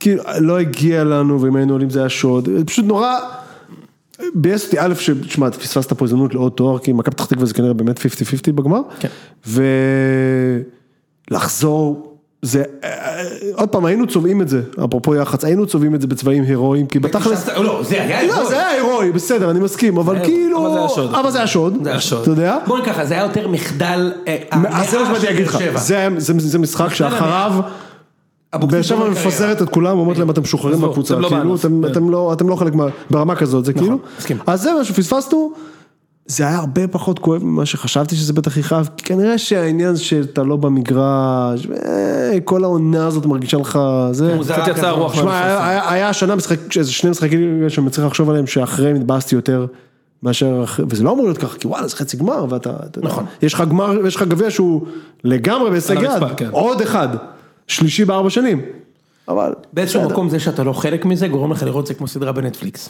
Speaker 2: כאילו, לא הגיע לנו, ואם היינו עולים זה היה שוד, פשוט נורא, ביאס אותי, א', שתשמע, פספסת פה הזדמנות לעוד תואר, כי מכבי פתח תקווה זה כנראה באמת 50-50 בגמר,
Speaker 1: כן.
Speaker 2: ולחזור, זה, אה, עוד פעם, היינו צובעים את זה, אפרופו יח"צ, היינו צובעים את זה בצבעים הירואיים, כי בתכלס...
Speaker 1: לא, זה היה
Speaker 2: לא, זה היה הירואי, בסדר, אני מסכים, אבל
Speaker 1: היה-
Speaker 2: כאילו...
Speaker 3: אבל זה היה שוד.
Speaker 2: אבל זה היה שוד.
Speaker 1: זה היה שוד.
Speaker 2: אתה יודע?
Speaker 1: בוא נגיד ככה, זה היה יותר מחדל, אה, המאה
Speaker 2: אז זה מה שבאתי
Speaker 1: של
Speaker 2: להגיד
Speaker 1: באר
Speaker 2: לך,
Speaker 1: שבע.
Speaker 2: זה היה- זה- זה משחק שאחריו,
Speaker 1: אבוקסיס
Speaker 2: באר שבע
Speaker 1: גומר קריירה.
Speaker 2: מפזרת את כולם, אומרת להם אתם משוחררים
Speaker 3: לא עזבו,
Speaker 2: מהקבוצה,
Speaker 3: אתם לא נכון,
Speaker 2: כאילו
Speaker 3: בענף.
Speaker 2: אתם- אתם לא- אתם לא חלק מה... ברמה כזאת, זה כאילו,
Speaker 1: מסכים.
Speaker 2: אז זה מה שפספסנו, זה היה הרבה פחות כואב ממה שחשבתי שזה בטח יכאב, כי כנראה שהעניין שאתה לא במגרש, אה, כל העונה הזאת מרגישה לך, זה...
Speaker 1: מוזר
Speaker 3: כן, קצת יצא
Speaker 1: כזה.
Speaker 3: הרוח
Speaker 2: תשמע, היה- אה, היה- היה השנה משחק, איזה שני משחקים שאני צריך לחשוב עליהם, שאחריהם התבאסתי יותר מאשר, אח- וזה לא אמור להיות ככה, כי וואלה, זה חצי גמר, ואתה, אתה יודע,
Speaker 1: נכון.
Speaker 2: יש לך גמר, יש לך גביע שהוא לגמרי בהישג
Speaker 3: על
Speaker 2: יד,
Speaker 3: הרצפה, כן.
Speaker 2: עוד אחד, שלישי בארבע שנים, אבל,
Speaker 1: באיזשהו מקום זה שאתה לא חלק מזה, גורם לך לראות את זה כמו סדרה בנטפליקס.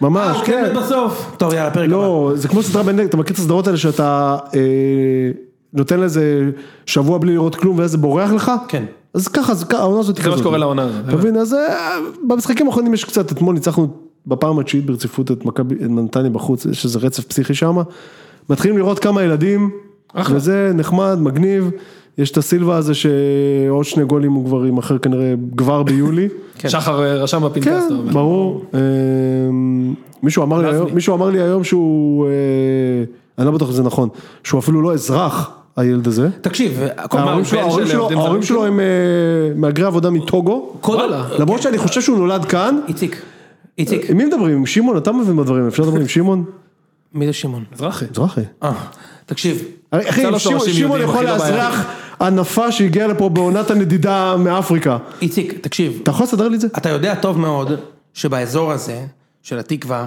Speaker 2: ממש,
Speaker 1: אה,
Speaker 2: כן,
Speaker 1: כן, בסוף. טוב, יאללה, פרק הבא.
Speaker 2: לא, זה כמו סדרה בנט, אתה מכיר את הסדרות האלה שאתה אה, נותן לזה שבוע בלי לראות כלום ואז זה בורח לך?
Speaker 1: כן.
Speaker 2: אז ככה, זה ככה, העונה הזאת היא
Speaker 3: זה
Speaker 2: כזאת.
Speaker 3: מה שקורה לעונה הזאת.
Speaker 2: אתה מבין, אז אה, במשחקים האחרונים יש קצת, אתמול ניצחנו בפעם התשיעית ברציפות את מכבי, את נתניה בחוץ, יש איזה רצף פסיכי שם. מתחילים לראות כמה ילדים,
Speaker 3: אחלה.
Speaker 2: וזה נחמד, מגניב. יש את הסילבה הזה שעוד שני גולים הוא כבר ימכר כנראה כבר ביולי.
Speaker 1: כן.
Speaker 3: שחר אה, רשם בפנקס,
Speaker 2: כן,
Speaker 3: אתה אומר.
Speaker 2: ברור. אמ, מישהו אמר לי היום- מישהו אמר לי היום שהוא, אה, אני לא בטוח שזה נכון, שהוא אפילו לא אזרח, הילד הזה.
Speaker 1: תקשיב, הכל
Speaker 2: ההורים שלו-
Speaker 3: בן של אוקיי.
Speaker 2: ההורים שלו-
Speaker 3: עובדים
Speaker 2: ההורים
Speaker 3: זרים?
Speaker 2: שלו הם אה, מהגרי עבודה מטוגו,
Speaker 1: קודם,
Speaker 3: וואלה.
Speaker 2: למרות שאני חושב שהוא נולד כאן.
Speaker 1: איציק, איציק,
Speaker 2: עם מי מדברים? עם שמעון? אתה מבין בדברים, אפשר לדבר עם שמעון?
Speaker 1: מי זה שמעון?
Speaker 3: מזרחי.
Speaker 2: מזרחי.
Speaker 1: אה, תקשיב,
Speaker 2: הרי,
Speaker 3: יצא
Speaker 2: אחי,
Speaker 3: לו
Speaker 2: שמעון-
Speaker 3: שורשים
Speaker 2: שמעון
Speaker 3: יהודיים,
Speaker 2: יכול
Speaker 3: אחי, לא בעיה.
Speaker 2: לאזרח ענפה שהגיעה לפה בעונת הנדידה מאפריקה.
Speaker 1: איציק, תקשיב,
Speaker 2: אתה יכול לסדר לי את זה?
Speaker 1: אתה יודע טוב מאוד שבאזור הזה של התקווה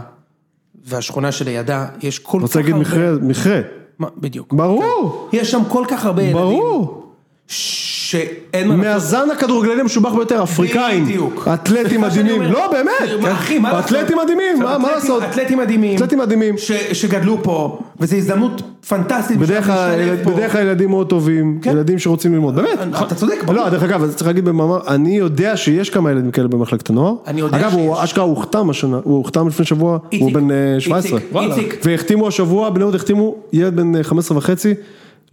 Speaker 1: והשכונה שלידה יש כל כך הרבה...
Speaker 2: רוצה להגיד מכרה, מכרה.
Speaker 1: מה, בדיוק.
Speaker 2: ברור,
Speaker 1: יש שם כל כך
Speaker 3: כן.
Speaker 1: הרבה ילדים.
Speaker 2: ברור.
Speaker 1: שאין מה... לעשות.
Speaker 2: מהזן הכדורגלני המשובח ביותר, אפריקאים,
Speaker 1: בדיוק.
Speaker 2: אתלטים
Speaker 1: סליחה שאני
Speaker 2: מדהימים,
Speaker 1: אומר.
Speaker 2: לא באמת,
Speaker 1: מה, אחי, מה לעשות?
Speaker 2: אתלטים מדהימים, מה- מה
Speaker 1: אתלטים-
Speaker 2: לעשות,
Speaker 1: אתלטים מדהימים.
Speaker 2: אתלטים מדהימים,
Speaker 1: ש- שגדלו פה, וזו הזדמנות פנטסטית.
Speaker 2: בדרך
Speaker 1: בשביל
Speaker 2: כלל-
Speaker 1: להשתלב פה. כן. אה,
Speaker 2: בדרך כלל ילדים מאוד טובים, ילדים שרוצים ללמוד, באמת,
Speaker 1: אתה צודק, ברור.
Speaker 2: לא, דרך אגב, אז צריך להגיד במאמר, אני יודע שיש כמה ילדים כאלה במחלקת הנוער.
Speaker 1: אני יודע
Speaker 2: אגב, הוא
Speaker 1: שיש.
Speaker 2: אשכרה הוכתם השנה, הוא הוכתם לפני שבוע, הוא
Speaker 1: איציק,
Speaker 2: בן אה,
Speaker 1: איציק,
Speaker 2: 17.
Speaker 1: וואלה. איציק.
Speaker 2: והחתימו השבוע, בני יהוד החתימו ילד בן אה, 15 וחצי,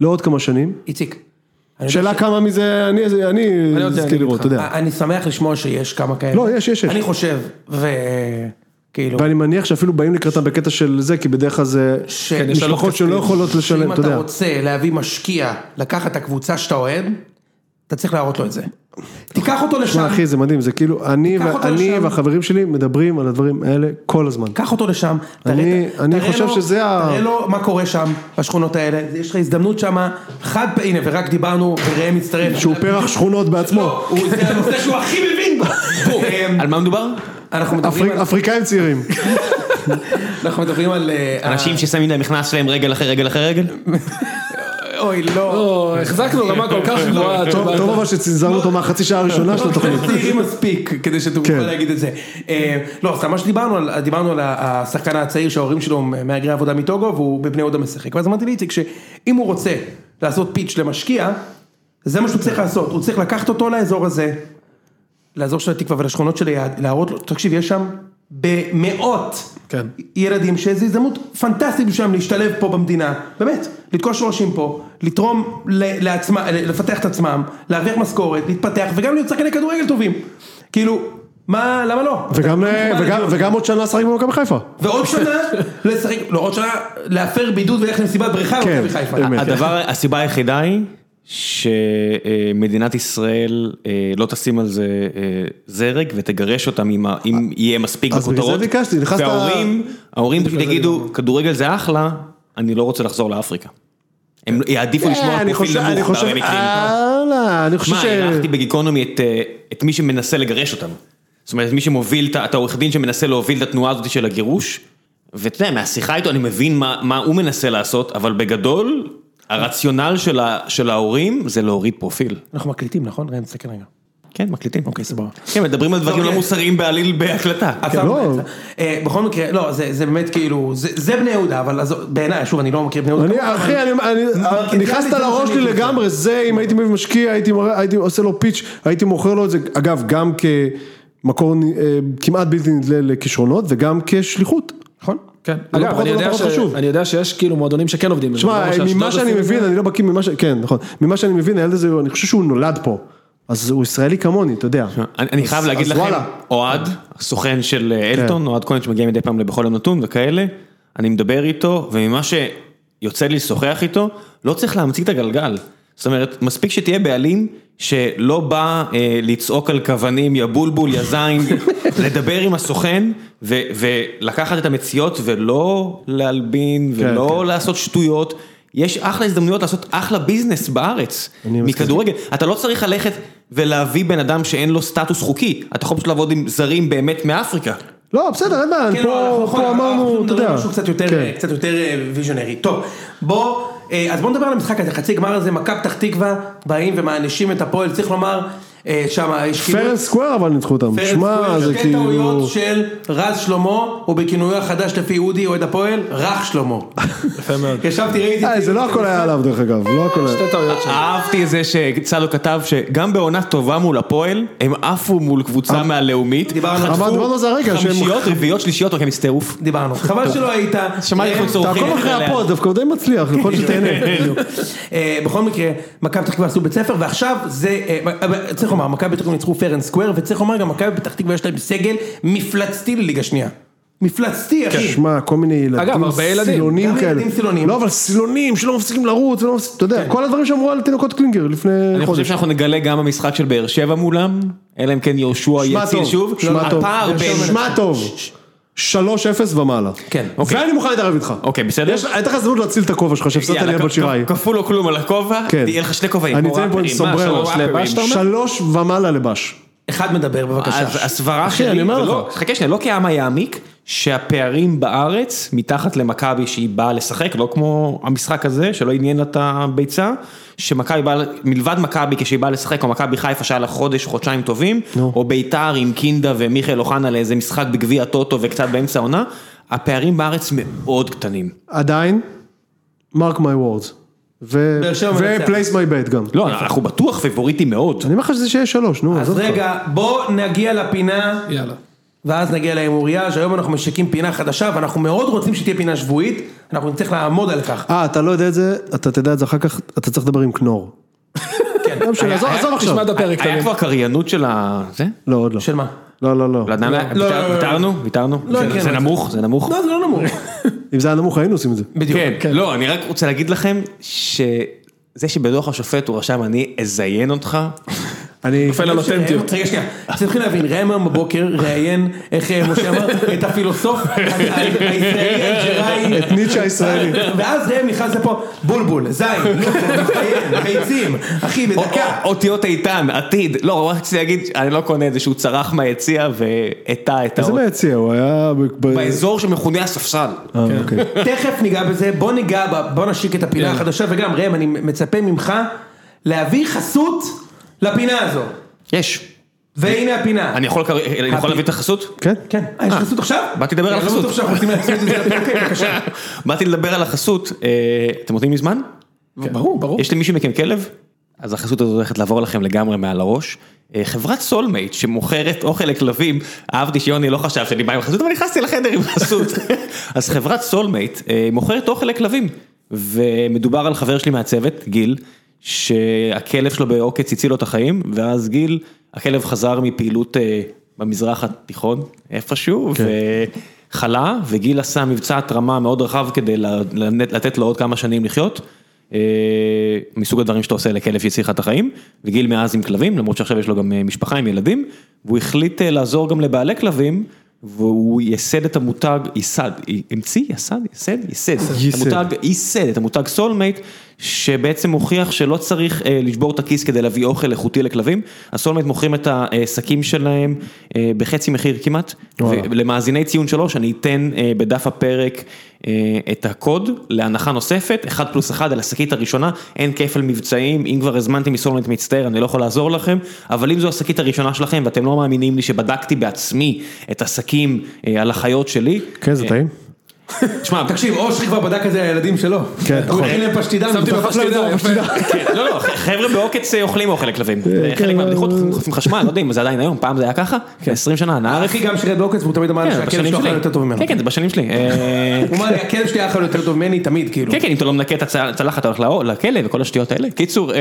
Speaker 2: לעוד כמה שנים.
Speaker 1: איציק. אני
Speaker 2: שאלה
Speaker 1: יודע
Speaker 2: כמה מזה, אני- זה- אני
Speaker 3: יודע,
Speaker 2: אזכיר
Speaker 3: אני
Speaker 2: לראות, אתה
Speaker 1: ש-
Speaker 2: יודע.
Speaker 1: אני שמח לשמוע שיש כמה כאלה.
Speaker 2: לא, יש, יש, יש.
Speaker 1: אני חושב, כאילו- וכאילו...
Speaker 2: ואני מניח שאפילו באים לקראתם בקטע של זה, כי בדרך כלל זה
Speaker 1: ש-
Speaker 2: משפחות שלא יכולות לשלם, אתה
Speaker 1: שאם אתה
Speaker 2: יודע.
Speaker 1: רוצה להביא משקיע, לקחת את הקבוצה שאתה אוהד, אתה צריך להראות לו את זה. תיקח אותו לשם,
Speaker 2: שמע אחי זה מדהים, זה כאילו, אני
Speaker 1: תיקח אותו
Speaker 2: אני
Speaker 1: לשם.
Speaker 2: והחברים שלי מדברים על הדברים האלה כל הזמן.
Speaker 1: קח אותו לשם, תראה-
Speaker 2: אני-
Speaker 1: תראה
Speaker 2: אני
Speaker 1: לו-
Speaker 2: חושב שזה ה-
Speaker 1: תראה לו מה קורה שם, בשכונות האלה, יש לך הזדמנות שם, חד פעמי, הנה ורק דיברנו, וראם מצטרף.
Speaker 2: שהוא פרח שכונות בעצמו.
Speaker 1: לא, הוא- זה הנושא שהוא הכי מבין בו. אמ,
Speaker 4: על מה מדובר?
Speaker 2: אה.
Speaker 1: אנחנו מדברים
Speaker 2: אפריק-
Speaker 1: על-
Speaker 2: אפריקאים צעירים.
Speaker 1: אנחנו מדברים על... אה,
Speaker 4: אנשים ששמים להם מכנס שלהם רגל אחרי רגל אחרי רגל?
Speaker 1: אוי לא.
Speaker 3: או, החזקנו רמה כל כך גבוהה.
Speaker 2: טוב
Speaker 3: התשובה-
Speaker 2: טוב אבל שצנזרנו אותו מהחצי שעה הראשונה של התוכנית.
Speaker 1: צעירים מספיק כדי שתוכל
Speaker 2: כן.
Speaker 1: להגיד את זה. אה, לא, סתם מה שדיברנו, על- דיברנו על ה- השחקן הצעיר שההורים שלו הם מהגרי עבודה מטוגו והוא בבני יהודה משחק. ואז אמרתי לאיציק שאם הוא רוצה לעשות פיץ' למשקיע, זה מה שהוא צריך לעשות, הוא צריך לקחת אותו לאזור הזה, לאזור של התקווה ולשכונות שליד, להראות לו, תקשיב, יש שם במאות
Speaker 3: כן.
Speaker 1: ילדים שזו הזדמנות פנטסטית בשבילם להשתלב פה במדינה, באמת, לתקוע שורשים פה, לתרום ל- לעצמה, לפתח את עצמם, להרוויח משכורת, להתפתח וגם להיות שחקני כדורגל טובים, כאילו, מה, למה לא?
Speaker 2: וגם, אה, וגם- וגם עוד שנה לשחק במכבי חיפה.
Speaker 1: ועוד שנה, לשחק, לא, עוד שנה, להפר בידוד וללכת למסיבת בריכה
Speaker 2: כן,
Speaker 1: במכבי חיפה.
Speaker 2: אמת.
Speaker 4: הדבר, הסיבה היחידה היא שמדינת ישראל אה, לא תשים על זה אה, זרק ותגרש אותם אם ה- אם יהיה מספיק
Speaker 2: אז בגלל
Speaker 4: בכותרות.
Speaker 2: זה ביקשתי, נכנסת-
Speaker 4: וההורים, ההורים פשוט יגידו, כדורגל זה אחלה, אני לא רוצה לחזור לאפריקה. הם יעדיפו לשמור על
Speaker 2: אה, אני חושב,
Speaker 4: פרופיל
Speaker 2: אני
Speaker 4: נמוך
Speaker 2: חושב,
Speaker 4: בהרבה מקרים.
Speaker 2: אה, אני חושב
Speaker 4: מה,
Speaker 2: ש...
Speaker 4: אירחתי בגיקונומי את, אה, את מי שמנסה לגרש אותם. זאת אומרת, מי שמוביל, את ה- את העורך דין שמנסה להוביל את התנועה הזאת של הגירוש. ואתה יודע, מהשיחה איתו אני מבין מה, מה הוא מנסה לעשות, אבל בגדול, הרציונל של, ה, של ההורים זה להוריד פרופיל.
Speaker 1: אנחנו מקליטים, נכון? ראם, תסתכל רגע.
Speaker 4: כן, מקליטים.
Speaker 1: אוקיי, סבבה.
Speaker 4: כן, מדברים על דברים
Speaker 1: אוקיי.
Speaker 4: לא מוסריים בעליל בהקלטה.
Speaker 1: עצרנו
Speaker 2: לא.
Speaker 1: באמצע. אה, בכל מקרה, לא, זה זה באמת כאילו, זה- זה בני יהודה, אבל אז- בעיניי, שוב, אני לא מכיר בני יהודה.
Speaker 2: אני,
Speaker 1: כמוך,
Speaker 2: אחי,
Speaker 1: אבל-
Speaker 2: אני, אני, אה,
Speaker 1: מרקטיאלית
Speaker 2: נכנסת
Speaker 1: זה מה
Speaker 2: לראש
Speaker 1: שאני
Speaker 2: שלי
Speaker 1: הייתי
Speaker 2: לגמרי, זה אם הייתי מביא משקיע, הייתי, מראה- הייתי עושה לו פיץ', הייתי מוכר לו את זה, אגב, גם כ... מקור אה, כמעט בלתי נדלה לכישרונות וגם כשליחות.
Speaker 3: נכון, כן.
Speaker 2: לא
Speaker 3: אגב,
Speaker 2: פחות
Speaker 3: אני
Speaker 2: ולא
Speaker 3: יודע
Speaker 2: פחות
Speaker 3: ש-
Speaker 2: חשוב.
Speaker 3: אני יודע שיש כאילו מועדונים שכן עובדים. על זה,
Speaker 2: תשמע,
Speaker 3: כמו שאשדוד
Speaker 2: ממה שאני
Speaker 3: עושים את
Speaker 2: מבין,
Speaker 3: זה.
Speaker 2: אני לא בקיא ממה ש... כן, נכון. ממה שאני מבין, הילד הזה, אני חושב שהוא נולד פה. אז הוא ישראלי כמוני, אתה יודע.
Speaker 4: כן. אני אני חייב
Speaker 2: אז-
Speaker 4: להגיד
Speaker 2: אז
Speaker 4: לכם,
Speaker 2: וואלה. כן.
Speaker 4: אוהד, הסוכן של אה, אלטון, אוהד כהן שמגיע מדי פעם לבכל יום נתון וכאלה, אני מדבר איתו, וממה שיוצא לי לשוחח איתו, לא צריך להמציא את הגלגל. זאת אומרת, מספיק שתהיה בעלים שלא בא אה, לצעוק על כוונים, יא בולבול, יא זין, לדבר עם הסוכן ו- ולקחת את המציאות ולא להלבין
Speaker 2: כן,
Speaker 4: ולא לעשות שטויות. יש אחלה הזדמנויות לעשות אחלה ביזנס בארץ,
Speaker 2: אני מסכים.
Speaker 4: מכדורגל. אתה לא צריך ללכת ולהביא בן אדם שאין לו סטטוס חוקי, אתה יכול פשוט לעבוד עם זרים באמת מאפריקה.
Speaker 2: לא, בסדר, אין בעיה,
Speaker 1: כן, לא,
Speaker 2: פה-
Speaker 1: נכון,
Speaker 2: פה
Speaker 1: אנחנו
Speaker 2: אמרנו, אתה
Speaker 1: מדברים על
Speaker 2: יודע.
Speaker 1: משהו קצת יותר,
Speaker 2: כן.
Speaker 1: אה, קצת יותר אה, ויז'ונרי. טוב, בוא, אה, אז בוא נדבר על המשחק הזה, חצי גמר הזה, מכבי פתח תקווה, באים ומענישים את הפועל, צריך לומר, אה, שם יש
Speaker 2: פייר אנד סקוואר אבל ניצחו אותם.
Speaker 1: פרץ
Speaker 2: שמע,
Speaker 1: כהן,
Speaker 2: זה
Speaker 1: שתי
Speaker 2: כאילו...
Speaker 1: כן, טעויות של רז שלמה, או בכינויו החדש לפי אודי, אוהד הפועל, רך שלמה.
Speaker 3: יפה מאוד.
Speaker 1: ישבתי, ראיתי...
Speaker 2: אה, זה לא הכל היה עליו דרך אגב, לא הכל היה.
Speaker 3: שתי טעויות שלו.
Speaker 4: אהבתי את זה שצלו כתב שגם בעונה טובה מול הפועל, הם עפו מול קבוצה מהלאומית,
Speaker 1: דיברנו-
Speaker 2: אבל דיברנו על זה הרגע, שהם-
Speaker 4: חמישיות, רביעיות, שלישיות, רק הם הסתערו.
Speaker 1: דיברנו. חבל שלא היית.
Speaker 4: שמעתי איך
Speaker 1: אה,
Speaker 4: הוא צורח.
Speaker 2: תעקוב אחרי הפוד, דווקא הוא די מצליח, יכול להיות שתהנה.
Speaker 1: בדיוק. אה, בכל מקרה, מכבי פתח תקווה עשו בית ספר, ועכשיו זה, אה, אבל צריך לומר, מכבי פתח תקווה ניצחו פייר אנד סקוואר, וצריך לומר גם מכבי פתח תקווה יש להם סגל מפלצתי לליגה שנייה. מפלצתי,
Speaker 4: כן.
Speaker 1: אחי.
Speaker 2: שמע, כל מיני
Speaker 3: אגב,
Speaker 2: ילדים
Speaker 3: הרבה ילדים.
Speaker 2: סילונים
Speaker 1: גם
Speaker 2: כאלה.
Speaker 1: ילדים סילונים.
Speaker 2: לא, אבל סילונים שלא מפסיקים כן. לרוץ, ולא מפסיק- אתה יודע, כל הדברים שאמרו על תינוקות קלינגר לפני
Speaker 4: אני חושב
Speaker 2: חודש.
Speaker 4: שאנחנו נגלה גם במשחק של באר שבע מולם, אלא אם כן יהושע
Speaker 2: שמע
Speaker 4: יציל
Speaker 2: טוב,
Speaker 4: שוב, לא,
Speaker 2: שמע טוב,
Speaker 4: הפער בין...
Speaker 2: שמע טוב, 3-0 ומעלה.
Speaker 1: כן,
Speaker 4: אוקיי.
Speaker 2: ואני מוכן להתערב איתך.
Speaker 4: אוקיי, בסדר?
Speaker 2: יש- הייתה לך הזדמנות להציל את הכובע שלך שהפסדת
Speaker 4: יאללה,
Speaker 2: לי על שיראי.
Speaker 4: כ- כפול או כלום על הכובע,
Speaker 2: כן.
Speaker 4: יהיה לך שני כובעים.
Speaker 2: אני
Speaker 4: כמו
Speaker 2: אציין פה עם
Speaker 4: ראפרים, מה,
Speaker 2: סומבררו.
Speaker 4: שלוש ראפרים.
Speaker 3: לבש, אתה אומר?
Speaker 2: שלוש ומעלה לבש.
Speaker 1: אחד מדבר, בבקשה.
Speaker 4: אז הסברה
Speaker 2: אחי,
Speaker 4: שלי,
Speaker 2: אני אומר
Speaker 4: ולא- חכה שנייה, לא כי העם יעמיק, שהפערים בארץ, מתחת למכבי שהיא באה לשחק, לא כמו המשחק הזה, שלא עניין לה את הביצה, שמכבי באה, מלבד מכבי כשהיא באה לשחק, או מכבי חיפה שהיה לה חודש, חודשיים טובים, או ביתר עם קינדה ומיכאל אוחנה לאיזה משחק בגביע הטוטו וקצת באמצע העונה, הפערים בארץ מאוד קטנים.
Speaker 2: עדיין, mark my words. ו-
Speaker 1: באר שבע
Speaker 2: ו-
Speaker 1: מנצח.
Speaker 2: place my bet גם.
Speaker 4: לא, אנחנו בטוח פבוריטים מאוד.
Speaker 2: אני אומר לך שזה שיהיה שלוש, נו.
Speaker 1: אז
Speaker 2: עזוב אותך.
Speaker 1: רגע, בוא נגיע לפינה,
Speaker 3: יאללה.
Speaker 1: ואז נגיע להימוריה, שהיום אנחנו משקים פינה חדשה, ואנחנו מאוד רוצים שתהיה פינה שבועית, אנחנו נצטרך לעמוד על כך.
Speaker 2: אה, אתה לא יודע את זה, אתה תדע את זה אחר כך, אתה צריך לדבר עם כנור.
Speaker 1: כן.
Speaker 2: לא משנה, עזוב עזוב
Speaker 3: תשמע
Speaker 2: עכשיו.
Speaker 3: את הפרק.
Speaker 4: היה
Speaker 3: תבין.
Speaker 4: כבר קריינות של ה... זה?
Speaker 2: לא, עוד לא.
Speaker 1: של מה?
Speaker 2: לא, לא, לא.
Speaker 4: לא, עדיין לא היה?
Speaker 1: לא, לא, לא, לא.
Speaker 4: ויתרנו? ויתרנו?
Speaker 1: לא,
Speaker 4: זה-
Speaker 1: כן,
Speaker 4: זה
Speaker 1: לא.
Speaker 4: נמוך? זה נמוך?
Speaker 1: לא, זה לא נמור.
Speaker 2: אם זה היה נמוך היינו עושים את זה.
Speaker 1: בדיוק.
Speaker 4: כן, כן. לא, אני רק רוצה להגיד לכם שזה שבדוח השופט הוא רשם אני אזיין אותך,
Speaker 2: אני...
Speaker 4: לא
Speaker 3: נופל על אותנטיות.
Speaker 1: רגע שנייה, צריכים להבין, ראם היום בבוקר ראיין, איך אה, משה אמר, את הפילוסוף ה- ה- הישראלי, האלג'יראי.
Speaker 2: את ניטשה הישראלי.
Speaker 1: ואז ראם נכנס לפה, בולבול, זין, נוטו, מסתיים, ביצים, אחי, בדקה.
Speaker 4: או- אותיות איתן, עתיד, לא, רק רציתי להגיד, אני לא קונה את זה שהוא צרח מהיציע והטה את
Speaker 2: איזה
Speaker 4: האות,
Speaker 2: מהיציע, הוא היה... ב- ב-
Speaker 4: באזור שמכונה הספסל.
Speaker 2: אה,
Speaker 1: כן.
Speaker 2: אוקיי.
Speaker 1: תכף ניגע בזה, בוא ניגע, ב- בוא נשיק את
Speaker 4: כן.
Speaker 1: הפינה החדשה, וגם ראם, אני מצפה ממך להביא חסות לפינה הזו.
Speaker 4: יש.
Speaker 1: והנה הפינה.
Speaker 4: אני יכול לקרוא- אני יכול להביא את החסות?
Speaker 2: כן?
Speaker 1: כן, אה, יש חסות עכשיו?
Speaker 4: באתי לדבר על
Speaker 1: אני
Speaker 4: החסות.
Speaker 1: לא בטוח שאנחנו רוצים להצמיד את זה לפינה, אוקיי, בבקשה.
Speaker 4: באתי לדבר על החסות, אה, אתם נותנים לי זמן?
Speaker 3: ברור, ברור.
Speaker 4: יש למישהו מכם כלב? אז החסות הזאת הולכת לעבור לכם לגמרי מעל הראש. אה, חברת סולמייט שמוכרת אוכל לכלבים, אהבתי שיוני לא חשב שאני בא עם חסות, אבל נכנסתי לחדר עם חסות. אז חברת סולמייט אה, מוכרת אוכל לכלבים, ומדובר על חבר שלי מהצוות, גיל, שהכלב שלו בעוקץ הציל לו את החיים, ואז גיל, הכלב חזר מפעילות אה, במזרח התיכון, איפשהו, וחלה, וגיל עשה מבצע התרמה מאוד רחב כדי ל- לנ- לתת לו עוד כמה שנים לחיות. אה, מסוג הדברים שאתה עושה לכלב שהציל לך את החיים, וגיל מאז עם כלבים, למרות שעכשיו יש לו גם אה, משפחה עם ילדים, והוא החליט אה, לעזור גם לבעלי כלבים, והוא ייסד את המותג, ייסד, י- המציא, ייסד, ייסד, ייסד, את
Speaker 2: ייסד.
Speaker 4: המותג, ייסד, את המותג סולמייט, שבעצם מוכיח שלא צריך אה, לשבור את הכיס כדי להביא אוכל איכותי לכלבים, הסולמייט מוכרים את השקים שלהם אה, בחצי מחיר כמעט,
Speaker 2: וואלה.
Speaker 4: למאזיני ציון 3 אני אתן אה, בדף הפרק אה, את הקוד להנחה נוספת, 1 פלוס 1 על השקית הראשונה, אין כפל מבצעים, אם כבר הזמנתי מסולמנט מצטער אני לא יכול לעזור לכם, אבל אם זו השקית הראשונה שלכם ואתם לא מאמינים לי שבדקתי בעצמי את השקים אה, על החיות שלי,
Speaker 2: כן, זה טעים.
Speaker 4: שמע,
Speaker 1: תקשיב, אושרי כבר בדק את זה לילדים שלו.
Speaker 2: כן,
Speaker 1: הוא
Speaker 2: נכון.
Speaker 1: הכין להם פשטידן.
Speaker 3: שמתי לו
Speaker 1: הוא דחף להם
Speaker 3: פשטידה,
Speaker 1: את
Speaker 3: יפה.
Speaker 1: הפשטידן.
Speaker 4: כן, לא, לא, חבר'ה בעוקץ אה, אוכלים אוכל לכלבים. אה,
Speaker 2: כן,
Speaker 4: חלק מהבדיחות
Speaker 2: לא-
Speaker 4: חוטפים- חוטפים חשמל, לא יודע אם זה עדיין היום, פעם זה היה ככה? 20 שנה, נער
Speaker 1: אחי גם שירת בעוקץ והוא תמיד אמר לי
Speaker 4: כן,
Speaker 1: שהכלב
Speaker 4: בשנים
Speaker 1: שלו אכל יותר טוב
Speaker 4: שלי.
Speaker 1: ממנו.
Speaker 4: כן, כן, זה בשנים שלי. אה,
Speaker 1: הוא אמר לי, הכלב שלי אכל יותר טוב ממני תמיד, כאילו.
Speaker 4: כן, כן, אם אתה לא מנקה את הצל- הצלחת, אתה הולך לאו- לכלא וכל השטויות האלה. קיצור, אה,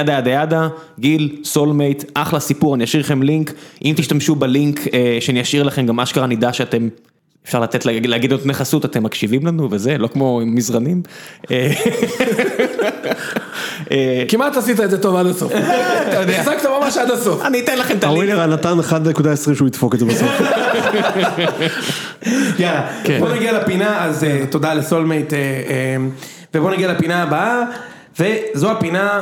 Speaker 4: ידה ידה ידה, גיל, סולמייט, אחלה סיפור, אני אשאיר לכם לינק. אם תשתמשו בלינק אה, שאני אשאיר לכם, גם אשכרה נדע שאתם... אפשר לתת, להגיד להגיד נותני חסות, אתם מקשיבים לנו וזה, לא כמו מזרנים. אה, אה,
Speaker 3: כמעט עשית את זה טוב עד הסוף. אתה
Speaker 4: יודע.
Speaker 3: החזקת ממש עד הסוף.
Speaker 4: אני אתן לכם את הלינק.
Speaker 2: הווינר נתן 1.20 שהוא ידפוק את זה בסוף.
Speaker 1: יאללה, בוא נגיע לפינה, אז אה, תודה לסולמייט, אה, אה, ובוא נגיע לפינה הבאה, וזו הפינה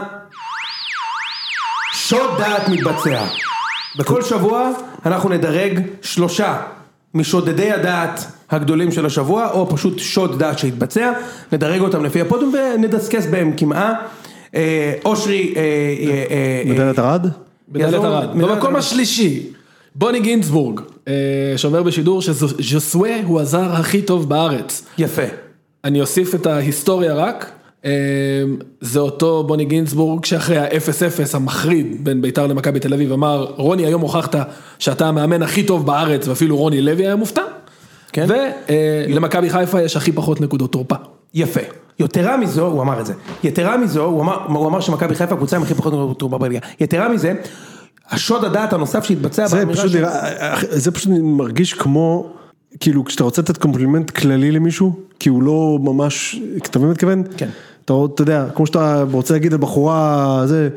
Speaker 1: שוד דעת מתבצע. בכל שבוע אנחנו נדרג שלושה משודדי הדעת הגדולים של השבוע, או פשוט שוד דעת שהתבצע, נדרג אותם לפי הפודיום ונדסקס בהם קמעה. אה, אושרי, אה, אה, אה, אה,
Speaker 2: מדליית ארד?
Speaker 3: בדלת
Speaker 1: יעזור-
Speaker 3: ארד.
Speaker 1: מדלית
Speaker 3: במקום
Speaker 1: ארד.
Speaker 3: השלישי, בוני גינצבורג, אה, שאומר בשידור שז'סווה הוא הזר הכי טוב בארץ.
Speaker 1: יפה.
Speaker 3: אני אוסיף את ההיסטוריה רק. אה, זה אותו בוני גינצבורג שאחרי ה-0-0 המחריד בין ביתר למכבי תל אביב אמר, רוני היום הוכחת שאתה המאמן הכי טוב בארץ ואפילו רוני לוי היה מופתע.
Speaker 1: כן.
Speaker 3: ולמכבי חיפה יש הכי פחות נקודות תורפה.
Speaker 1: יפה. יתרה מזו, הוא אמר את זה, יתרה מזו, הוא אמר, הוא אמר שמכבי חיפה הקבוצה עם הכי פחות נקודות תרומה בליגה. יתרה מזה, השוד הדעת הנוסף שהתבצע
Speaker 2: זה
Speaker 1: באמירה
Speaker 2: פשוט
Speaker 1: של-
Speaker 2: נראה, אח- זה פשוט מרגיש כמו, כאילו כשאתה רוצה לתת קומפלימנט כללי למישהו, כי הוא לא ממש, אתה מבין מה מתכוון?
Speaker 1: כן.
Speaker 2: אתה אתה יודע, כמו שאתה רוצה להגיד לבחורה, זה,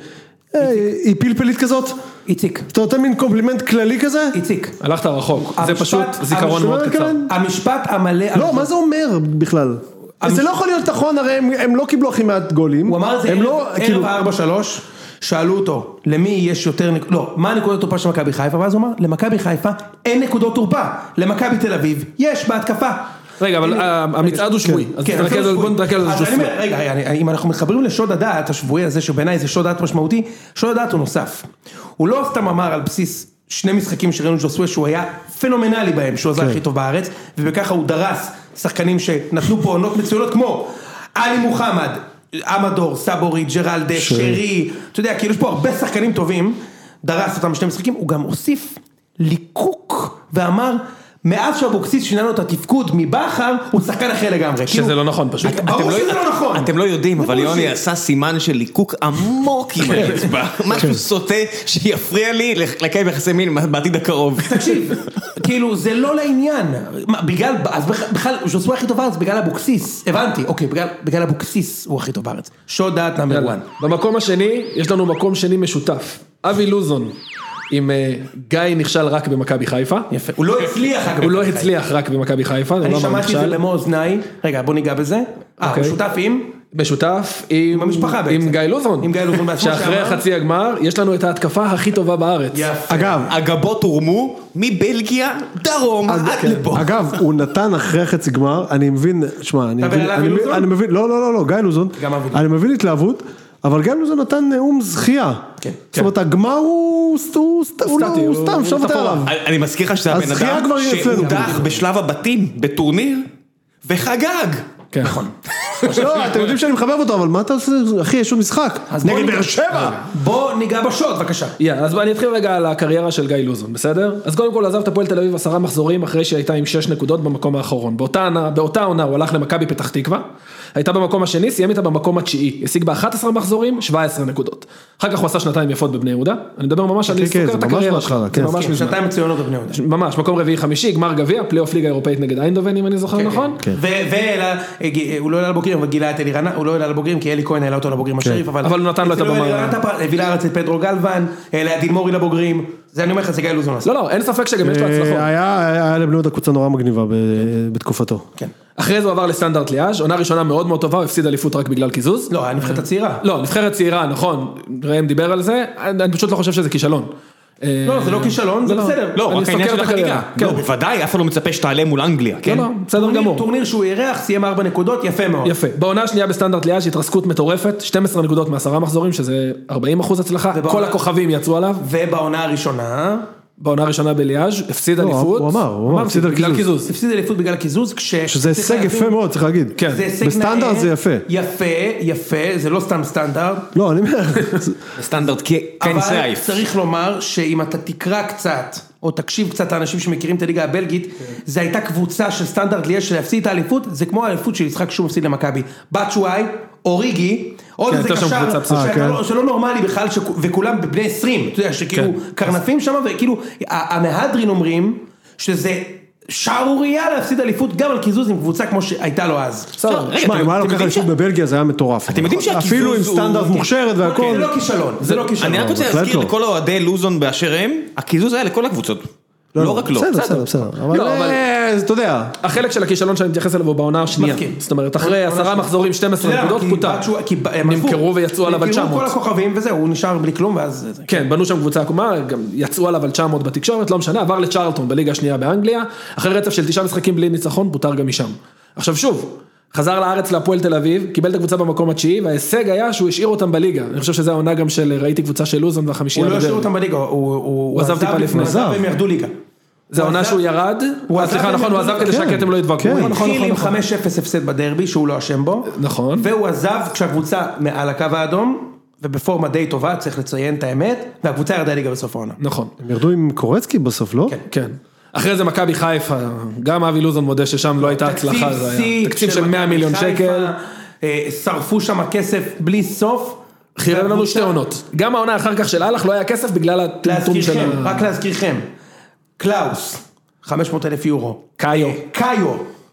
Speaker 2: "אה, היא פלפלית כזאת,
Speaker 1: איציק,
Speaker 2: אתה נותן מין קומפלימנט כללי כזה?
Speaker 1: איציק.
Speaker 3: הלכת רחוק, זה
Speaker 1: המשפט-
Speaker 3: פשוט זיכרון
Speaker 1: המשפט-
Speaker 3: מאוד קצר.
Speaker 2: כן.
Speaker 1: המשפט המלא,
Speaker 2: לא, מה זה אומר בכלל?
Speaker 1: המש-
Speaker 2: זה לא יכול להיות נכון, הרי הם- הם לא קיבלו הכי מעט גולים.
Speaker 1: הוא אמר את זה
Speaker 2: הם
Speaker 1: ערב-
Speaker 2: לא,
Speaker 1: ערב
Speaker 2: כאילו-
Speaker 1: ה-4-3, שאלו אותו, למי יש יותר נקודות, לא, מה הנקודות תורפה של מכבי חיפה, ואז הוא אמר, למכבי חיפה אין נקודות תורפה, למכבי תל אביב יש בהתקפה.
Speaker 3: רגע, אבל
Speaker 1: הנה,
Speaker 3: ה- המצעד הוא שבועי, אז
Speaker 1: כן,
Speaker 3: תתרכז
Speaker 1: המצעד
Speaker 3: על-
Speaker 1: הוא
Speaker 3: בוא
Speaker 1: שבועי.
Speaker 3: נתרכז על
Speaker 1: אז
Speaker 3: ז'סווה.
Speaker 1: אני אומר, רגע, רגע, אני- אני- אם אנחנו מחברים לשוד הדעת השבועי הזה, שבעיניי זה שוד דעת משמעותי, שוד הדעת הוא נוסף. הוא לא סתם אמר על בסיס שני משחקים שראינו ז'וסווה שהוא היה פנומנלי בהם, שהוא הזר הכי טוב בארץ, ובככה הוא דרס שחקנים שנתנו פה עונות מצוינות כמו עלי מוחמד, אמדור, סבורי, ג'רלדה, שרי, אתה יודע, כאילו יש פה הרבה שחקנים טובים, דרס אותם בשני משחקים, הוא גם הוסיף ליקוק ואמר... מאז שאבוקסיס שינה לו את התפקוד מבכר, הוא שחקן אחר לגמרי.
Speaker 3: שזה
Speaker 1: כאילו,
Speaker 3: לא נכון פשוט.
Speaker 1: אתה- ברור שזה לא נכון.
Speaker 4: אתם לא יודעים, אבל
Speaker 1: ברור
Speaker 4: יוני
Speaker 1: שזה-
Speaker 4: עשה סימן של ליקוק עמוק עם האצבע. משהו סוטה שיפריע לי לקיים יחסי מין בעתיד הקרוב.
Speaker 1: תקשיב, כאילו זה לא לעניין, מה, בגלל, אז בכ- בכלל, ז'וסווה הכי טוב בארץ בגלל אבוקסיס, הבנתי, אוקיי, בגלל, בגלל אבוקסיס הוא הכי טוב בארץ, שוד דעת נאמר
Speaker 3: יאללה.
Speaker 1: וואן.
Speaker 3: במקום השני, יש לנו מקום שני משותף. אבי לוזון עם אה, גיא נכשל רק במכבי חיפה.
Speaker 1: יפה, הוא לא הצליח אגב.
Speaker 3: הוא לא הצליח רק במכבי חיפה, זה לא
Speaker 1: אני
Speaker 3: אמר
Speaker 1: שמעתי את זה
Speaker 3: נכשל.
Speaker 1: במו אוזניי, רגע בוא ניגע בזה, אה,
Speaker 3: אוקיי.
Speaker 1: משותף עם,
Speaker 3: משותף עם
Speaker 1: המשפחה בעצם.
Speaker 3: עם גיא לוזון.
Speaker 1: עם גיא לוזון בעצמו,
Speaker 3: שאחרי
Speaker 1: שאמר-
Speaker 3: החצי הגמר, יש לנו את ההתקפה הכי טובה בארץ.
Speaker 1: יפה,
Speaker 2: אגב,
Speaker 4: הגבות הורמו מבלגיה דרום
Speaker 2: כן.
Speaker 4: עד לפה.
Speaker 2: אגב, הוא נתן אחרי החצי גמר, אני מבין, שמע, אני
Speaker 1: אתה
Speaker 2: מבין,
Speaker 1: בעד
Speaker 2: אני
Speaker 1: אבי
Speaker 2: מבין-
Speaker 1: לוזון?
Speaker 2: אני מבין, לא, לא, לא, לא, גיא לוזון,
Speaker 1: גם אבי לוזון.
Speaker 2: אני מבין התלהבות, אבל גיא לוזון נתן נאום זכייה.
Speaker 1: כן.
Speaker 2: זאת אומרת, הגמר הוא סט- הוא סט- הוא לא-
Speaker 3: סטטי,
Speaker 2: הוא
Speaker 3: הוא-
Speaker 2: סתם,
Speaker 3: הוא
Speaker 2: אפשר לוותר
Speaker 3: תפאורה.
Speaker 2: עליו.
Speaker 4: אני אני מזכיר לך שזה הבן
Speaker 2: הזכייה
Speaker 4: אדם
Speaker 2: כבר היא אצלנו.
Speaker 4: שהודח בשלב הבתים בטורניר וחגג.
Speaker 3: כן.
Speaker 1: נכון.
Speaker 2: לא, אתם יודעים שאני מחבב אותו, אבל מה אתה עושה? אחי, יש עוד משחק.
Speaker 1: אז בוא אה,
Speaker 2: נגד
Speaker 1: ניגע-
Speaker 2: באר שבע.
Speaker 1: בוא ניגע בשוד בבקשה,
Speaker 3: יאללה, אז אני אתחיל רגע על הקריירה של גיא לוזון, בסדר? אז קודם כל עזב את הפועל תל אביב עשרה מחזורים אחרי שהייתה עם שש נקודות במקום האחרון. באותה, עונה- באותה עונה הוא הלך למכבי פתח תקווה, הייתה במקום השני, סיים איתה במקום התשיעי. השיג ב-11 מחזורים, 17 נקודות. אחר כך הוא עשה שנתיים יפות בבני יהודה, אני מדבר ממש, אני
Speaker 2: כן, כן,
Speaker 3: סוקר
Speaker 2: זה
Speaker 3: את
Speaker 2: ממש
Speaker 3: הקריירה שלך,
Speaker 2: בהתחלה,
Speaker 3: זה
Speaker 2: כן.
Speaker 3: ממש
Speaker 1: כן,
Speaker 3: מזמן.
Speaker 1: שנתיים מצוינות בבני יהודה,
Speaker 3: ממש, מקום רביעי חמישי, גמר גביע, פלייאוף ליגה אירופאית נגד איינדובן אם אני זוכר
Speaker 2: כן,
Speaker 3: נכון.
Speaker 1: והוא לא העלה לבוגרים אבל גילה את אלירן, הוא לא העלה לבוגרים כי אלי כהן העלה אותו לבוגרים
Speaker 2: כן.
Speaker 1: השריף, אבל...
Speaker 3: אבל הוא נתן לו את
Speaker 1: אפילו
Speaker 3: הבמה.
Speaker 1: אלירן נתן פ- הביא לארץ את פדרו גלוון, העלה את דין מורי לבוגרים, זה אני אומר לך זה גיא לוזון עשה.
Speaker 3: לא, לא, אין ספק שגם יש לו הצלחות.
Speaker 2: אה, היה היה לבני יהודה קבוצה נורא מגניבה ב- בתקופתו.
Speaker 1: כן.
Speaker 3: אחרי זה הוא עבר לסטנדרט ליאז', עונה ראשונה מאוד מאוד טובה, הוא הפסיד אליפות רק בגלל קיזוז.
Speaker 1: לא, הנבחרת
Speaker 2: אה.
Speaker 1: הצעירה.
Speaker 3: לא, נבחרת צעירה, נכון, ראם דיבר על זה, אני אני פשוט לא חושב שזה כישלון. אה,
Speaker 1: לא, זה לא כישלון, זה
Speaker 3: לא.
Speaker 1: בסדר.
Speaker 4: לא,
Speaker 3: אני
Speaker 4: רק העניין
Speaker 3: סוקר
Speaker 4: של
Speaker 3: את הקריירה.
Speaker 4: החגיגה.
Speaker 3: כן.
Speaker 4: לא, בוודאי, אף אחד לא מצפה שתעלה מול אנגליה,
Speaker 3: לא,
Speaker 4: כן?
Speaker 3: לא, בסדר
Speaker 1: טורניר-
Speaker 3: גמור.
Speaker 1: טורניר שהוא אירח, סיים ארבע נקודות, יפה מאוד.
Speaker 3: יפה. בעונה השנייה בסטנדרט ליאז' התרסקות מטורפת, 12 נקודות מעשרה מחזורים, שזה 40 אחוז הצלחה,
Speaker 1: ובעונה-
Speaker 3: כל הכוכבים יצאו עליו.
Speaker 1: ובעונה הראשונה,
Speaker 3: בעונה הראשונה בליאז', הפסיד
Speaker 2: לא,
Speaker 3: אליפות.
Speaker 2: הוא אמר, הוא אמר, הפסיד על
Speaker 3: בגלל
Speaker 2: קיזוז.
Speaker 3: קיזוז.
Speaker 1: הפסיד אליפות בגלל קיזוז, כש...
Speaker 2: שזה
Speaker 1: צריך
Speaker 2: הישג
Speaker 1: להבין-
Speaker 2: יפה מאוד, צריך להגיד.
Speaker 3: כן.
Speaker 1: זה הישג
Speaker 2: בסטנדרט
Speaker 1: נאה.
Speaker 2: זה יפה.
Speaker 1: יפה, יפה, זה לא סתם סטנדרט.
Speaker 2: לא, אני אומר,
Speaker 4: סטנדרט כן
Speaker 1: אבל
Speaker 4: סייף.
Speaker 1: צריך לומר שאם אתה תקרא קצת, או תקשיב קצת לאנשים שמכירים את הליגה הבלגית, זו הייתה קבוצה של סטנדרט ליאש שלהפסיד את האליפות, זה כמו האליפות של יצחק שהוא הפסיד למכבי. בצ'וואי, אוריגי, עוד
Speaker 3: כן,
Speaker 1: איזה
Speaker 3: הייתה שם קבוצה
Speaker 1: קשר,
Speaker 3: בסדר.
Speaker 1: שאתה
Speaker 2: אה, כן.
Speaker 1: לא- שלא נורמלי בכלל, שכו- וכולם בני 20, אתה יודע, שכאילו
Speaker 3: כן.
Speaker 1: קרנפים שם, וכאילו ה- המהדרין אומרים שזה שערורייה להפסיד אליפות גם על קיזוז עם קבוצה כמו שהייתה לו אז.
Speaker 3: בסדר.
Speaker 4: רגע,
Speaker 2: שמע,
Speaker 4: אתם-
Speaker 2: אם היה
Speaker 4: אתם
Speaker 2: לוקח
Speaker 4: יודעים
Speaker 2: אליפות
Speaker 4: ש-
Speaker 2: בבלגיה זה היה מטורף.
Speaker 4: אתם יודעים שהקיזוז
Speaker 2: אפילו עם
Speaker 4: הוא-
Speaker 2: סטנדרט מוכשרת
Speaker 1: זה
Speaker 2: והכל.
Speaker 1: לא כישלון, זה לא כישלון.
Speaker 4: אני רק רוצה
Speaker 2: בהחלט
Speaker 4: להזכיר
Speaker 2: לא.
Speaker 4: לכל אוהדי לוזון באשר הם, הקיזוז היה לכל הקבוצות. לא רק לו.
Speaker 2: בסדר, בסדר, בסדר. אבל
Speaker 3: לא, אבל-
Speaker 2: אה, אתה יודע,
Speaker 3: החלק של הכישלון שאני מתייחס אליו הוא בעונה השנייה.
Speaker 1: מסכים.
Speaker 3: זאת אומרת, אחרי עשרה מחזורים, 12 נקודות, פוטר. נמכרו ויצאו עליו על 900.
Speaker 1: נמכרו כל הכוכבים וזהו, הוא נשאר בלי כלום ואז... זה-
Speaker 3: כן, בנו שם קבוצה עקומה, גם יצאו עליו על 900 בתקשורת, לא משנה, עבר לצ'רלטון בליגה השנייה באנגליה, אחרי רצף של תשעה משחקים בלי ניצחון, פוטר גם משם. עכשיו שוב, חזר לארץ להפועל תל אביב, קיבל את הקבוצה במקום התשיעי, וההישג היה שהוא השאיר אותם בליגה. אני חושב שזו העונה גם של, ראיתי קבוצה של לוזון
Speaker 1: הוא
Speaker 3: והחמישייה.
Speaker 1: לא השאיר
Speaker 3: בדרבי.
Speaker 1: אותם בליגה, הוא- הוא- הוא
Speaker 3: עזב טיפה לפני.
Speaker 1: הוא עזב
Speaker 2: עזב.
Speaker 1: והם ירדו ליגה.
Speaker 3: זה
Speaker 1: הוא
Speaker 3: העונה
Speaker 1: עזב-
Speaker 3: שהוא ירד,
Speaker 1: הוא
Speaker 3: אה,
Speaker 1: עזב
Speaker 3: סליחה,
Speaker 1: והם
Speaker 3: נכון, הוא
Speaker 1: ירדו
Speaker 3: עזב כדי
Speaker 2: ליגה.
Speaker 3: שהכתם לא ידבקו.
Speaker 2: כן.
Speaker 3: נכון,
Speaker 1: הוא
Speaker 3: נכון,
Speaker 1: התחיל
Speaker 3: נכון,
Speaker 1: עם
Speaker 3: נכון.
Speaker 1: 5-0 הפסד בדרבי שהוא לא אשם בו.
Speaker 3: נכון.
Speaker 1: והוא עזב כשהקבוצה מעל הקו האדום, ובפורמה די טובה, צריך לציין את האמת, והקבוצה ירדה ליגה בסוף העונה.
Speaker 3: נכון.
Speaker 2: הם ירדו עם קורצקי בסוף, לא?
Speaker 1: כן.
Speaker 3: כן. אחרי זה מכבי חיפה, גם אבי לוזון מודה ששם לא הייתה הצלחה, זה היה
Speaker 1: שיא
Speaker 3: תקציב של
Speaker 1: מכבי
Speaker 3: 100 מיליון
Speaker 1: חיפה,
Speaker 3: שקל.
Speaker 1: אה, שרפו שם כסף בלי סוף.
Speaker 3: חירב לנו
Speaker 1: והקבוצה-
Speaker 3: שתי עונות. גם העונה אחר כך של אהלך לא היה כסף בגלל הטמטום של
Speaker 1: להזכירכם,
Speaker 3: ה...
Speaker 1: כן, רק להזכירכם, קלאוס, 500 אלף יורו,
Speaker 3: קאיו.
Speaker 1: קאיו,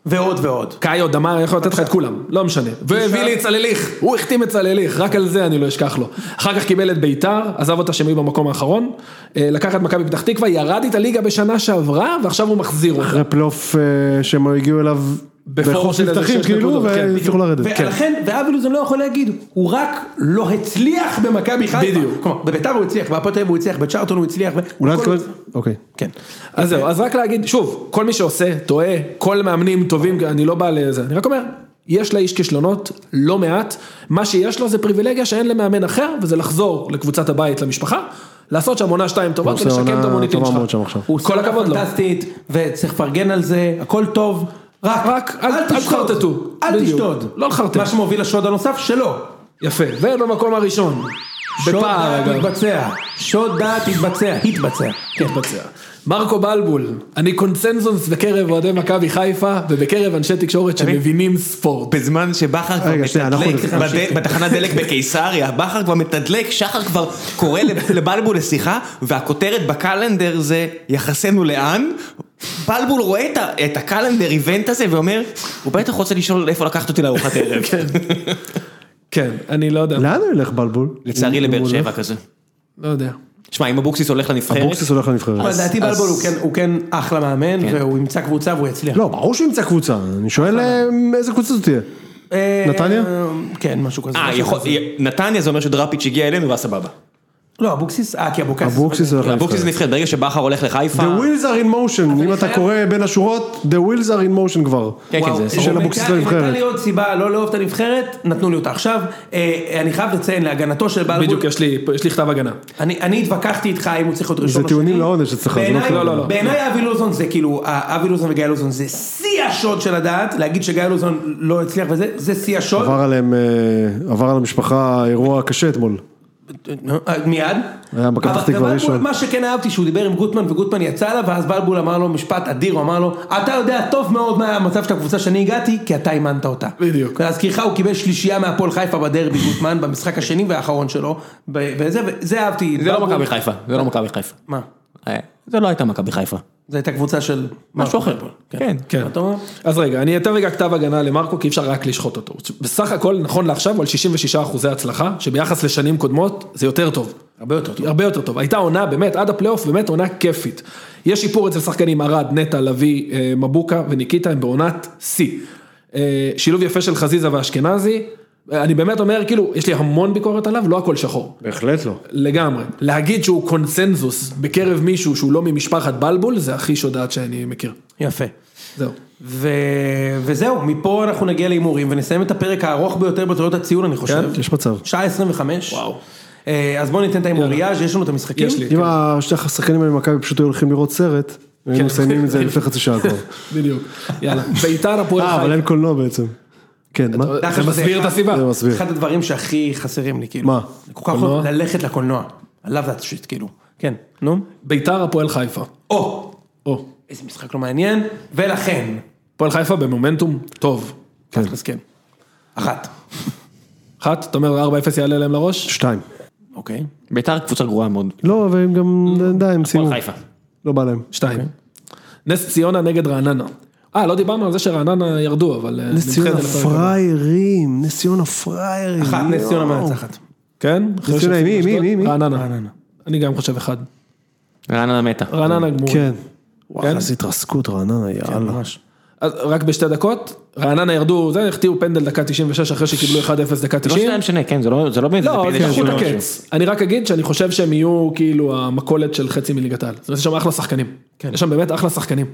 Speaker 1: ועוד ועוד.
Speaker 3: קאיו דמר יכול לתת לך את כולם, לא משנה. והביא לי את צלליך, הוא החתים את צלליך, רק על זה אני לא אשכח לו. אחר כך קיבל את ביתר, עזב אותה שהם היו במקום האחרון, אה, לקח את מכבי פתח תקווה, ירד איתה ליגה בשנה שעברה, ועכשיו הוא מחזיר אותה.
Speaker 2: אחרי פלייאוף אה, שהם הגיעו אליו
Speaker 3: בפורום
Speaker 2: בחוף
Speaker 3: של איזה
Speaker 2: מבטחים,
Speaker 3: שש
Speaker 2: כאילו,
Speaker 3: נקודות, כן,
Speaker 2: והצליחו לרדת.
Speaker 1: ולכן, ואבי לוזון לא יכול להגיד, הוא רק לא הצליח במכבי חיפה.
Speaker 3: בדיוק.
Speaker 1: כלומר, בביתר הוא הצליח, בהפועל תל אביב הוא הצליח, בצ'ארטון הוא הצליח. ו-
Speaker 2: אולי את
Speaker 1: הכל-
Speaker 2: קוראת... אוקיי.
Speaker 1: כן.
Speaker 3: אז זהו, אז רק להגיד, שוב, כל מי שעושה, טועה, כל מאמנים טובים, אני לא בא לזה, אני רק אומר, יש לאיש כישלונות, לא מעט, מה שיש לו זה פריבילגיה שאין למאמן אחר, וזה לחזור לקבוצת הבית, למשפחה, לעשות שם עונה שתיים טובות
Speaker 2: עושה
Speaker 3: ולשקם את
Speaker 2: עונה
Speaker 3: המוניטין
Speaker 2: טובה מאוד
Speaker 3: שלך.
Speaker 2: שם עכשיו.
Speaker 1: הוא עושה
Speaker 3: כל
Speaker 1: עונה
Speaker 3: הכבוד לו.
Speaker 1: פנטסטית, וצריך לפרגן על זה, הכל טוב. רק,
Speaker 3: רק אל- אל
Speaker 1: תשדוד.
Speaker 3: תחרטטו.
Speaker 1: אל
Speaker 3: בדיוק.
Speaker 1: תשדוד.
Speaker 3: לא לחרטט.
Speaker 1: מה שמוביל לשוד הנוסף, שלא.
Speaker 3: יפה, ובמקום הראשון,
Speaker 1: שוד
Speaker 3: בפער
Speaker 1: דעת
Speaker 3: אגב.
Speaker 1: התבצע. שוד דעת התבצע. התבצע.
Speaker 3: כן, התבצע. מרקו בלבול, אני קונצנזוס בקרב אוהדי מכבי חיפה ובקרב אנשי תקשורת שמבינים ספורט.
Speaker 4: בזמן שבכר כבר
Speaker 2: רגע, שנייה, אנחנו-
Speaker 4: מתדלק בד- בתחנת דלק בקיסריה, בכר כבר מתדלק, שחר כבר קורא לב- לבלבול לשיחה, והכותרת בקלנדר זה יחסנו לאן. בלבול רואה את ה- את הקלנדר איבנט הזה ואומר, הוא בטח רוצה לשאול איפה לקחת אותי לארוחת ערב.
Speaker 3: כן, אני לא יודע,
Speaker 2: לאן הוא ילך בלבול?
Speaker 4: לצערי
Speaker 2: אם
Speaker 4: לבאר
Speaker 2: הוא הולך?
Speaker 4: שבע כזה.
Speaker 3: לא יודע.
Speaker 4: שמע, אם אבוקסיס הולך לנבחרת,
Speaker 2: אבוקסיס הולך
Speaker 1: אבל
Speaker 2: לנבחרת.
Speaker 1: לדעתי בלבול הוא כן- הוא כן אחלה מאמן, והוא ימצא קבוצה והוא יצליח.
Speaker 2: לא, ברור שהוא ימצא קבוצה, אני שואל אה, איזה קבוצה זאת תהיה.
Speaker 1: אה,
Speaker 2: נתניה?
Speaker 1: כן, משהו כזה.
Speaker 4: אה,
Speaker 1: משהו
Speaker 4: יכול-
Speaker 1: כזה.
Speaker 4: נתניה זה אומר שדראפיץ' הגיע אלינו והיה סבבה.
Speaker 1: לא, אבוקסיס, אה, כי אבוקסיס.
Speaker 2: אבוקסיס הולך
Speaker 4: אבוקסיס
Speaker 2: לנבחרת.
Speaker 4: נבחרת, ברגע שבכר הולך לחיפה,
Speaker 2: The wheels are in motion, אם אתה קורא בין השורות, The wheels are in motion כבר.
Speaker 4: כן, כן,
Speaker 1: וואו,
Speaker 4: זה-
Speaker 1: וואו,
Speaker 2: של אבוקסיס לא
Speaker 1: הייתה-
Speaker 2: לנבחרת.
Speaker 1: הייתה לי עוד סיבה לא לאהוב את הנבחרת, נתנו לי אותה עכשיו. אה, אני חייב לציין להגנתו של בלבול.
Speaker 3: בדיוק, יש לי יש לי כתב הגנה.
Speaker 1: אני, אני התווכחתי איתך האם הוא צריך להיות ראשון או שני.
Speaker 2: טיעונים לעונש אצלך, זה לא
Speaker 1: בעיניי-
Speaker 2: כלום.
Speaker 3: לא, לא, לא.
Speaker 1: בעיניי אבי לוזון זה כאילו, אה, אבי לוזון וגיא לוזון זה שיא השוד של הדעת, להגיד שגיא לוזון לא הצליח וזה, זה שיא השוד.
Speaker 2: עבר עליהם, אה, עבר על המשפחה אירוע קשה אתמול.
Speaker 1: אה, מיד.
Speaker 2: היה מכבי פתח
Speaker 1: אבל-
Speaker 2: תקווה
Speaker 1: ובלבול,
Speaker 2: ראשון.
Speaker 1: מה שכן אהבתי שהוא דיבר עם גוטמן וגוטמן יצא עליו ואז בלבול אמר לו משפט אדיר, הוא אמר לו אתה יודע טוב מאוד מה המצב של הקבוצה שאני הגעתי כי אתה אימנת אותה.
Speaker 3: בדיוק.
Speaker 1: ולהזכירך הוא קיבל שלישייה מהפועל חיפה בדרבי גוטמן במשחק השני והאחרון שלו ב- וזה וזה אהבתי.
Speaker 4: זה לא
Speaker 1: בלבול-
Speaker 4: מכבי חיפה, זה לא מכבי חיפה.
Speaker 1: מה?
Speaker 4: אה, זה לא הייתה מכבי חיפה.
Speaker 1: זו הייתה קבוצה של
Speaker 4: משהו אחר. כן.
Speaker 3: כן.
Speaker 1: אתה אומר?
Speaker 3: אז רגע, אני אתן רגע כתב הגנה למרקו, כי אי אפשר רק לשחוט אותו. בסך הכל, נכון לעכשיו, הוא על 66 אחוזי הצלחה, שביחס לשנים קודמות, זה יותר טוב.
Speaker 1: הרבה יותר טוב.
Speaker 3: הרבה יותר טוב. הייתה עונה, באמת, עד הפלייאוף, באמת עונה כיפית. יש שיפור אצל שחקנים ארד, נטע, לביא, אה, מבוקה וניקיטה, הם בעונת שיא. אה, שילוב יפה של חזיזה ואשכנזי. אה, אני באמת אומר, כאילו, יש לי המון ביקורת עליו, לא הכל שחור.
Speaker 2: בהחלט לא.
Speaker 3: לגמרי. להגיד שהוא קונצנזוס בקרב מישהו שהוא לא ממשפחת בלבול, זה הכי שודעת שאני מכיר.
Speaker 1: יפה.
Speaker 3: זהו.
Speaker 1: ו... וזהו, מפה אנחנו נגיע להימורים ונסיים את הפרק הארוך ביותר בתולדות הציון אני חושב.
Speaker 2: כן, יש מצב.
Speaker 1: שעה 25.
Speaker 3: וואו.
Speaker 1: אה, אז בואו ניתן את ההימורייאז', יש לנו את המשחקים.
Speaker 3: יש לי.
Speaker 2: אם שתי השחקנים האלה במכבי פשוט היו הולכים לראות סרט, היינו מסיימים את זה לפני חצי שעה כבר.
Speaker 3: בדיוק. יאללה. ביתר הפועל
Speaker 2: אה, אבל
Speaker 3: חיפה. אה,
Speaker 2: אין קולנוע בעצם. כן, מה?
Speaker 3: לא, אתה-
Speaker 1: דווקא
Speaker 3: זה מסביר
Speaker 1: אחד-
Speaker 3: את הסיבה.
Speaker 2: זה מסביר.
Speaker 1: אחד הדברים שהכי חסרים לי, כאילו.
Speaker 2: מה?
Speaker 1: כל כך
Speaker 3: קולנוע?
Speaker 1: ללכת לקולנוע. I love that shit, כאילו. כן, נו.
Speaker 3: ביתר הפועל חיפה.
Speaker 1: או,
Speaker 3: או.
Speaker 1: איזה משחק לא מעניין, ולכן,
Speaker 3: הפועל חיפה במומנטום טוב.
Speaker 1: כן. כן. אחת.
Speaker 3: אחת, אתה אומר 4-0 יעלה להם לראש?
Speaker 2: שתיים.
Speaker 1: אוקיי.
Speaker 4: ביתר קבוצה גרועה מאוד.
Speaker 2: לא, אבל הם גם, די, הם סיימו.
Speaker 4: הפועל חיפה.
Speaker 2: לא בא להם.
Speaker 3: שתיים. נס ציונה נגד רעננה. אה, לא דיברנו על זה שרעננה ירדו, אבל... אה,
Speaker 2: נס
Speaker 3: נדחה את
Speaker 2: ציונה
Speaker 3: זה לפרק הבא.
Speaker 2: פראיירים, נס ציונה פראיירים.
Speaker 1: אחת, נס ציונה
Speaker 2: יואו.
Speaker 1: מנצחת.
Speaker 3: כן? אחרי
Speaker 2: ציונה,
Speaker 3: שהפסידו
Speaker 2: מי, מי,
Speaker 3: לאשדוד?
Speaker 2: מי, מי?
Speaker 3: רעננה. אני גם חושב אחד.
Speaker 4: רעננה מתה.
Speaker 3: רעננה גמור.
Speaker 2: כן. וואלה, איזה התרסקות רעננה, יאללה.
Speaker 1: ממש.
Speaker 3: אז רק בשתי דקות, רעננה ירדו, זה, החטיאו פנדל דקה 96 אחרי שקיבלו 1-0 דקה
Speaker 4: לא
Speaker 3: 90.
Speaker 4: שזה היה משנה, כן, זה לא, זה לא באמת,
Speaker 3: לא,
Speaker 4: זה
Speaker 3: אז
Speaker 4: פנדל
Speaker 3: קחו את
Speaker 4: של משהו.
Speaker 3: הקץ. אני רק אגיד שאני חושב שהם יהיו כאילו המכולת של חצי מליגת העל. זאת אומרת, יש שם אחלה שחקנים. יש שם באמת אחלה שחקנים.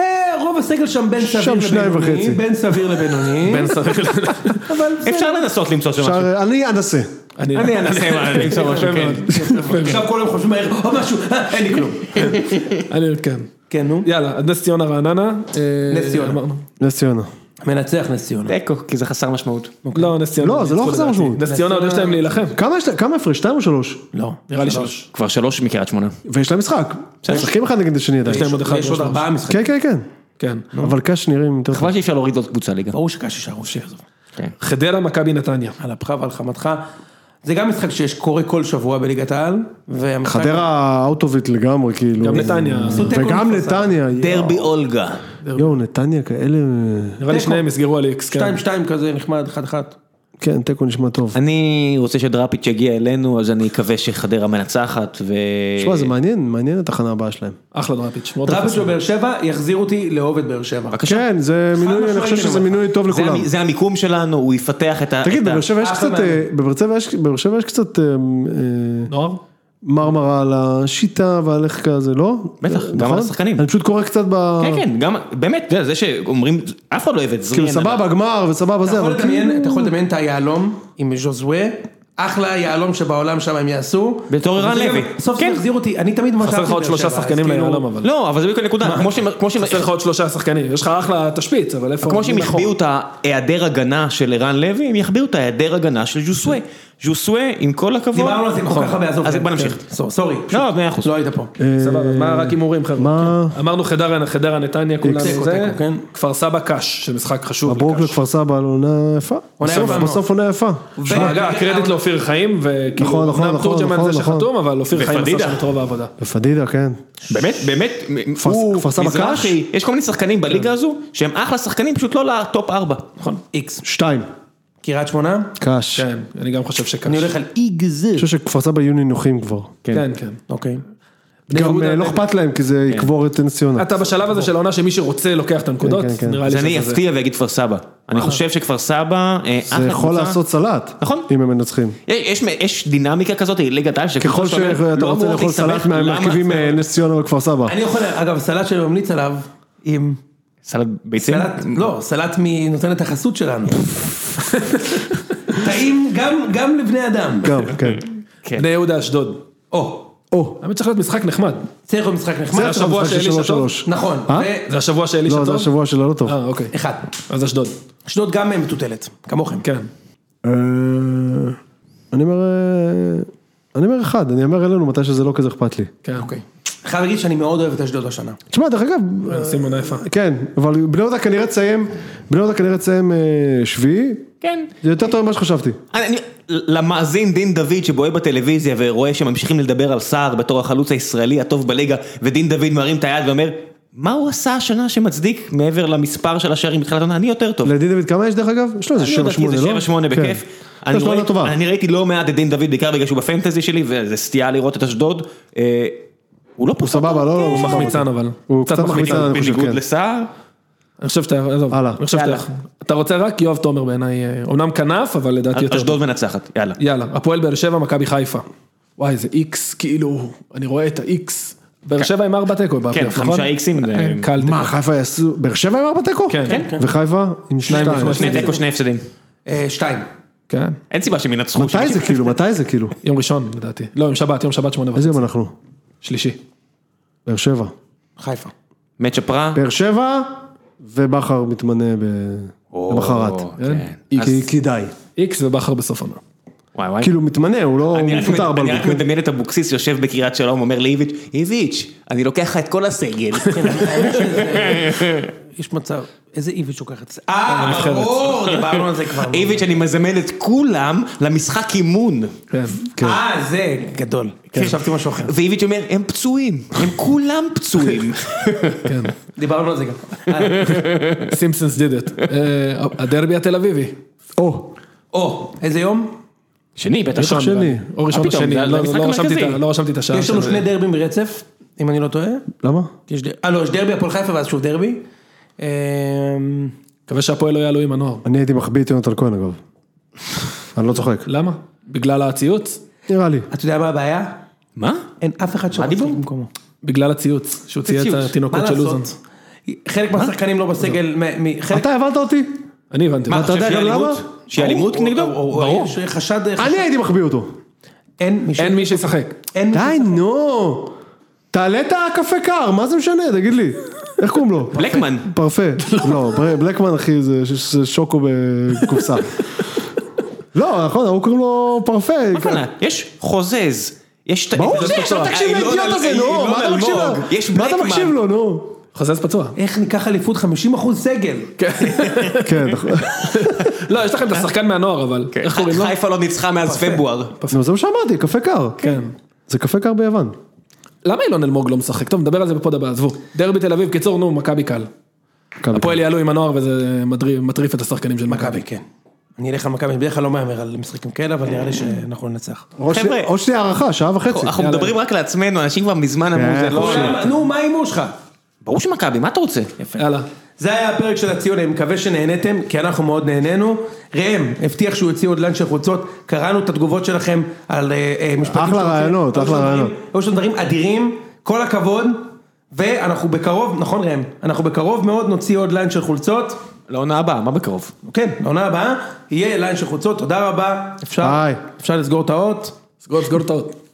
Speaker 1: אה, רוב הסגל שם בין סביר
Speaker 2: שם שניים
Speaker 1: לבינוני.
Speaker 2: וחצי.
Speaker 1: בין סביר לבינוני.
Speaker 3: בין סביר.
Speaker 1: אבל בסדר.
Speaker 4: אפשר לנסות למצוא שם משהו.
Speaker 2: אפשר, אני אנסה.
Speaker 1: אני אנסה.
Speaker 4: אני למצוא משהו,
Speaker 3: יפה
Speaker 4: כן.
Speaker 3: מאוד. יפה מאוד.
Speaker 1: עכשיו כל היום חושבים מהר, עוד משהו, אה, אין לי כלום.
Speaker 3: אני כן.
Speaker 1: כן, נו.
Speaker 3: יאללה, אז נס ציונה רעננה. אה,
Speaker 1: נס ציונה.
Speaker 3: אמרנו.
Speaker 2: נס ציונה.
Speaker 1: מנצח נס ציונה.
Speaker 4: תיקו, כי זה חסר משמעות.
Speaker 3: לא, נס ציונה.
Speaker 2: לא, זה לא
Speaker 3: ניצחו
Speaker 2: חסר
Speaker 3: לדעתי.
Speaker 2: משמעות.
Speaker 3: נס ציונה עוד יש להם להילחם.
Speaker 2: כמה יש להם? כמה הפרש? שתיים או שלוש?
Speaker 1: לא.
Speaker 3: נראה לי שלוש.
Speaker 4: כבר שלוש מקריית שמונה.
Speaker 2: ויש להם משחק. משחקים אחד נגד השני עדיין.
Speaker 3: יש להם עוד אחד.
Speaker 1: יש עוד ארבעה משחקים.
Speaker 2: כן, כן, כן.
Speaker 3: כן.
Speaker 2: אבל קאש נראים יותר טוב.
Speaker 4: חבל שאי אפשר להוריד עוד קבוצה ליגה.
Speaker 1: ברור שקשי שערוב שיחזור.
Speaker 3: חדרה, מכבי נתניה.
Speaker 1: על אפך ועל חמתך. זה גם משחק שיש קורה כל שבוע בליגת העל. והמשחק-
Speaker 2: חדרה אאוטובית לגמרי, כאילו.
Speaker 3: גם נתניה.
Speaker 1: עשו תיקו
Speaker 2: וגם
Speaker 1: מפורסם.
Speaker 2: נתניה.
Speaker 4: דרבי אולגה.
Speaker 2: יואו, נתניה כאלה...
Speaker 3: נראה לי
Speaker 1: תיקו.
Speaker 3: שניהם יסגרו על איקס. כן.
Speaker 1: שתיים שתיים כזה נחמד אחד אחד.
Speaker 2: כן, תיקו נשמע טוב.
Speaker 4: אני רוצה שדראפיץ' יגיע אלינו, אז אני אקווה שחדרה מנצחת ו...
Speaker 2: תשמע, זה מעניין, מעניין התחנה הבאה שלהם.
Speaker 3: אחלה דראפיץ'. מאוד
Speaker 1: דראפיץ'
Speaker 3: חסר.
Speaker 1: בבאר שבע יחזיר אותי לאהוב את באר שבע.
Speaker 2: כן, זה מינוי, אני חושב
Speaker 1: משמעית,
Speaker 2: שזה
Speaker 1: אני
Speaker 2: מינוי טוב
Speaker 4: זה
Speaker 2: לכולם.
Speaker 4: המ- זה המיקום שלנו, הוא יפתח את ה... את
Speaker 2: תגיד,
Speaker 4: ה-
Speaker 2: בבאר שבע יש
Speaker 1: אחלה
Speaker 2: קצת, אה, בבאר שבע יש- בבאר שבע יש קצת אה, אה,
Speaker 3: נוער?
Speaker 2: מרמרה על השיטה ועל איך כזה, לא?
Speaker 4: בטח, גם על
Speaker 2: נכון?
Speaker 4: השחקנים.
Speaker 2: אני פשוט קורא קצת ב...
Speaker 4: כן, כן, גם, באמת, אתה יודע, זה שאומרים, אף אחד לא אוהב את זריאן.
Speaker 2: כאילו סבבה, גמר וסבבה
Speaker 1: אתה
Speaker 2: זה,
Speaker 1: יכול
Speaker 2: אבל
Speaker 1: לדמיין- אתה יכול לדמיין את היהלום עם ז'וזווה, אחלה יהלום שבעולם שם הם יעשו.
Speaker 4: בתור ערן
Speaker 1: וזה גם-
Speaker 4: לוי.
Speaker 1: סוף סוף
Speaker 4: כן.
Speaker 1: יחזיר אותי, אני תמיד
Speaker 3: חסר לך עוד
Speaker 1: באר שבע,
Speaker 3: שלושה
Speaker 1: אז
Speaker 3: שחקנים
Speaker 1: כאילו-
Speaker 3: ליהלום אבל.
Speaker 4: לא, אבל זה בדיוק הנקודה, כמו שהם, כמו שהם,
Speaker 3: חסר לך עוד שלושה שחקנים. יש לך אחלה תשפיץ, אבל איפה...
Speaker 4: כמו שהם
Speaker 3: מאחור?
Speaker 4: יחביאו את ההיעדר הגנה של ערן לוי, הם יחביאו את ההיעדר הגנה של ז'וסווה. ז'וסווה, עם כל הכבוד.
Speaker 1: דיברנו על זה כל כך הרבה, עזוב.
Speaker 4: אז
Speaker 1: כן,
Speaker 4: בוא
Speaker 1: כן.
Speaker 4: נמשיך.
Speaker 1: סור- סורי.
Speaker 4: לא, מאה אחוז.
Speaker 1: לא היית פה.
Speaker 3: סבבה, אז מה רק הימורים חבר'ה?
Speaker 2: מה?
Speaker 3: כן. אמרנו חדרה, חדרה, נתניה,
Speaker 1: תיקו,
Speaker 3: כולנו זה.
Speaker 1: תיקו, כן.
Speaker 3: כפר סבא קאש, שזה משחק חשוב.
Speaker 2: מברוק
Speaker 3: לקאש.
Speaker 2: לכפר סבא על עונה יפה.
Speaker 1: עונה
Speaker 2: בסוף-
Speaker 1: יפה מאוד.
Speaker 2: בסוף עונה יפה.
Speaker 3: שמע, אגב, הקרדיט לאופיר חיים, וכאילו,
Speaker 2: נכון, נכון,
Speaker 3: אמנם
Speaker 2: נכון,
Speaker 3: תורג'מן
Speaker 2: נכון,
Speaker 3: זה
Speaker 2: נכון.
Speaker 3: שחתום, אבל אופיר חיים עשה
Speaker 4: ופדידה.
Speaker 3: שם את רוב העבודה.
Speaker 2: ופדידה, כן.
Speaker 4: באמת, באמת, הוא,
Speaker 2: כפר סבא
Speaker 4: מזרחי, יש כל מיני שחקנים בליגה הזו, שהם אחלה שחקנים, פשוט לא לטופ ארבע.
Speaker 1: נכון. איקס.
Speaker 2: שתיים.
Speaker 1: קריית שמונה?
Speaker 2: קאש. אני
Speaker 3: כן, אני גם חושב שקאש.
Speaker 1: אני הולך על איגז.
Speaker 2: חושב שכפר סבא יהיו נינוחים כבר.
Speaker 3: כן, כן.
Speaker 1: אוקיי.
Speaker 2: גם
Speaker 3: יהודה
Speaker 2: אה, לא
Speaker 3: נגד.
Speaker 2: אכפת להם, כי זה יקבור את נס ציונה.
Speaker 3: אתה בשלב הזה של העונה שמי שרוצה לוקח את הנקודות,
Speaker 2: כן, כן, כן.
Speaker 3: נראה
Speaker 4: אז
Speaker 3: לי
Speaker 4: אני
Speaker 3: שזה זה.
Speaker 4: אפתיע ואגיד כפר סבא. אני חושב שכפר סבא, אה, אחלה
Speaker 2: זה יכול
Speaker 4: קבוצה.
Speaker 2: לעשות סלט.
Speaker 4: נכון.
Speaker 2: אם הם מנצחים.
Speaker 4: יש, יש- יש דינמיקה כזאת, ליגת העל, שקבוצות
Speaker 2: ככל
Speaker 4: שאומרת,
Speaker 2: שאתה
Speaker 4: לא
Speaker 2: רוצה
Speaker 4: אמורות
Speaker 2: לאכול סלט
Speaker 4: להסתבך,
Speaker 2: מהמרכיבים
Speaker 4: למה?
Speaker 2: אה, נס ציונה וכפר סבא.
Speaker 1: אני יכול, אגב, סלט שאני ממליץ עליו, עם...
Speaker 4: סלט ביצים?
Speaker 1: סלט, לא, סלט מנותן את החסות שלנו. טעים גם- גם לבני אדם.
Speaker 2: גם, כן.
Speaker 4: כן.
Speaker 3: בני יהודה אשדוד.
Speaker 1: או,
Speaker 2: או,
Speaker 3: האמת צריך להיות משחק נחמד.
Speaker 1: צריך עוד משחק נחמד.
Speaker 2: זה
Speaker 3: השבוע
Speaker 2: המשחק של
Speaker 3: שאלישע
Speaker 2: שלוש
Speaker 3: טוב?
Speaker 2: שלוש.
Speaker 1: נכון,
Speaker 2: אה?
Speaker 1: ו-
Speaker 3: זה השבוע של אלישע
Speaker 2: לא,
Speaker 3: טוב?
Speaker 2: זה השבוע של הלא טוב.
Speaker 3: אה, אוקיי.
Speaker 1: אחד.
Speaker 3: אז אשדוד.
Speaker 1: אשדוד גם מטוטלת, כמוכם.
Speaker 3: כן.
Speaker 2: אה, אני אומר... אה, אני אומר אחד, אני אומר אלינו מתי שזה לא כזה אכפת לי.
Speaker 3: כן.
Speaker 1: אוקיי. אני חייב להגיד שאני מאוד אוהב את אשדוד השנה.
Speaker 2: תשמע, דרך אגב,
Speaker 3: עושים עונה יפה.
Speaker 2: כן, אבל בני יהודה כנראה תסיים, בני יהודה כנראה תסיים אה, שביעי,
Speaker 4: כן.
Speaker 2: זה יותר טוב ממה שחשבתי.
Speaker 4: אני- אני- למאזין דין דוד שבוהה בטלוויזיה ורואה שממשיכים לדבר על סער בתור החלוץ הישראלי הטוב בליגה, ודין דוד מרים את היד ואומר, מה הוא עשה השנה שמצדיק מעבר למספר של השערים בתחילת העונה? אני יותר טוב.
Speaker 2: לדין דוד כמה יש דרך אגב? יש לו איזה
Speaker 4: אני
Speaker 2: שבע
Speaker 4: לדעתי
Speaker 2: שמונה, לא?
Speaker 4: זה 7-8 בכיף.
Speaker 2: כן.
Speaker 4: אני
Speaker 2: יש לו עונה
Speaker 4: רואה-
Speaker 2: טובה.
Speaker 4: אני ראיתי לא מעט את דין דוד, בעיקר בגלל שהוא בפנטזי שלי, וזה סטייה לראות את אשדוד. אה, הוא לא פה.
Speaker 2: סבבה, לא, לא,
Speaker 3: הוא מחמיצן אבל.
Speaker 2: הוא קצת מחמיצן, אני חושב,
Speaker 4: בניגוד
Speaker 2: כן.
Speaker 4: לסער.
Speaker 3: אני חושב שאתה, עזוב.
Speaker 2: הלאה.
Speaker 3: אני חושב
Speaker 4: יאללה.
Speaker 3: שאתה, אתה רוצה רק יואב תומר בעיניי, אה, אומנם כנף, אבל לדעתי יותר.
Speaker 4: אשדוד מנצחת, יאללה.
Speaker 3: יאללה, הפועל באר שבע, מכבי חיפה. וואי, זה איקס, כאילו, אני רואה את האיקס. באר שבע עם ארבע תיקו,
Speaker 4: כן,
Speaker 3: בפלייאוף,
Speaker 4: חמישה איקסים. זה-
Speaker 3: כן, קל
Speaker 2: מה,
Speaker 3: תיקו.
Speaker 2: חיפה יעשו, באר שבע עם ארבע תיקו?
Speaker 3: כן.
Speaker 2: וחיפה עם שניים.
Speaker 4: שני תיקו, שני הפסדים.
Speaker 1: אה, שתיים.
Speaker 3: כן.
Speaker 4: אין סיבה שהם ינצחו.
Speaker 2: מתי זה כאילו? מתי זה כאילו?
Speaker 3: יום ראשון לדעתי. לא, יום שבת, יום שבת שמונה וחצי.
Speaker 2: איזה יום אנחנו?
Speaker 3: שלישי.
Speaker 2: באר שבע.
Speaker 1: חיפה.
Speaker 4: מצ'אפ רע?
Speaker 2: באר שבע ובכר מתמנה ב-
Speaker 4: או,
Speaker 2: למחרת.
Speaker 4: כן.
Speaker 2: כי-
Speaker 4: אז-
Speaker 2: כי די.
Speaker 3: איקס ובכר בסוף עונה.
Speaker 4: וואי וואי.
Speaker 2: כאילו מתמנה, הוא לא
Speaker 4: אני
Speaker 2: הוא
Speaker 4: רק
Speaker 2: מפוטר
Speaker 4: מד- אני רק
Speaker 2: בלבוק.
Speaker 4: מדמיין את אבוקסיס יושב בקריית שלום, אומר לאיביץ', איביץ', אני לוקח לך את כל הסגל.
Speaker 1: יש מצב, איזה איביץ' הוא ככה... אה, ברור, דיברנו על זה כבר.
Speaker 4: איביץ', אני מזמן את כולם למשחק אימון.
Speaker 3: כן.
Speaker 1: אה, זה גדול. חשבתי משהו אחר.
Speaker 4: ואיביץ' אומר, הם פצועים, הם כולם פצועים.
Speaker 3: כן.
Speaker 1: דיברנו על זה גם.
Speaker 3: סימפסונס דיד את. אה, הדרבי התל אביבי.
Speaker 2: או,
Speaker 1: או, איזה יום?
Speaker 4: שני, בטח.
Speaker 2: ראשון שני.
Speaker 3: או ראשון או
Speaker 4: פתאום,
Speaker 3: שני.
Speaker 4: זה- זה
Speaker 3: לא-
Speaker 4: המשחק
Speaker 3: לא רשמתי
Speaker 4: המרכזי.
Speaker 3: את ה- לא רשמתי את השעה.
Speaker 1: יש לנו
Speaker 3: של-
Speaker 1: שני דרבים ברצף, אם אני לא טועה.
Speaker 2: למה?
Speaker 1: יש דר- אה, לא, יש דרבי הפועל חיפה ואז שוב דרבי. אמ,
Speaker 3: מקווה שהפועל לא יעלו עם הנוער.
Speaker 2: אני הייתי מחביא את יונתן כהן אגב. אני לא צוחק.
Speaker 3: למה? בגלל הציוץ?
Speaker 2: נראה לי.
Speaker 1: אתה יודע מה הבעיה?
Speaker 4: מה?
Speaker 1: אין אף אחד שרוצה
Speaker 4: דיבור?
Speaker 1: במקומו.
Speaker 3: בגלל הציוץ. שהוא צייץ
Speaker 4: ציוץ.
Speaker 3: התינוקות
Speaker 1: מה
Speaker 3: של לוזון.
Speaker 1: לעשות? חלק מהשחקנים לא בסגל, מ- מ- חלק...
Speaker 2: אתה הבנת אותי?
Speaker 3: אני הבנתי.
Speaker 4: מה,
Speaker 2: אתה יודע
Speaker 4: שיהיה
Speaker 2: גם למה?
Speaker 4: אלימות? שיהיה אלימות
Speaker 1: הוא-
Speaker 4: נגדו?
Speaker 1: הוא- הוא-
Speaker 4: ברור.
Speaker 1: יש חשד...
Speaker 2: אני הייתי מחביא אותו.
Speaker 1: אין מי ש...
Speaker 3: אין מי שישחק.
Speaker 1: אין מי ש-
Speaker 2: די, נו. תעלה את הקפה קר, מה זה משנה? תגיד לי. איך קוראים לו?
Speaker 4: בלקמן.
Speaker 2: פרפה. לא, בר- בלקמן אחי, זה ש- זה שוקו בקופסה. לא, נכון, הוא קוראים לו פרפה.
Speaker 4: מה קרה? יש חוזז. יש...
Speaker 2: כן. ברור שיש, לא תקשיב לאידיוט הזה,
Speaker 4: לא?
Speaker 2: נו. מה אתה מקשיב לו?
Speaker 4: יש
Speaker 2: מה אתה מקשיב
Speaker 4: בלקמן.
Speaker 2: לו, נו?
Speaker 3: חוזז פצוע.
Speaker 1: איך ניקח אליפות 50% סגל?
Speaker 2: כן, נכון.
Speaker 3: לא, יש
Speaker 1: אה.
Speaker 3: לכם את השחקן מהנוער אבל.
Speaker 1: כן.
Speaker 3: איך קוראים לו?
Speaker 4: חיפה לא ניצחה מאז פברואר.
Speaker 2: נו, זה מה שאמרתי, קפה קר.
Speaker 3: כן.
Speaker 2: זה קפה קר ביוון.
Speaker 3: למה אילון אלמוג לא משחק? טוב, נדבר על זה בפוד הבא, עזבו. דרבי תל אביב, קיצור, נו, מכבי קל.
Speaker 2: מכבי.
Speaker 3: הפועל יעלו עם הנוער וזה מדריב- מטריף את השחקנים של מכבי.
Speaker 1: מכבי, כן. אני אלך על מכבי, אני בדרך כלל לא מהמר על משחקים כאלה, אבל
Speaker 4: כן.
Speaker 1: נראה לי שאנחנו ננצח.
Speaker 2: עוד שני-
Speaker 4: חבר'ה.
Speaker 2: עוד שנייה הערכה, שעה וחצי.
Speaker 4: אנחנו
Speaker 3: יאללה.
Speaker 4: מדברים רק לעצמנו, אנשים כבר מזמן אמרו זה לא...
Speaker 1: נו, מה ההימור שלך?
Speaker 4: ברור שמכבי, מה אתה רוצה?
Speaker 3: יאללה.
Speaker 1: זה היה הפרק של הציון, אני מקווה שנהניתם, כי אנחנו מאוד נהנינו. ראם הבטיח שהוא יוציא עוד לאנשי חוצות, קראנו את התגובות שלכם על אה, אה, משפטים.
Speaker 2: אחלה
Speaker 1: שאתם-
Speaker 2: רעיונות,
Speaker 1: היו
Speaker 2: אחלה
Speaker 1: שם דברים-
Speaker 2: רעיונות.
Speaker 1: היו שם דברים אדירים, כל הכבוד, ואנחנו בקרוב, נכון ראם, אנחנו בקרוב מאוד נוציא עוד ליין של חולצות,
Speaker 4: לעונה הבאה, לא, מה בקרוב?
Speaker 1: כן, לעונה הבאה, יהיה ליין של חולצות, תודה רבה, אפשר,
Speaker 2: ביי.
Speaker 1: אפשר לסגור את האות.
Speaker 3: סגור, סגור את האות.